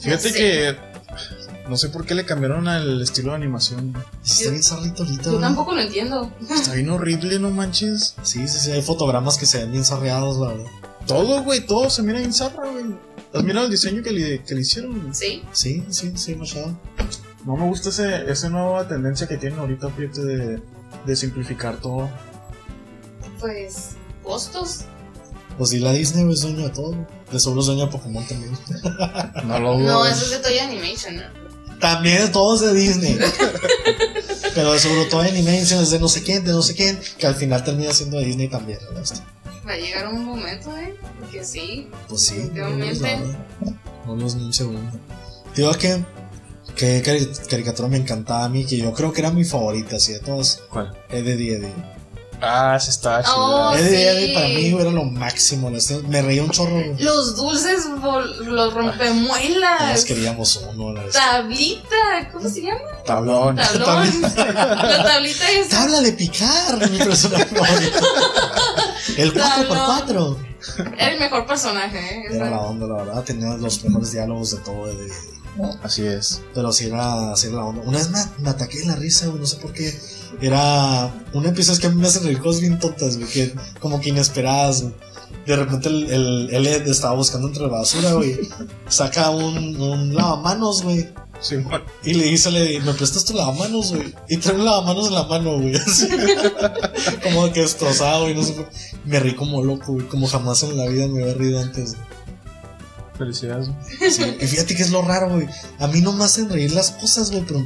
S2: Fíjate
S3: Sí.
S2: que no sé por qué le cambiaron al estilo de animación. güey.
S1: Está bien sarrito ahorita.
S3: Yo
S1: ¿verdad?
S3: tampoco lo entiendo.
S2: Está bien horrible, no manches.
S1: Sí, sí, sí, hay fotogramas que se ven bien sarreados, la verdad.
S2: Todo, güey, todo se mira bien zarra, güey. ¿Has mirado el diseño que le, que le hicieron? güey?
S3: Sí,
S1: Sí, sí, sí, Machado.
S2: No me gusta ese, esa nueva tendencia que tienen ahorita, fíjate, de, de simplificar todo.
S3: pues costos.
S1: Pues sí, la Disney güey, es dueño de todo. De seguro es dueño de Pokémon también.
S2: No lo dudo.
S3: No,
S2: güey.
S3: eso es de Toy Animation, ¿no?
S1: También todo es de Disney. Pero de seguro todo Animation es de no sé quién, de no sé quién, que al final termina siendo de Disney también. ¿verdad?
S3: Va a llegar un momento, ¿eh? Que sí.
S1: Pues sí, no es
S3: Definitivamente.
S1: nada. No nos ni un segundo. Digo que, que cari- caricatura me encantaba a mí, que yo creo que era mi favorita, así de todas.
S2: ¿Cuál?
S1: Eddie Eddie.
S2: Ah, se está chido.
S3: Oh,
S1: Eddie
S3: sí.
S1: Eddie para mí güey, era lo máximo. las- Me reía un chorro. güey.
S3: Los dulces, vol- los
S1: Todos
S3: rompemuelas,
S1: queríamos uno. La verdad.
S3: tablita, ¿cómo se llama?
S2: Tablón.
S3: Tablón. La tablita es.
S1: tabla de picar, mi personaje favorito. El 4x4.
S3: Era el mejor personaje, ¿eh?
S1: Era la onda, la verdad. Tenía los mejores diálogos de todo. de- de-
S2: Así es.
S1: pero sí era, sí era la onda. Una vez me, me ataqué de la risa, güey, no sé por qué. Era un episodio que a mí me hacen reír cosas bien tontas, güey, que como que inesperadas. güey. De repente el, el, el Ed estaba buscando entre la basura, güey. Saca un, un lavamanos, güey.
S2: Sí, bueno.
S1: Y le dice, le di, me prestas tu lavamanos, güey. Y trae un lavamanos en la mano, güey. así. como que destrozado, y No sé. por- Me rí como loco, güey. Como jamás en la vida me había rido antes.
S2: Felicidades.
S1: Sí, Y fíjate que es lo raro, güey. A mí no me hacen reír las cosas, güey, pero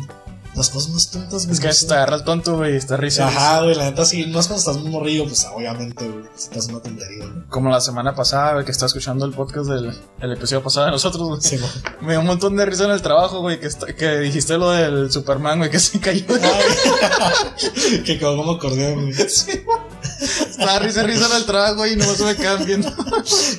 S1: las cosas más tontas, güey.
S2: Es que
S1: no
S2: a
S1: sé.
S2: veces te agarra el tonto, güey, y está risa.
S1: Ajá, güey, la neta sí. Más cuando estás muy morrido, pues obviamente, güey. Si estás una tontería, güey.
S2: Como la semana pasada, güey, que estaba escuchando el podcast del el episodio pasado de nosotros, güey.
S1: Sí, güey.
S2: Me dio un montón de risa en el trabajo, güey, que, está- que dijiste lo del Superman, güey, que se cayó.
S1: Ay, que quedó como acordeón, güey.
S2: Estaba risa, y risa en el trabajo, güey, y nomás se me quedan viendo.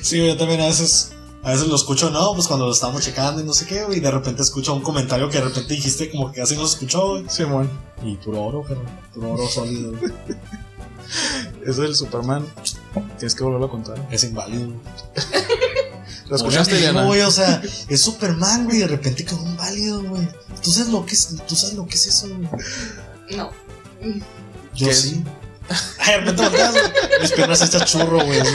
S1: Sí, güey, yo también a veces, a veces lo escucho, no, pues cuando lo estábamos checando y no sé qué, güey, y de repente escucho un comentario que de repente dijiste como que así nos escuchó, güey.
S2: Simón,
S1: Y puro oro, carnal, puro oro sólido, güey.
S2: eso del Superman, tienes que volverlo a contar.
S1: es inválido. güey.
S2: ¿Lo escuchaste,
S1: Oye,
S2: Diana?
S1: no, güey, o sea, es Superman, güey, de repente quedó inválido, güey. ¿Tú sabes lo que es, tú sabes lo que es eso, güey?
S3: No.
S1: Yo
S2: ¿Qué?
S1: sí. Ay, de repente volteas, güey. Mis piernas está churro, güey. así.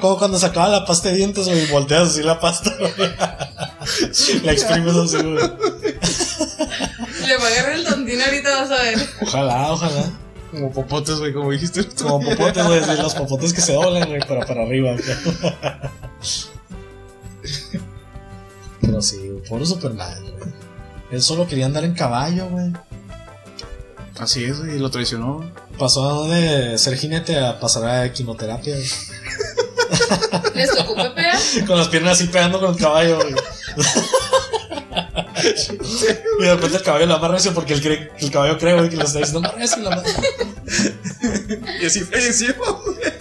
S1: Como cuando sacaba la pasta de dientes, güey, y volteas así la pasta, güey. La exprimes así, güey.
S3: Le voy a agarrar el tontino ahorita, vas a ver.
S1: Ojalá, ojalá.
S2: Como popotes, güey, como dijiste. tú.
S1: Como popotes, güey, de los popotes que se doblan, güey, para, para arriba. güey. Pero sí, güey, pobre Superman, güey. Él solo quería andar en caballo, güey.
S2: Así es, güey, y lo traicionó. güey.
S1: Pasó de ser jinete a pasar a equinoterapia, güey.
S3: ¿Les tocó pepear?
S1: Con las piernas así pegando con el caballo, güey. y de repente el caballo la amarra recio porque él cree, el caballo cree, güey, que le está diciendo, amarra recio, la amarra".
S2: Y así falleció.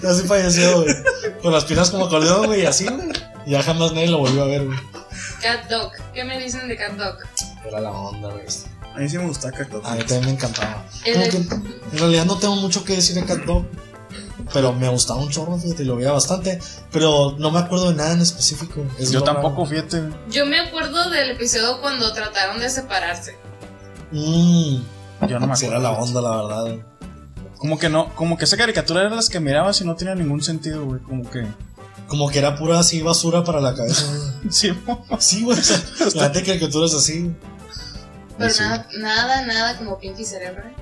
S1: Así falleció, güey. Con las piernas como acordeón, güey, y así, güey. Ya jamás nadie lo volvió a ver, güey.
S3: Cat Dog. ¿Qué me dicen de Cat Dog?
S1: Era la onda, güey.
S2: A mí sí me gusta Cacto.
S1: A mí también me encantaba.
S3: El-
S1: Como que en realidad no tengo mucho que decir de Cat Dog, pero me gustaba un chorro, fíjate, lo veía bastante. Pero no me acuerdo de nada en específico. Es
S2: Yo
S1: lo
S2: tampoco,
S1: raro.
S2: fíjate.
S3: Yo me acuerdo del episodio cuando trataron de separarse.
S1: Mm,
S2: Yo no me
S1: sí era
S2: acuerdo.
S1: la onda, la verdad.
S2: Como que no, como que esa caricatura era las que mirabas y no tenía ningún sentido, güey. Como que.
S1: Como que era pura así basura para la cabeza. güey.
S2: Sí,
S1: Sí, güey. o sea, La de caricaturas así.
S3: Pero
S2: Sí.
S3: nada, nada, nada como Pinky Cerebro. ¿eh?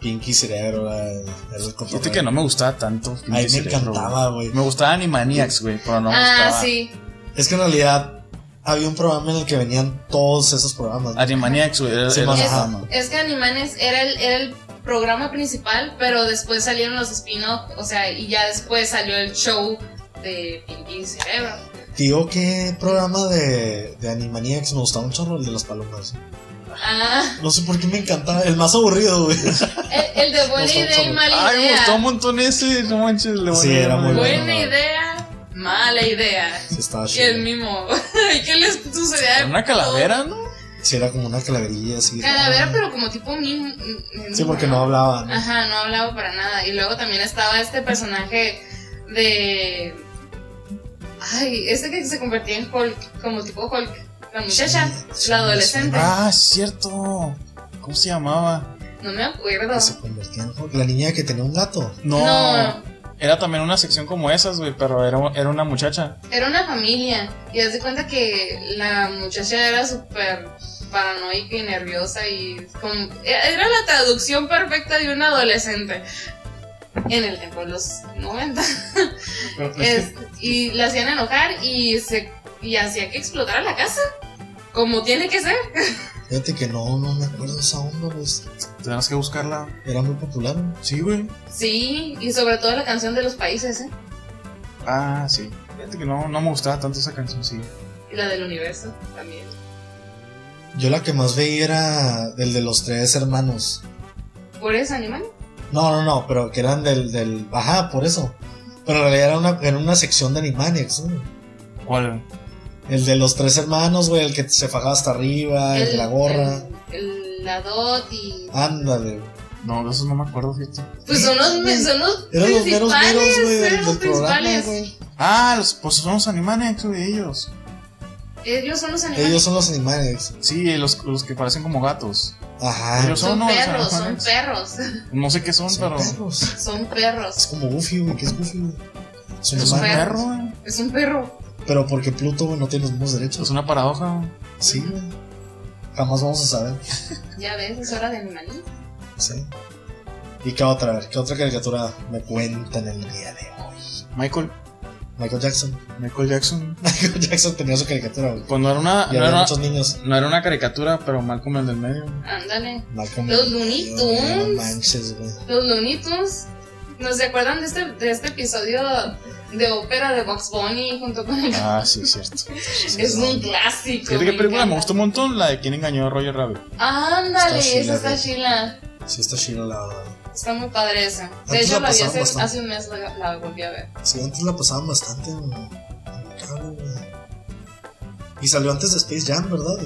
S1: Pinky Cerebro, la, la- el cotorreo.
S2: fíjate que no me gustaba tanto.
S1: A mí
S2: pinche
S1: me
S2: cerebro,
S1: encantaba, güey.
S2: güey. Me gustaba Animaniacs, güey, pero no me
S3: ah,
S2: gustaba.
S3: sí.
S1: Es que en realidad había un programa en el que venían todos esos programas. ¿no?
S2: Animaniacs, güey. era-
S1: Sí,
S2: era-
S1: más-
S3: Es,
S1: Ajá, no.
S3: es que Animanes era el, era el programa principal, pero después salieron los spin-off, o sea, y ya después salió el show de ¿eh? Pinky Cerebro.
S1: Tío, qué programa de, de Animaniacs me gustaba un chorro, el de las palomas.
S3: Ah,
S1: No sé por qué me encantaba. El más aburrido, güey.
S3: el, el de Buena
S1: Nos vamos a
S3: Idea y
S1: ver.
S3: Mala
S2: Ay, me
S3: Idea.
S2: gustó un montón ese, no manches. le voy a
S1: Sí,
S2: dar
S1: era
S2: una-
S1: muy bueno.
S3: Buena idea, mala idea.
S1: Sí, estaba
S3: Y el
S1: chido.
S3: mimo. ¿Y qué les sucedía?
S2: Era Una calavera, ¿no?
S1: Sí, era como una calaverilla así.
S3: Calavera,
S1: rara.
S3: pero Ah, como tipo mimo. mm,
S1: Sí, porque no hablaba. ¿no?
S3: Ajá, no hablaba para nada. Y luego también estaba este personaje de. Ay, este que se convertía en Hulk, como tipo Hulk. La muchacha,
S1: Sí,
S3: la adolescente.
S2: Ah, es cierto. ¿Cómo se llamaba?
S3: No me acuerdo.
S1: Que se convertía en Hulk. La niña que tenía un gato.
S2: No.
S3: No,
S2: Era también una sección como esas, güey, pero era, era una muchacha.
S3: era una familia. Y haz de cuenta que la muchacha era súper paranoica y nerviosa y como- era la traducción perfecta de un adolescente en el tiempo de los 90. Es- y la hacían enojar y se y hacía que explotara la casa. Como tiene que ser.
S1: Fíjate que no, no me acuerdo de esa onda, pues.
S2: Tendrás que buscarla.
S1: Era muy popular. ¿no?
S2: Sí, güey.
S3: Sí, y sobre todo la canción de los países, ¿eh?
S2: Ah, sí. Fíjate que no, no me gustaba tanto esa canción, sí.
S3: Y la del universo también.
S1: Yo la que más veía era el de los tres hermanos.
S3: ¿Por eso, animal?
S1: No, no, no, pero que eran del. del... Ajá, por eso. Pero en realidad era una, era una sección de Animaniacs, ¿no?
S2: ¿Cuál?
S1: El de los tres hermanos, güey, el que se fajaba hasta arriba, el, de Ah, la gorra. Ah,
S3: el- el- la dot y.
S1: Ándale. güey.
S2: No, de esos no me acuerdo, fíjate.
S3: Pues son los, me- son los
S1: Eran los meros meros,
S3: principales.
S1: güey, del,
S3: eran los
S1: del programa,
S3: principales.
S1: güey.
S2: Ah, los, pues son los Animaniacs, güey, ellos.
S3: Ellos son los animales.
S1: Ellos son los Animaniacs.
S2: Sí, los, los que parecen como gatos.
S1: Ajá.
S2: Ellos
S3: son,
S2: son, ¿no? Los
S3: perros, son
S2: animales.
S3: perros.
S2: No sé qué son,
S1: Son
S2: pero.
S1: perros.
S3: Son
S1: Es
S3: perros.
S1: como Goofy, güey, que es Goofy, güey. Es un
S2: Es un
S1: humano.
S3: perro.
S2: perro, güey.
S3: Es un perro.
S1: Pero porque Pluto, güey, no tiene los mismos
S2: Es
S1: derechos.
S2: una paradoja, güey.
S1: Sí, güey. Jamás vamos a saber.
S3: Ya ves, es hora de animalito.
S1: Sí. ¿Y qué otra? A ver, ¿Qué otra caricatura me cuentan el día de hoy?
S2: Michael,
S1: Michael Jackson.
S2: Michael Jackson.
S1: Michael Jackson tenía su caricatura, güey.
S2: Pues no era una,
S1: Y
S2: no
S1: había
S2: era,
S1: muchos niños.
S2: no era una caricatura, pero mal como el del medio.
S3: Ándale.
S1: Malcolm
S3: Los
S1: en el medio,
S3: Looney
S1: güey, No
S3: Tunes.
S1: manches, güey.
S3: Los lunitos. ¿No se acuerdan de este, de este episodio de ópera de Box Bunny junto con el...
S2: Ah, sí, cierto.
S3: Es un clásico.
S2: ¿Qué
S3: me
S2: película me
S3: encanta.
S2: gustó un montón? La de quién engañó a Roger Rabbit.
S3: Ándale,
S1: Está chila,
S3: esa está
S1: güey.
S3: chila.
S1: Sí, está chido la verdad.
S3: Está muy padre esa. De
S1: Antes
S3: hecho,
S1: la
S3: la vi
S1: pasaban
S3: hace,
S1: bastante.
S3: hace un mes, la, la volví a ver.
S1: Sí, antes la pasaban bastante en en el cable, güey. Y salió antes de Space Jam, ¿verdad?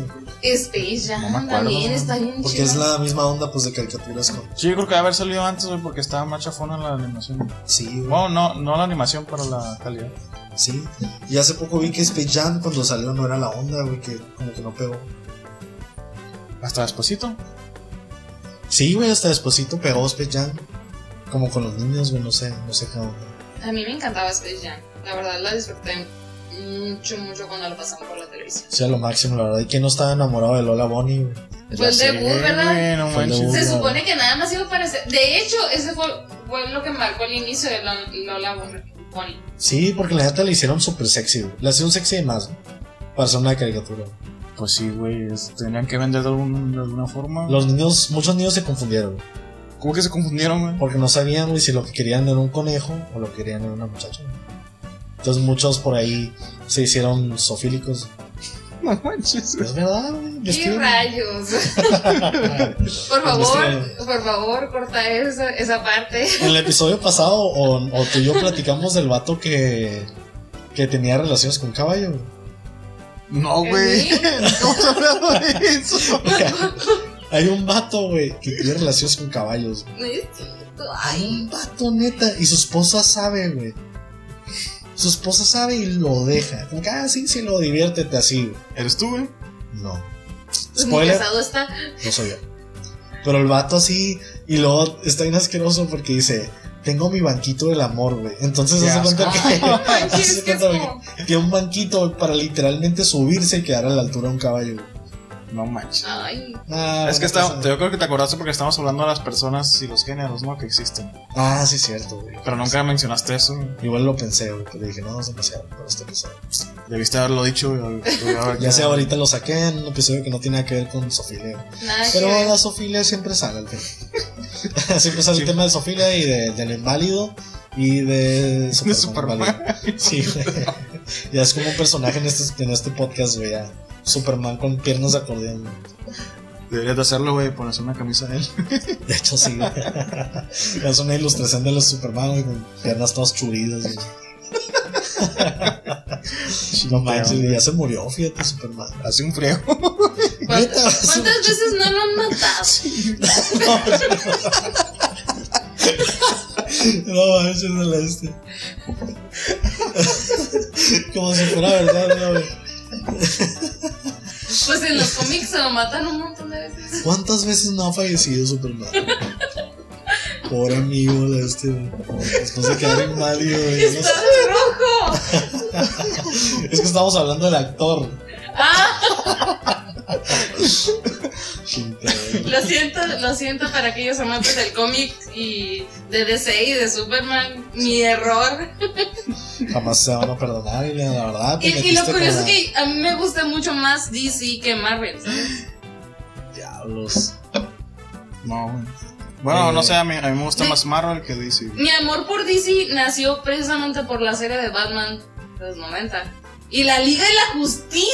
S3: Space Jam
S2: No me acuerdo,
S3: también
S2: ¿no?
S3: está bien
S1: Porque
S3: chila.
S1: es la misma onda pues de caricaturas con.
S2: Sí, yo creo que debe haber salido antes, güey, porque estaba más chafona la animación.
S1: Sí, güey.
S2: Bueno, no, no la animación, pero la calidad.
S1: Sí. Y hace poco vi que Space Jam cuando salió no era la onda, güey, que como que no pegó.
S2: Hasta despuesito.
S1: Sí, güey, hasta despuesito pegó Space Jam. Como con los niños, güey, no sé, no sé qué onda.
S3: A mí me encantaba Space Jam. La verdad la disfruté mucho, mucho cuando la pasaban por la televisión.
S1: O sea, lo máximo, la verdad. ¿Y quién no estaba enamorado de Lola Bonnie, güey?
S3: Fue el
S2: Ya sé,
S3: debut, ¿verdad?
S2: güey, no
S1: Fue el
S2: manches.
S1: debut.
S3: Se
S1: Claro.
S3: supone que nada más iba a aparecer. De hecho, ese fue, fue lo que marcó el inicio de Lon- Lola Bon- Bonnie.
S1: Sí, porque la neta le hicieron súper sexy, güey. Le hicieron sexy de más, güey. Para hacer una caricatura.
S2: Pues sí, güey, es- tenían que vender de, algún- de alguna forma.
S1: Los niños, muchos niños se confundieron, güey.
S2: ¿Cómo que se confundieron, güey?
S1: Porque no sabían, güey, si lo que querían era un conejo o lo que querían era una muchacha. güey. Entonces muchos por ahí se hicieron sofílicos.
S2: No manches, güey.
S1: Es verdad, güey.
S3: ¡Qué
S1: Investigan.
S3: rayos! Por
S1: Investiga.
S3: favor, por favor, corta esa, esa parte.
S1: En el episodio pasado, o, o tú y yo platicamos del vato que, que tenía relaciones con un caballo. güey.
S2: No, güey.
S3: ¿Sí?
S2: ¿Cómo se hablando de eso?
S1: Hay un vato, güey, que tiene relaciones con caballos. güey.
S3: No es cierto.
S1: Hay un
S3: Ay,
S1: vato, neta. Y su esposa sabe, güey. Su esposa sabe y lo deja. Como que, ah, sí, sí, lo diviértete así, güey.
S2: ¿Eres tú, güey?
S1: No.
S3: pues mi
S1: Spoiler,
S3: casado está.
S1: no soy yo. Pero el vato así, y luego está bien asqueroso porque dice: Tengo mi banquito del amor, güey. Entonces
S2: Qué
S1: se hace cuenta
S2: asco.
S1: que.
S3: No manches,
S1: Hace
S3: que es
S1: cuenta
S3: como-
S1: Tiene un banquito para literalmente subirse y quedar a la altura de un caballo. güey.
S2: No manches.
S3: Ay,
S1: Ah,
S2: es que
S1: no
S2: está-
S1: pasa nada.
S2: yo creo que te acordaste porque estamos hablando de las personas y los géneros, ¿no? Que existen.
S1: Ah, sí, es cierto, güey.
S2: Pero nunca mencionaste eso. güey.
S1: Igual lo pensé, güey, pero dije, no, es demasiado para este episodio.
S2: Debiste haberlo dicho. güey.
S1: Ya sea ahorita lo saqué en un episodio que no tiene nada que ver con Sofilia. güey.
S3: nada que
S1: Pero
S3: ver.
S1: la Sofilia siempre sale al final. siempre sale
S2: Sí.
S1: el tema de Sofilia y de- del inválido y de Superman.
S2: Superman.
S1: inválido. Sí, güey. Ya es como un personaje en este, en este podcast, güey. ya. Superman con piernas de acordeón. güey.
S2: Deberías de hacerlo, güey, ponerse una camisa de él.
S1: De hecho, sí. güey. es una ilustración de los Superman, güey, con piernas todas churidas. güey. No manches, ya se murió, fíjate, Superman.
S2: Hace un frío.
S3: ¿Cuántas,
S1: Neta, hace
S3: cuántas veces no lo han matado?
S1: No manches, el este. Como si fuera verdad, ¿no, güey?
S3: Pues en los cómics se lo matan un montón de veces.
S1: ¿Cuántas veces no ha fallecido Superman? Pobre amigo de este, güey. Después de quedar inválido, güey. No
S3: ¡Está
S1: sé.
S3: de rojo!
S1: Es que estamos hablando del actor.
S3: ¡Ah!
S1: Chingada, güey.
S3: Lo siento, lo siento para aquellos amantes del cómic y de DC y de Superman. Mi error.
S1: Jamás se van a perdonar, y la verdad. te
S3: Y, y lo
S1: metiste
S3: curioso es
S1: con
S3: que a mí me gusta mucho más DC que Marvel. ¿sabes?
S1: la- Diablos.
S2: No, güey. Bueno,
S1: Eh,
S2: no sé, a mí, a mí me gusta
S3: de-
S2: más Marvel que DC. güey.
S3: Mi amor por DC nació precisamente por la serie de Batman de los 90. Y la Liga de la Justicia.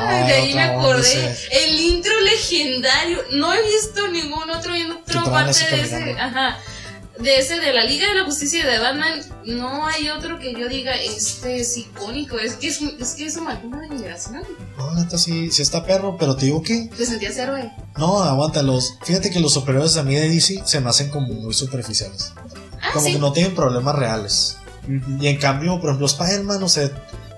S1: Ah,
S3: de ahí me
S1: otra onda,
S3: acordé.
S1: sí.
S3: El intro legendario. No he visto ningún otro intro
S1: traen
S3: aparte
S1: así
S3: de ese.
S1: caminando.
S3: Ajá. De ese de la Liga de la Justicia y de Batman. No hay otro que yo diga, este es icónico. Es que es, un- es que eso marcó una generación.
S1: No, neta, sí, sí está perro, pero te digo que.
S3: Te sentías héroe.
S1: No, aguántalos. Fíjate que los superhéroes a mí de DC se me hacen como muy superficiales.
S3: Ah,
S1: Como
S3: sí.
S1: que no tienen problemas reales.
S2: Ujú.
S1: Y en cambio, por ejemplo, Spider-Man, o sea,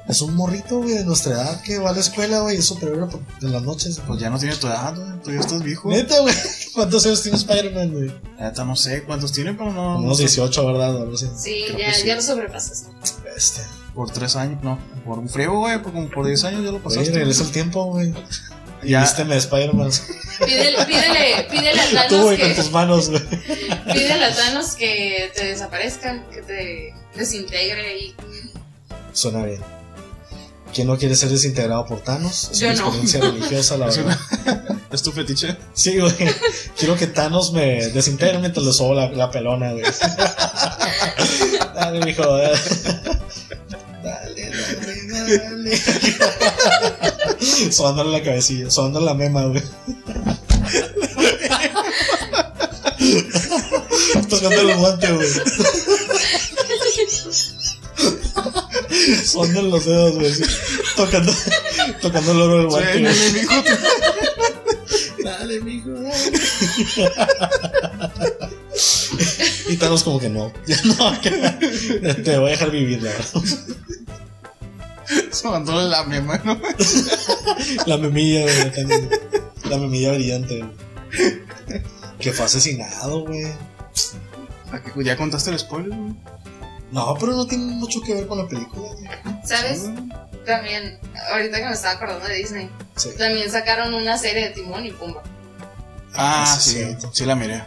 S1: es un morrito, güey, de nuestra edad que va a la escuela, güey, es superhéroe por- en las noches.
S2: Pues ya no tiene tu edad, güey. Tú ya estás viejo.
S1: Neta, güey. ¿Cuántos años tiene Spider-Man, güey?
S2: La neta, no sé cuántos tiene, pero no.
S1: Unos 18, ¿verdad? O algo así.
S3: Sí,
S2: creo
S3: ya,
S2: que sí.
S3: ya lo sobrepasas.
S1: Este.
S2: Por tres años, no. Por un frío, güey. Por, como por diez años ya lo
S1: Güey,
S2: pasaste.
S1: regresa el tiempo, güey. Y
S2: Ya.
S1: vísteme de Spider-Man.
S3: Pídele, pídele, pídele a
S1: Tú,
S3: Thanos
S1: güey, con
S3: que,
S1: tus manos, güey.
S3: pídele a Thanos que te desaparezca, que te desintegre y
S1: Suena bien. ¿Quién no quiere ser desintegrado por Thanos? Es
S3: Yo
S1: una
S3: no.
S1: experiencia religiosa, la
S2: Es
S1: verdad.
S2: ¿Es tu fetiche?
S1: Sí, güey. Quiero que Thanos me desintegre mientras le sobo la, la pelona, güey. Dale, mijo. Dale, dale, dale. dale. Sobándole la cabecilla, sobándole la mema, güey. Tocando el guante, güey. Sobándole los dedos, güey. sí. Tocando, tocando el oro del guante, güey. Dale, mijo, dale. y Thanos como que no. Ya no, que- te voy a dejar vivir, la verdad.
S2: Sobándole la mema, ¿no?
S1: La memilla, güey, acá, güey. La memilla brillante, güey. Que fue asesinado, güey.
S2: ¿A que- ¿Ya contaste el spoiler? güey?
S1: No, pero no tiene mucho que ver con la película, güey.
S3: ¿Sabes? También, ahorita que me estaba acordando de Disney,
S1: Sí.
S3: también sacaron una serie de Timón y Pumba.
S2: Ah,
S1: Sí,
S2: sí.
S1: cierto.
S2: Sí la miré.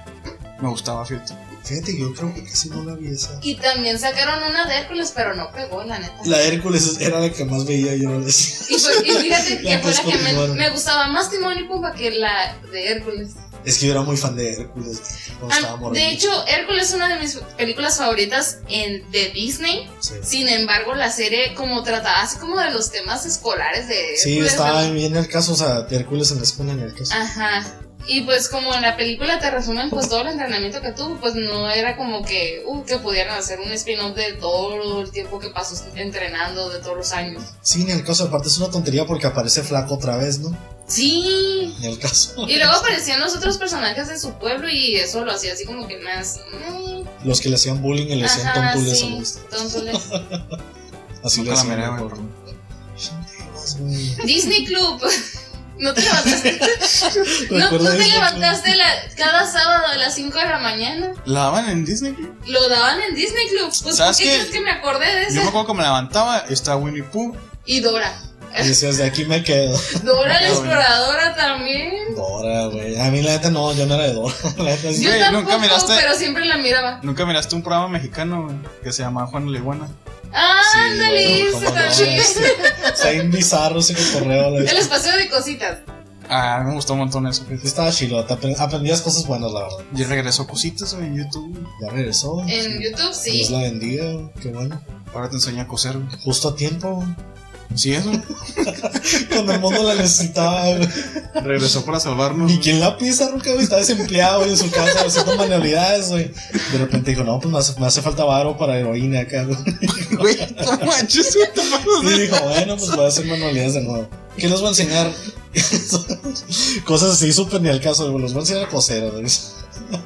S2: Me gustaba, fíjate.
S1: Fíjate, yo creo que casi no la vi esa.
S3: Y también sacaron una de Hércules, pero no pegó, la neta.
S1: La Hércules era la que más veía yo. güey.
S3: Y, fue- y
S1: La
S3: fíjate que fue la que me,
S1: descontinuaron.
S3: me gustaba más Timón y Pumba que la de Hércules.
S1: Es que yo era muy fan de Hércules. güey, Cuando
S3: Ah,
S1: estaba morrillo.
S3: de hecho, Hércules es una de mis películas favoritas en, de Disney.
S1: Sí.
S3: Sin embargo, la serie como trataba así como de los temas escolares de Hércules.
S1: Sí, estaba
S3: de-
S1: bien el caso, o sea, de Hércules en la escuela en el caso.
S3: Ajá. Y pues como en la película te resumen pues todo el entrenamiento que tuvo, pues no era como que, uh, que pudieran hacer un spin-off de todo el tiempo que pasó entrenando, de todos los años.
S1: Sí, en el caso, aparte es una tontería porque aparece flaco otra vez, ¿no?
S3: Sí.
S1: En el caso.
S3: Y luego aparecían los otros personajes de su pueblo y eso lo hacía así como que más... mm,
S1: Los que le hacían bullying y le hacían
S3: ajá,
S1: tontules a
S3: sí,
S1: los.
S3: tontules.
S1: Así le
S2: Nunca la
S1: hacían.
S2: miré,
S1: me
S2: güey.
S1: acuerdo. Chingados, güey.
S3: Disney Club. No te levantaste, no,
S1: Recuerdo
S3: no te
S1: ese-
S3: levantaste la- cada sábado a las 5 de la mañana.
S2: ¿La daban en Disney?
S3: Lo daban en Disney Club. Pues ¿por
S2: ¿Sabes
S3: qué
S2: qué?
S3: crees que me acordé de
S2: Yo me
S3: eso?
S2: acuerdo que me levantaba, estaba Winnie Pooh.
S3: Y Dora.
S1: Y decías, de aquí me quedo.
S3: Dora la
S2: Ah, bueno.
S3: exploradora también.
S1: Dora, güey. A mí la neta no, yo no era de Dora. La neta sí.
S3: Yo
S2: Güey,
S3: tampoco,
S2: nunca miraste-
S3: pero siempre la miraba.
S2: ¿Nunca miraste un programa mexicano güey, que se llamaba Juan la Iguana?
S3: Ah, ándale,
S1: güey,
S3: eso
S1: cómo no,
S3: también.
S1: este, Está bien bizarro ese cotorreo. la
S3: El
S1: neta.
S3: espacio de cositas.
S2: Ah, me gustó un montón eso.
S1: Sí
S2: fíjate.
S1: Estaba chilo, te aprend- aprendías cosas buenas, la verdad.
S2: Y regresó cositas güey, en YouTube. güey.
S1: Ya regresó.
S3: En YouTube
S1: Dios
S3: sí.
S1: la bendiga, güey, qué bueno.
S2: Ahora te enseña a coser. güey.
S1: Justo a tiempo, güey.
S2: Sí, eso.
S1: cuando el mundo la necesitaba, güey.
S2: regresó para salvarnos.
S1: Ni
S2: güey.
S1: quien la pisa, Ruca, güey. Está desempleado güey, en su casa haciendo manualidades, güey. De repente dijo, no, pues me hace, me hace falta varo para heroína acá, güey.
S2: Güey, no manches, güey, te mamas
S1: Y
S2: de-
S1: dijo, bueno, pues voy a hacer manualidades de nuevo. ¿Qué les voy a enseñar? Cosas así súper ni al caso, güey. Los voy a enseñar a coser, güey.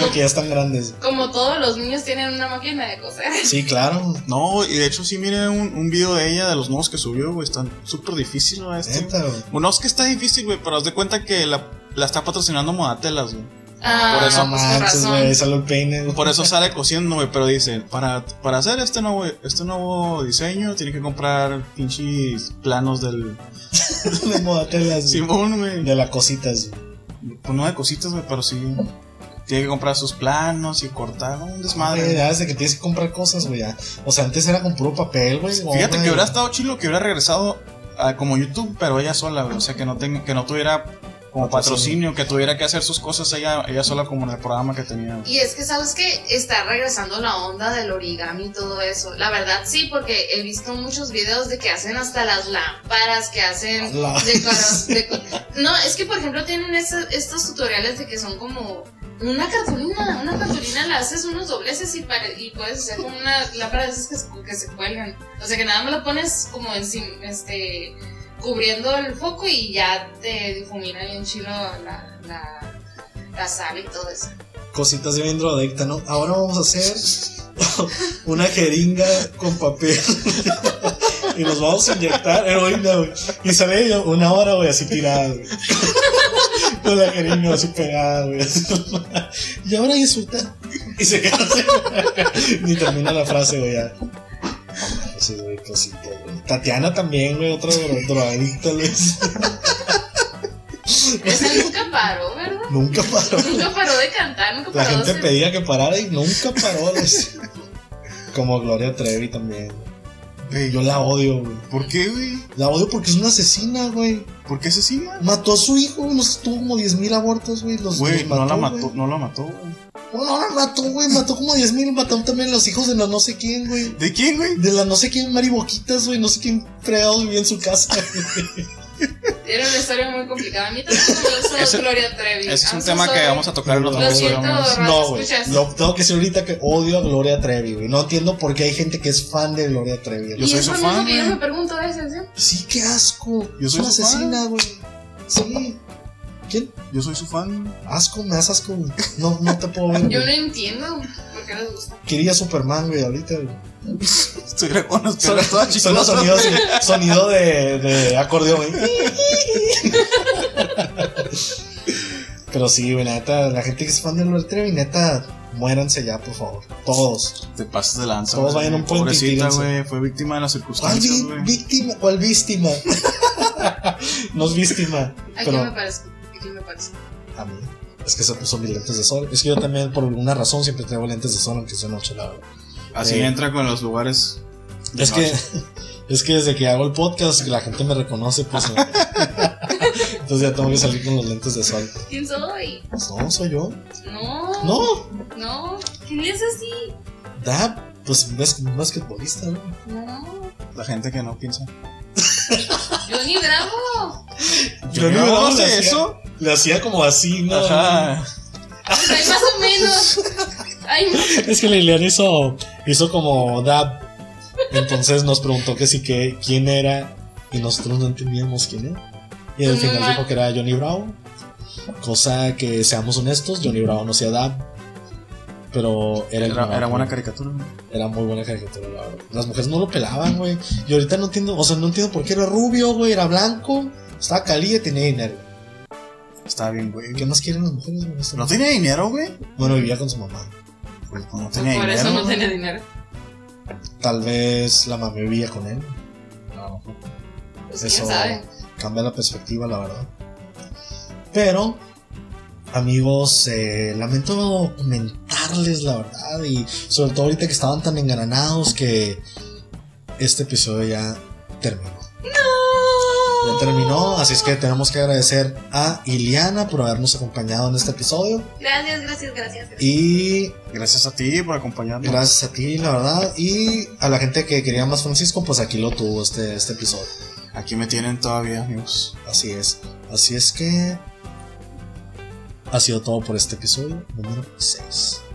S1: Porque ya están grandes.
S3: Como todos los niños tienen una máquina de coser.
S1: Sí, claro.
S2: No, y de hecho sí miré un, un video de ella, de los nuevos que subió, güey. Están súper difícil, ¿no? Este.
S1: Neta, güey.
S2: Bueno, es que está difícil, güey, pero haz de cuenta que la, la está patrocinando Modatelas, güey.
S3: Ah,
S2: Por eso
S1: No
S3: pues con
S1: manches, güey.
S3: razón.
S1: Salió el peine, güey.
S2: Por eso sale cosiendo, güey, pero dice, para, para hacer este nuevo, este nuevo diseño, tiene que comprar pinches planos del
S1: De modatelas, güey.
S2: Simón, güey.
S1: De las cositas, güey.
S2: Pues no de cositas, güey, pero sí. Tiene que comprar sus planos y cortar un
S1: Güey,
S2: desmadre.
S1: Ya desde que tienes que comprar cosas, güey. ya. O sea, antes era con puro papel, güey.
S2: Fíjate
S1: goma,
S2: que hubiera
S1: y-
S2: estado chilo que hubiera regresado a- como YouTube, pero ella sola, güey. O sea, que no, tenga, que no tuviera como
S1: Patrocinio.
S2: patrocinio, que tuviera que hacer sus cosas ella, ella sola como en el programa que tenía. güey.
S3: Y es que sabes que está regresando la onda del origami y todo eso. La verdad sí, porque he visto muchos videos de que hacen hasta las lámparas, que hacen
S1: La-
S3: de cosas- de co- no, es que por ejemplo tienen estos, estos tutoriales de que son como una cartulina, una cartulina la haces unos dobleces y, pare- y puedes hacer como una lámpara de esas que se, que se cuelgan. O sea que nada más la pones como encima, este, cubriendo el foco y ya te difumina bien chilo la, la, la sal y todo eso.
S1: cositas de bien drogadicta, ¿no? Ahora vamos a hacer una jeringa con papel y nos vamos a inyectar heroína, güey. Y sale ella una hora, güey, así tirada, güey. Con la jeringa así pegada, güey. Y ahora disfruta. Y se queda así. Ni termina la frase, güey, ya. Sí, güey, cosita, güey. Tatiana también, güey, otra dro- drogadicta, güey.
S3: Esa nunca paró, ¿verdad?
S1: Nunca paró.
S3: Nunca paró de cantar, nunca
S1: La
S3: paró
S1: gente
S3: de
S1: pedía que parara y nunca paró. los- Como Gloria Trevi también. Güey, yo la odio, güey.
S2: ¿Por qué, güey?
S1: La odio porque es una asesina, güey.
S2: ¿Por qué asesina?
S1: Mató a su hijo, nos tuvo como 10.000 abortos, güey. Los,
S2: Güey,
S1: los
S2: no la
S1: Pues, güey.
S2: mató, no la mató, güey.
S1: No, no la mató, güey. Mató como 10.000. Mató también a los hijos de la no sé quién, güey.
S2: ¿De quién, güey?
S1: De la no sé quién, Mari Boquitas, güey. No sé quién fregado vivía en su casa.
S3: Era una historia muy complicada. A mí tampoco me gusta
S2: Ese-
S3: Gloria Trevi.
S2: Ese es
S3: I'm
S2: un
S3: so
S2: tema que
S3: sorry.
S2: vamos a tocar en otro
S1: Lo
S2: episodio.
S3: siento.
S2: más.
S1: No, güey.
S3: escuchas.
S1: Lo tengo que decir ahorita que odio a Gloria Trevi, güey. No entiendo por qué hay gente que es fan de Gloria Trevi.
S2: Yo
S3: y
S2: soy
S3: es
S2: su
S3: lo mismo
S2: fan,
S3: que yo
S2: güey.
S3: me pregunto a veces, ¿eh? ¿sí?
S1: Sí, qué asco.
S2: Yo
S1: Yo
S2: soy
S1: soy una
S2: su fan.
S1: asesina, güey. Sí. ¿Quién?
S2: Yo soy su fan.
S1: Asco, me das asco, güey. No, no te puedo ver.
S3: Yo
S1: güey.
S3: no entiendo por qué les gusta.
S1: Quería Superman, güey, ahorita. güey.
S2: Estuviera con las
S1: Son,
S2: piernas todas
S1: son los
S2: chistosas.
S1: sonidos, güey. sonido de, de acordeón, güey. Pero sí, güey, la neta, la gente que es fan de Gloria Trevi, neta, muéranse ya, por favor. Todos.
S2: Te pasas de lanza.
S1: Todos
S2: güey.
S1: vayan a un puente y
S2: Pobrecita,
S1: tírense.
S2: güey. Fue víctima de las
S1: ¿Cuál
S2: circunstancias,
S1: vi-
S2: güey.
S1: víctima? ¿Cuál víctima? no es víctima.
S3: ¿A quién me
S1: Pero
S3: parezco? ¿A quién me parezco?
S1: a mí. Es que se puso mis lentes de sol. Es que yo también, por alguna razón, siempre traigo lentes de sol, aunque sea noche, la verdad.
S2: Así
S1: Eh.
S2: entra con los lugares. de
S1: Es que,
S2: noche.
S1: es que desde que hago el podcast, la gente me reconoce, pues. ¿no? Entonces ya tengo que salir con los lentes de sol.
S3: ¿Quién soy?
S1: Pues no, soy yo.
S3: No.
S1: No,
S3: No. ¿Quién es así?
S1: da, pues un bas- un basquetbolista, ¿no?
S3: No.
S2: La gente que no piensa.
S3: Yo ni grabo.
S1: Yo no
S2: no
S1: le
S2: sé
S1: hacía-
S2: eso.
S1: Le hacía como así, ¿no?
S2: Ajá.
S3: Pues hay más o menos. Ay, no.
S1: Es que Lilian hizo, hizo como Dab. Entonces nos preguntó que sí, que quién era. Y nosotros no entendíamos quién era. Y al
S3: Muy
S1: final
S3: mal.
S1: dijo que era Johnny Bravo. Cosa que, seamos honestos, Johnny Bravo no hacía Dab. Pero era el
S2: Era,
S1: Johnny
S2: era
S1: Bravo.
S2: buena caricatura. güey.
S1: Era muy buena caricatura, la verdad. Las mujeres no lo pelaban, güey. Y ahorita no entiendo, o sea, no entiendo por qué era rubio, güey. Era blanco, estaba caliente, tenía dinero.
S2: Estaba bien, güey.
S1: ¿Qué más quieren las mujeres, güey?
S2: No tenía dinero, güey.
S1: Bueno, vivía con su mamá.
S2: Pues, no
S3: Por
S2: tenía dinero.
S3: eso no
S2: güey.
S3: tenía dinero.
S1: Tal vez la mamá vivía con él. No,
S3: Pues
S1: Eso-
S3: quién sabe.
S1: cambia la perspectiva, la verdad. Pero, amigos, eh, lamento comentarles la verdad y sobre todo ahorita que estaban tan engranados que este episodio ya terminó.
S3: No.
S1: Ya terminó, así es que tenemos que agradecer a Iliana por habernos acompañado en este episodio
S3: Gracias, gracias, gracias. gracias.
S1: y
S2: Gracias a ti por acompañarnos.
S1: gracias a ti, la verdad, y a la gente que quería más Francisco, pues aquí lo tuvo este, este episodio.
S2: Aquí me tienen todavía, amigos.
S1: Así es. Así es que ha sido todo por este episodio número 6.